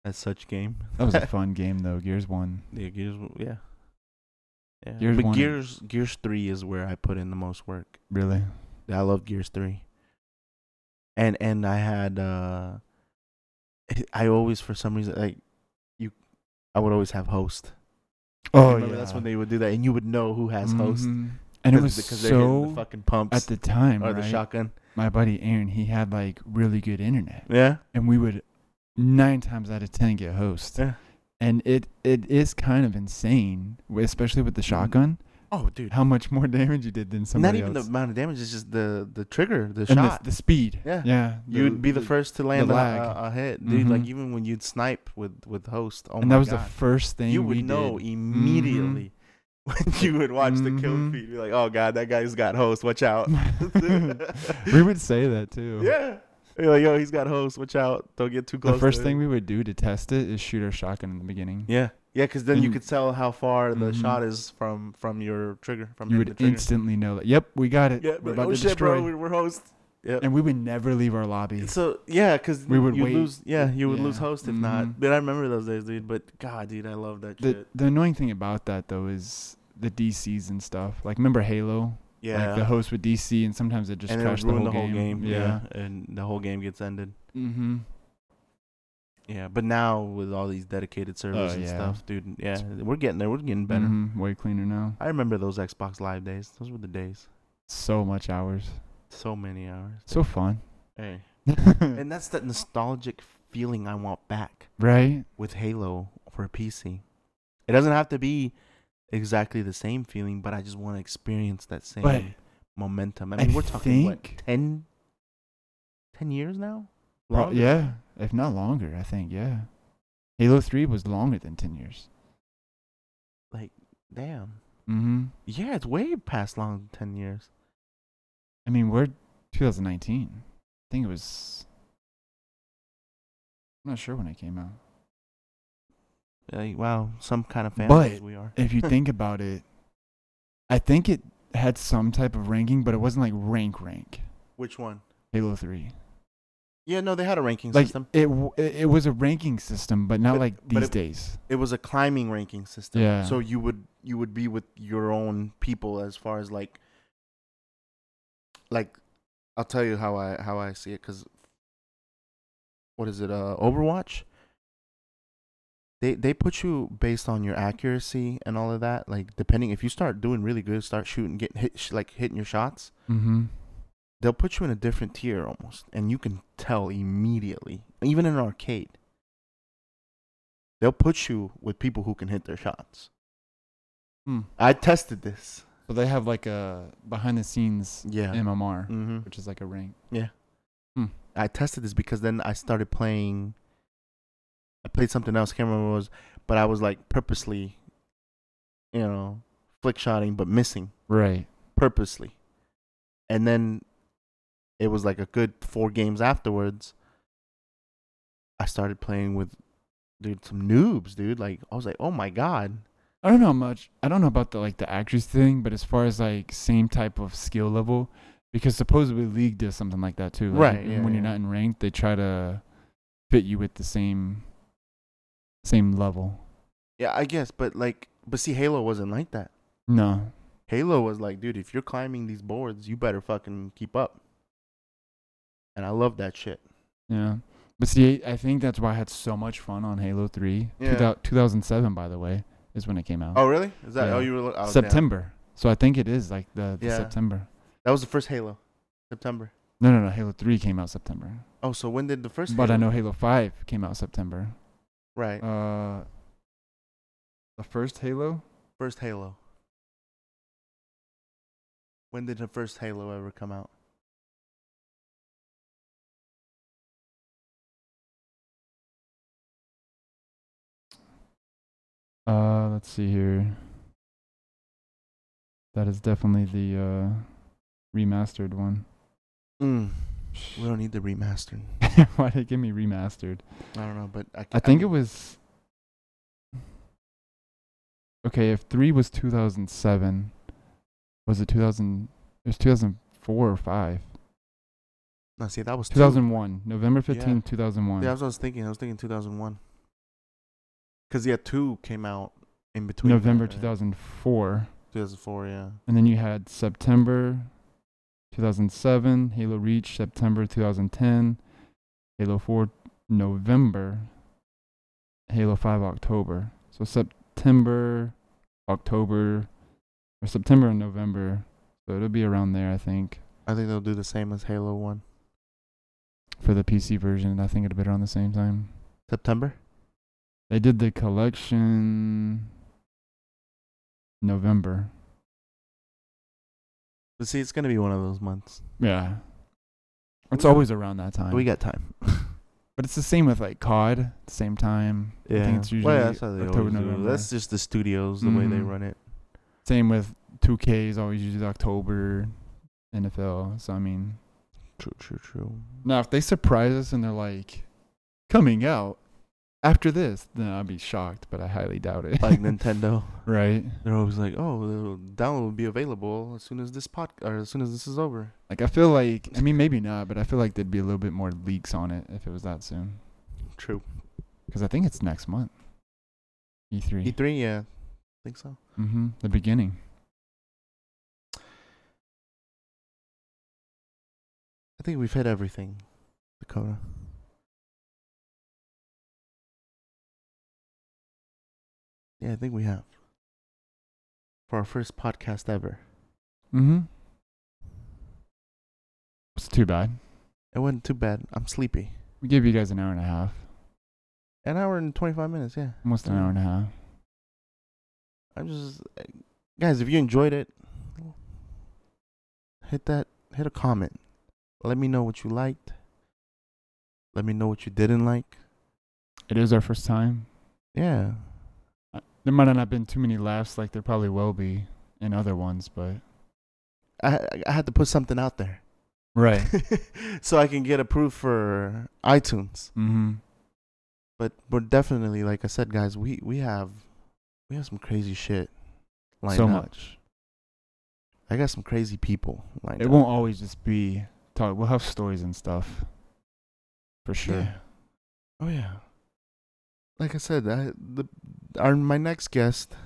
Speaker 1: at such game.
Speaker 2: That was a fun game though. Gears One.
Speaker 1: Yeah, Gears. Yeah. yeah.
Speaker 2: Gears
Speaker 1: but
Speaker 2: one.
Speaker 1: Gears Gears three is where I put in the most work.
Speaker 2: Really?
Speaker 1: I love Gears three. And and I had uh, I always for some reason like you, I would always have host.
Speaker 2: Oh,
Speaker 1: Remember That's when they would do that, and you would know who has host.
Speaker 2: Mhm. And it
Speaker 1: 'cause-
Speaker 2: was
Speaker 1: because they're hitting the
Speaker 2: so
Speaker 1: fucking pumps
Speaker 2: at the time,
Speaker 1: or
Speaker 2: right?
Speaker 1: the shotgun.
Speaker 2: My buddy Aaron, he had like really good internet,
Speaker 1: Yeah.
Speaker 2: and we would nine times out of ten get host.
Speaker 1: Yeah.
Speaker 2: And it it is kind of insane, w- especially with the shotgun,
Speaker 1: Oh, dude.
Speaker 2: how much more damage you did than
Speaker 1: Mm-hmm. Not
Speaker 2: somebody
Speaker 1: even
Speaker 2: else.
Speaker 1: the amount of damage. It's just the the trigger, the
Speaker 2: and
Speaker 1: shot.
Speaker 2: the, the speed.
Speaker 1: Yeah.
Speaker 2: Yeah.
Speaker 1: you would be the first to land a,
Speaker 2: lag.
Speaker 1: a, a hit, dude. Like
Speaker 2: Mhm.
Speaker 1: even when you'd snipe with with host. Oh
Speaker 2: and
Speaker 1: my
Speaker 2: that was
Speaker 1: god.
Speaker 2: the first thing
Speaker 1: you would
Speaker 2: we
Speaker 1: know
Speaker 2: did. Mm-hmm.
Speaker 1: immediately. when you would watch the kill
Speaker 2: Mhm.
Speaker 1: feed, you'd be like, "Oh God, that guy's got hosts. Watch out."
Speaker 2: we would say that too.
Speaker 1: yeah, you're like, "Yo, he's got hosts. Watch out. Don't get too close."
Speaker 2: The first
Speaker 1: to
Speaker 2: thing
Speaker 1: him."
Speaker 2: we would do to test it is shoot our shotgun in the beginning.
Speaker 1: yeah, yeah, because then you
Speaker 2: And-
Speaker 1: could tell how far the
Speaker 2: Mhm.
Speaker 1: shot is from from your trigger from hitting
Speaker 2: you would
Speaker 1: the trigger.
Speaker 2: instantly know that. Yep, we got it.
Speaker 1: yeah, but,
Speaker 2: we're about
Speaker 1: oh
Speaker 2: to
Speaker 1: shit,
Speaker 2: destroy.
Speaker 1: bro, we we're hosts. Yep.
Speaker 2: and we would never leave our lobby.
Speaker 1: So yeah, because
Speaker 2: We would
Speaker 1: you
Speaker 2: wait.
Speaker 1: lose. Yeah, you would lose
Speaker 2: Yeah.
Speaker 1: host if not.
Speaker 2: Mhm.
Speaker 1: But I remember those days, dude. But God, dude, I love that
Speaker 2: The
Speaker 1: shit.
Speaker 2: the annoying thing about that though is the DCs and stuff. Like remember Halo?
Speaker 1: Yeah,
Speaker 2: Like the host with DC, and sometimes it just
Speaker 1: and it
Speaker 2: crashed
Speaker 1: would
Speaker 2: the
Speaker 1: ruin
Speaker 2: whole,
Speaker 1: the whole game.
Speaker 2: game.
Speaker 1: Yeah. and the whole game gets ended.
Speaker 2: Mm-hmm.
Speaker 1: Yeah, but now with all these dedicated servers and
Speaker 2: Oh, yeah.
Speaker 1: stuff, dude. Yeah, we're getting there. We're getting better.
Speaker 2: Mhm, Way cleaner now.
Speaker 1: I remember those Xbox Live days. Those were the days.
Speaker 2: So much hours.
Speaker 1: So many hours.
Speaker 2: So fun.
Speaker 1: Hey, and that's that nostalgic feeling I want back
Speaker 2: right?
Speaker 1: with Halo for PC. It doesn't have to be exactly the same feeling, but I just want to experience that same
Speaker 2: But
Speaker 1: momentum. I
Speaker 2: I
Speaker 1: mean, we're talking what
Speaker 2: think-
Speaker 1: 10, 10 years now.
Speaker 2: Pro-
Speaker 1: Longer?
Speaker 2: yeah, if not longer, I think. Yeah, Halo Three was longer than ten years.
Speaker 1: Damn.
Speaker 2: Mm-hmm.
Speaker 1: Yeah, it's way past long ten years.
Speaker 2: I mean, we're 2019. I think it was. I'm not sure when it came out.
Speaker 1: Like, wow, Uh, some kind of fan
Speaker 2: But-
Speaker 1: base we are.
Speaker 2: If you think about it, I think it had some type of ranking, but it wasn't like rank rank.
Speaker 1: Which one?
Speaker 2: Halo Three,
Speaker 1: Yeah, no, they had a ranking
Speaker 2: like
Speaker 1: system.
Speaker 2: it, w- it, it was a ranking system, but not
Speaker 1: But-
Speaker 2: like
Speaker 1: but
Speaker 2: these
Speaker 1: it-
Speaker 2: days.
Speaker 1: It was a climbing ranking system.
Speaker 2: Yeah.
Speaker 1: So you would you would be with your own people as far as like like I'll tell you how I how I see it cuz what is it uh Overwatch they they put you based on your accuracy and all of that like depending if you start doing really good start shooting getting hit sh- like hitting your shots
Speaker 2: Mm-hmm.
Speaker 1: they'll put you in a different tier almost, and you can tell immediately, even in an arcade. They'll put you with people who can hit their shots.
Speaker 2: Hmm.
Speaker 1: I tested this.
Speaker 2: So they have like a behind the scenes
Speaker 1: Yeah.
Speaker 2: MMR,
Speaker 1: hmm
Speaker 2: which is like a rank.
Speaker 1: I tested this because then I started playing. I played something else, can't remember what it was, but I was like purposely, you know, flick shotting, but missing
Speaker 2: Right.
Speaker 1: purposely. And then it was like a good four games afterwards. I started playing with dude some noobs, dude. Like I was like, oh my god.
Speaker 2: I don't know much. I don't know about the like the actress thing, but as far as like same type of skill level, because supposedly league does something like that too. Like,
Speaker 1: Right,
Speaker 2: even
Speaker 1: yeah,
Speaker 2: when you're
Speaker 1: yeah.
Speaker 2: not in ranked, they try to fit you with the same same level.
Speaker 1: Yeah, I guess, but like, but see, Halo wasn't like that.
Speaker 2: No.
Speaker 1: Halo was like, dude, if you're climbing these boards, you better fucking keep up. And I love that shit.
Speaker 2: Yeah. But see, I think that's why I had so much fun on Halo 3.
Speaker 1: Yeah.
Speaker 2: 2000 2007, by the way, is when it came out.
Speaker 1: Oh really? Is that?
Speaker 2: Yeah.
Speaker 1: Oh, you were. Oh, damn.
Speaker 2: September. So I think it is like the, the
Speaker 1: Yeah.
Speaker 2: September.
Speaker 1: That was the first Halo. September.
Speaker 2: No, no, no. Halo 3 came out September.
Speaker 1: Oh, so when did the first?
Speaker 2: But I
Speaker 1: Halo-
Speaker 2: know Halo 5 came out September.
Speaker 1: Right.
Speaker 2: Uh, the first Halo.
Speaker 1: First Halo. When did the first Halo ever come out?
Speaker 2: Uh, let's see here. That is definitely the uh, remastered one.
Speaker 1: Mm. We don't need the remastered.
Speaker 2: Why did it give me remastered?
Speaker 1: I don't know, but I, c-
Speaker 2: I think it
Speaker 1: mean,
Speaker 2: was. Okay, if three was 2007, was it 2000? It was 2004 or five.
Speaker 1: No, see, that was two-
Speaker 2: 2001, November 15, 2001.
Speaker 1: Yeah, that's what I was thinking. I was thinking 2001. Because yeah, two came out in between. Uh, that,
Speaker 2: November
Speaker 1: right?
Speaker 2: 2004.
Speaker 1: 2004, Yeah.
Speaker 2: And then you had September 2007, Halo Reach, September 2010, Halo 4, November, Halo 5, October. So September, October, or September and November. So it'll be around there, I think,
Speaker 1: I think they'll do the same as Halo One.
Speaker 2: for the PC version. I think it'll be around the same time.
Speaker 1: September.
Speaker 2: They did the collection November.
Speaker 1: But see, it's gonna be one of those months.
Speaker 2: Yeah. It's
Speaker 1: We-
Speaker 2: always around that time.
Speaker 1: We got time.
Speaker 2: But it's the same with like COD, same time. I think it's usually
Speaker 1: well, yeah, that's how they
Speaker 2: October,
Speaker 1: always do. it.
Speaker 2: November.
Speaker 1: Mm-hmm. That's just the studios, the way they
Speaker 2: Mhm.
Speaker 1: run it.
Speaker 2: Same with 2K is always usually October, NFL. So I mean,
Speaker 1: True, true, true.
Speaker 2: now if they surprise us and they're like coming out after this, then I'd be shocked, but I highly doubt it.
Speaker 1: Like Nintendo,
Speaker 2: right?
Speaker 1: they're always like, "Oh, the download will be available as soon as this pod or as soon as this is over."
Speaker 2: Like I feel like I mean maybe not, but I feel like there'd be a little bit more leaks on it if it was that soon.
Speaker 1: True.
Speaker 2: Because I think it's next month. E3.
Speaker 1: E3, E yeah, I think so.
Speaker 2: Mm-hmm. The beginning.
Speaker 1: I think we've hit everything, Dakota. Yeah, I think we have. For our first podcast ever.
Speaker 2: Mm-hmm. It's too bad.
Speaker 1: It wasn't too bad. I'm sleepy.
Speaker 2: We gave you guys an hour and a half,
Speaker 1: An hour and 25 minutes, yeah.
Speaker 2: almost an hour and a half.
Speaker 1: I'm just. eh, Guys, if you enjoyed it, hit that. Hit a comment. Let me know what you liked. Let me know what you didn't like.
Speaker 2: It is our first time.
Speaker 1: Yeah.
Speaker 2: Uh, There might not have been too many laughs, like there probably will be in other ones, but
Speaker 1: I, I had to put something out there.
Speaker 2: right.
Speaker 1: so I can get approved for iTunes.
Speaker 2: mm-hmm.
Speaker 1: But but definitely, like I said, guys, we we have we have some crazy shit. Lined
Speaker 2: So
Speaker 1: up.
Speaker 2: much.
Speaker 1: I got some crazy people lined
Speaker 2: It
Speaker 1: up.
Speaker 2: won't always just be talk. We'll have stories and stuff, for sure.
Speaker 1: Yeah. Oh yeah. Like I said, I, the our my next guest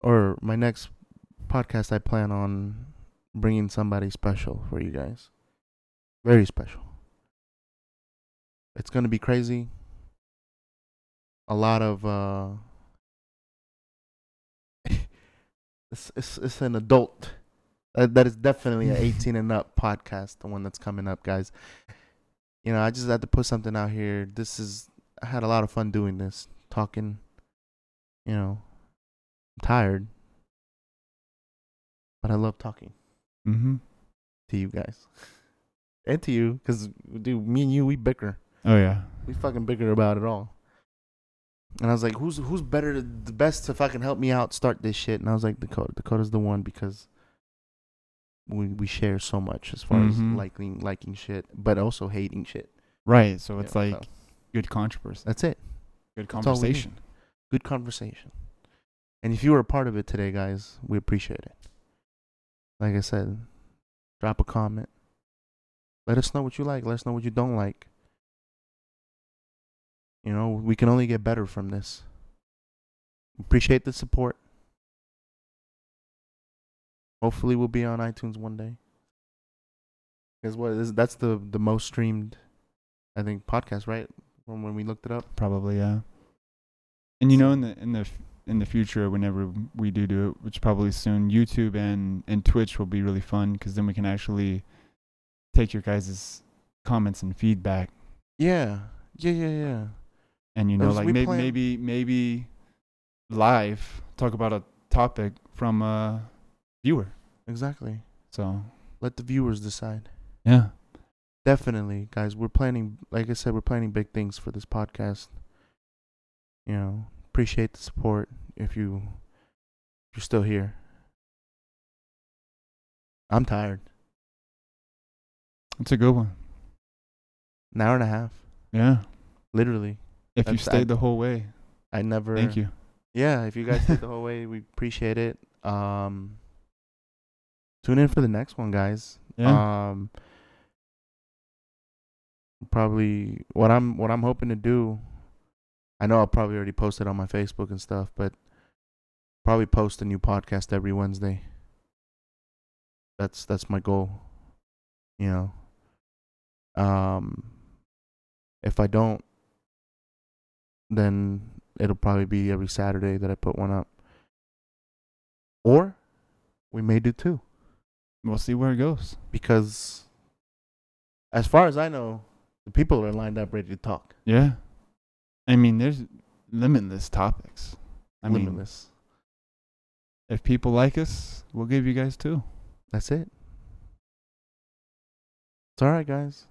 Speaker 1: or my next podcast, I plan on bringing somebody special for you guys. Very special. It's gonna be crazy. A lot of uh, it's, it's it's an adult. That, that is definitely an eighteen and up podcast. The one that's coming up, guys you know, I just had to put something out here. This is I had a lot of fun doing this, talking. You know, I'm tired, but I love talking
Speaker 2: Mm-hmm.
Speaker 1: to you guys and to you, cause dude, me and you, we bicker.
Speaker 2: Oh yeah.
Speaker 1: We fucking bicker about it all. And I was like, who's who's better, to, the best to fucking help me out start this shit? And I was like, Dakota. Dakota's the one because we we share so much as far
Speaker 2: Mhm.
Speaker 1: as liking liking shit, but also hating shit.
Speaker 2: Right. So
Speaker 1: you
Speaker 2: it's
Speaker 1: know,
Speaker 2: like
Speaker 1: so
Speaker 2: good controversy,
Speaker 1: that's it.
Speaker 2: good
Speaker 1: that's all we need.
Speaker 2: conversation.
Speaker 1: good conversation. And if you were a part of it today, guys, we appreciate it. Like I said, drop a comment. Let us know what you like. Let us know what you don't like. You know, we can only get better from this. Appreciate the support. Hopefully, we'll be on iTunes one day. Because what is that's the the most streamed, I think, podcast right? When when we looked it up.
Speaker 2: Probably yeah. And you know, in the in the f- in the future, whenever we do do it, which probably soon, YouTube and and Twitch will be really fun because then we can actually take your guys' comments and feedback,
Speaker 1: Yeah, yeah, yeah, yeah.
Speaker 2: and you know,
Speaker 1: Because
Speaker 2: like
Speaker 1: we
Speaker 2: may-
Speaker 1: plan-
Speaker 2: maybe maybe live talk about a topic from a viewer.
Speaker 1: Exactly.
Speaker 2: So
Speaker 1: Let the viewers decide.
Speaker 2: yeah,
Speaker 1: Definitely, guys. We're planning, like I said, we're planning big things for this podcast. You know, appreciate the support if you if you're still here. I'm tired.
Speaker 2: it's a good one.
Speaker 1: An hour and a half,
Speaker 2: Yeah,
Speaker 1: literally.
Speaker 2: if you
Speaker 1: That's- I-
Speaker 2: stayed the whole way,
Speaker 1: I never.
Speaker 2: thank you.
Speaker 1: Yeah, if you guys did the whole way, we appreciate it. Um, tune in for the next one, guys.
Speaker 2: Yeah,
Speaker 1: Um probably what I'm what I'm hoping to do I know I'll probably already post it on my Facebook and stuff, but probably post a new podcast every Wednesday. That's that's my goal. You know. Um if I don't then it'll probably be every Saturday that I put one up. Or we may do two
Speaker 2: we'll see where it goes.
Speaker 1: because as far as I know, the people are lined up ready to talk.
Speaker 2: Yeah. I mean, there's limitless topics. I mean,
Speaker 1: Limitless.
Speaker 2: if people like us, we'll give you guys two.
Speaker 1: That's it. It's all right, guys.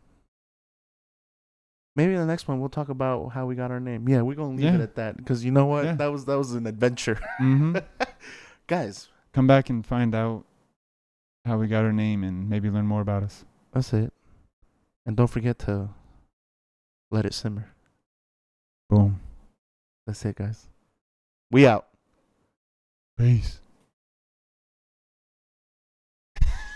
Speaker 1: Maybe the next one we'll talk about how we got our name. Yeah, Mm. we're gonna leave it
Speaker 2: Yeah.
Speaker 1: at that because you know what?
Speaker 2: Yeah.
Speaker 1: That was that was an adventure,
Speaker 2: Mm-hmm.
Speaker 1: guys.
Speaker 2: Come back and find out how we got our name and maybe learn more about us.
Speaker 1: That's it. And don't forget to let it simmer.
Speaker 2: Boom.
Speaker 1: That's it, guys. We out.
Speaker 2: Peace.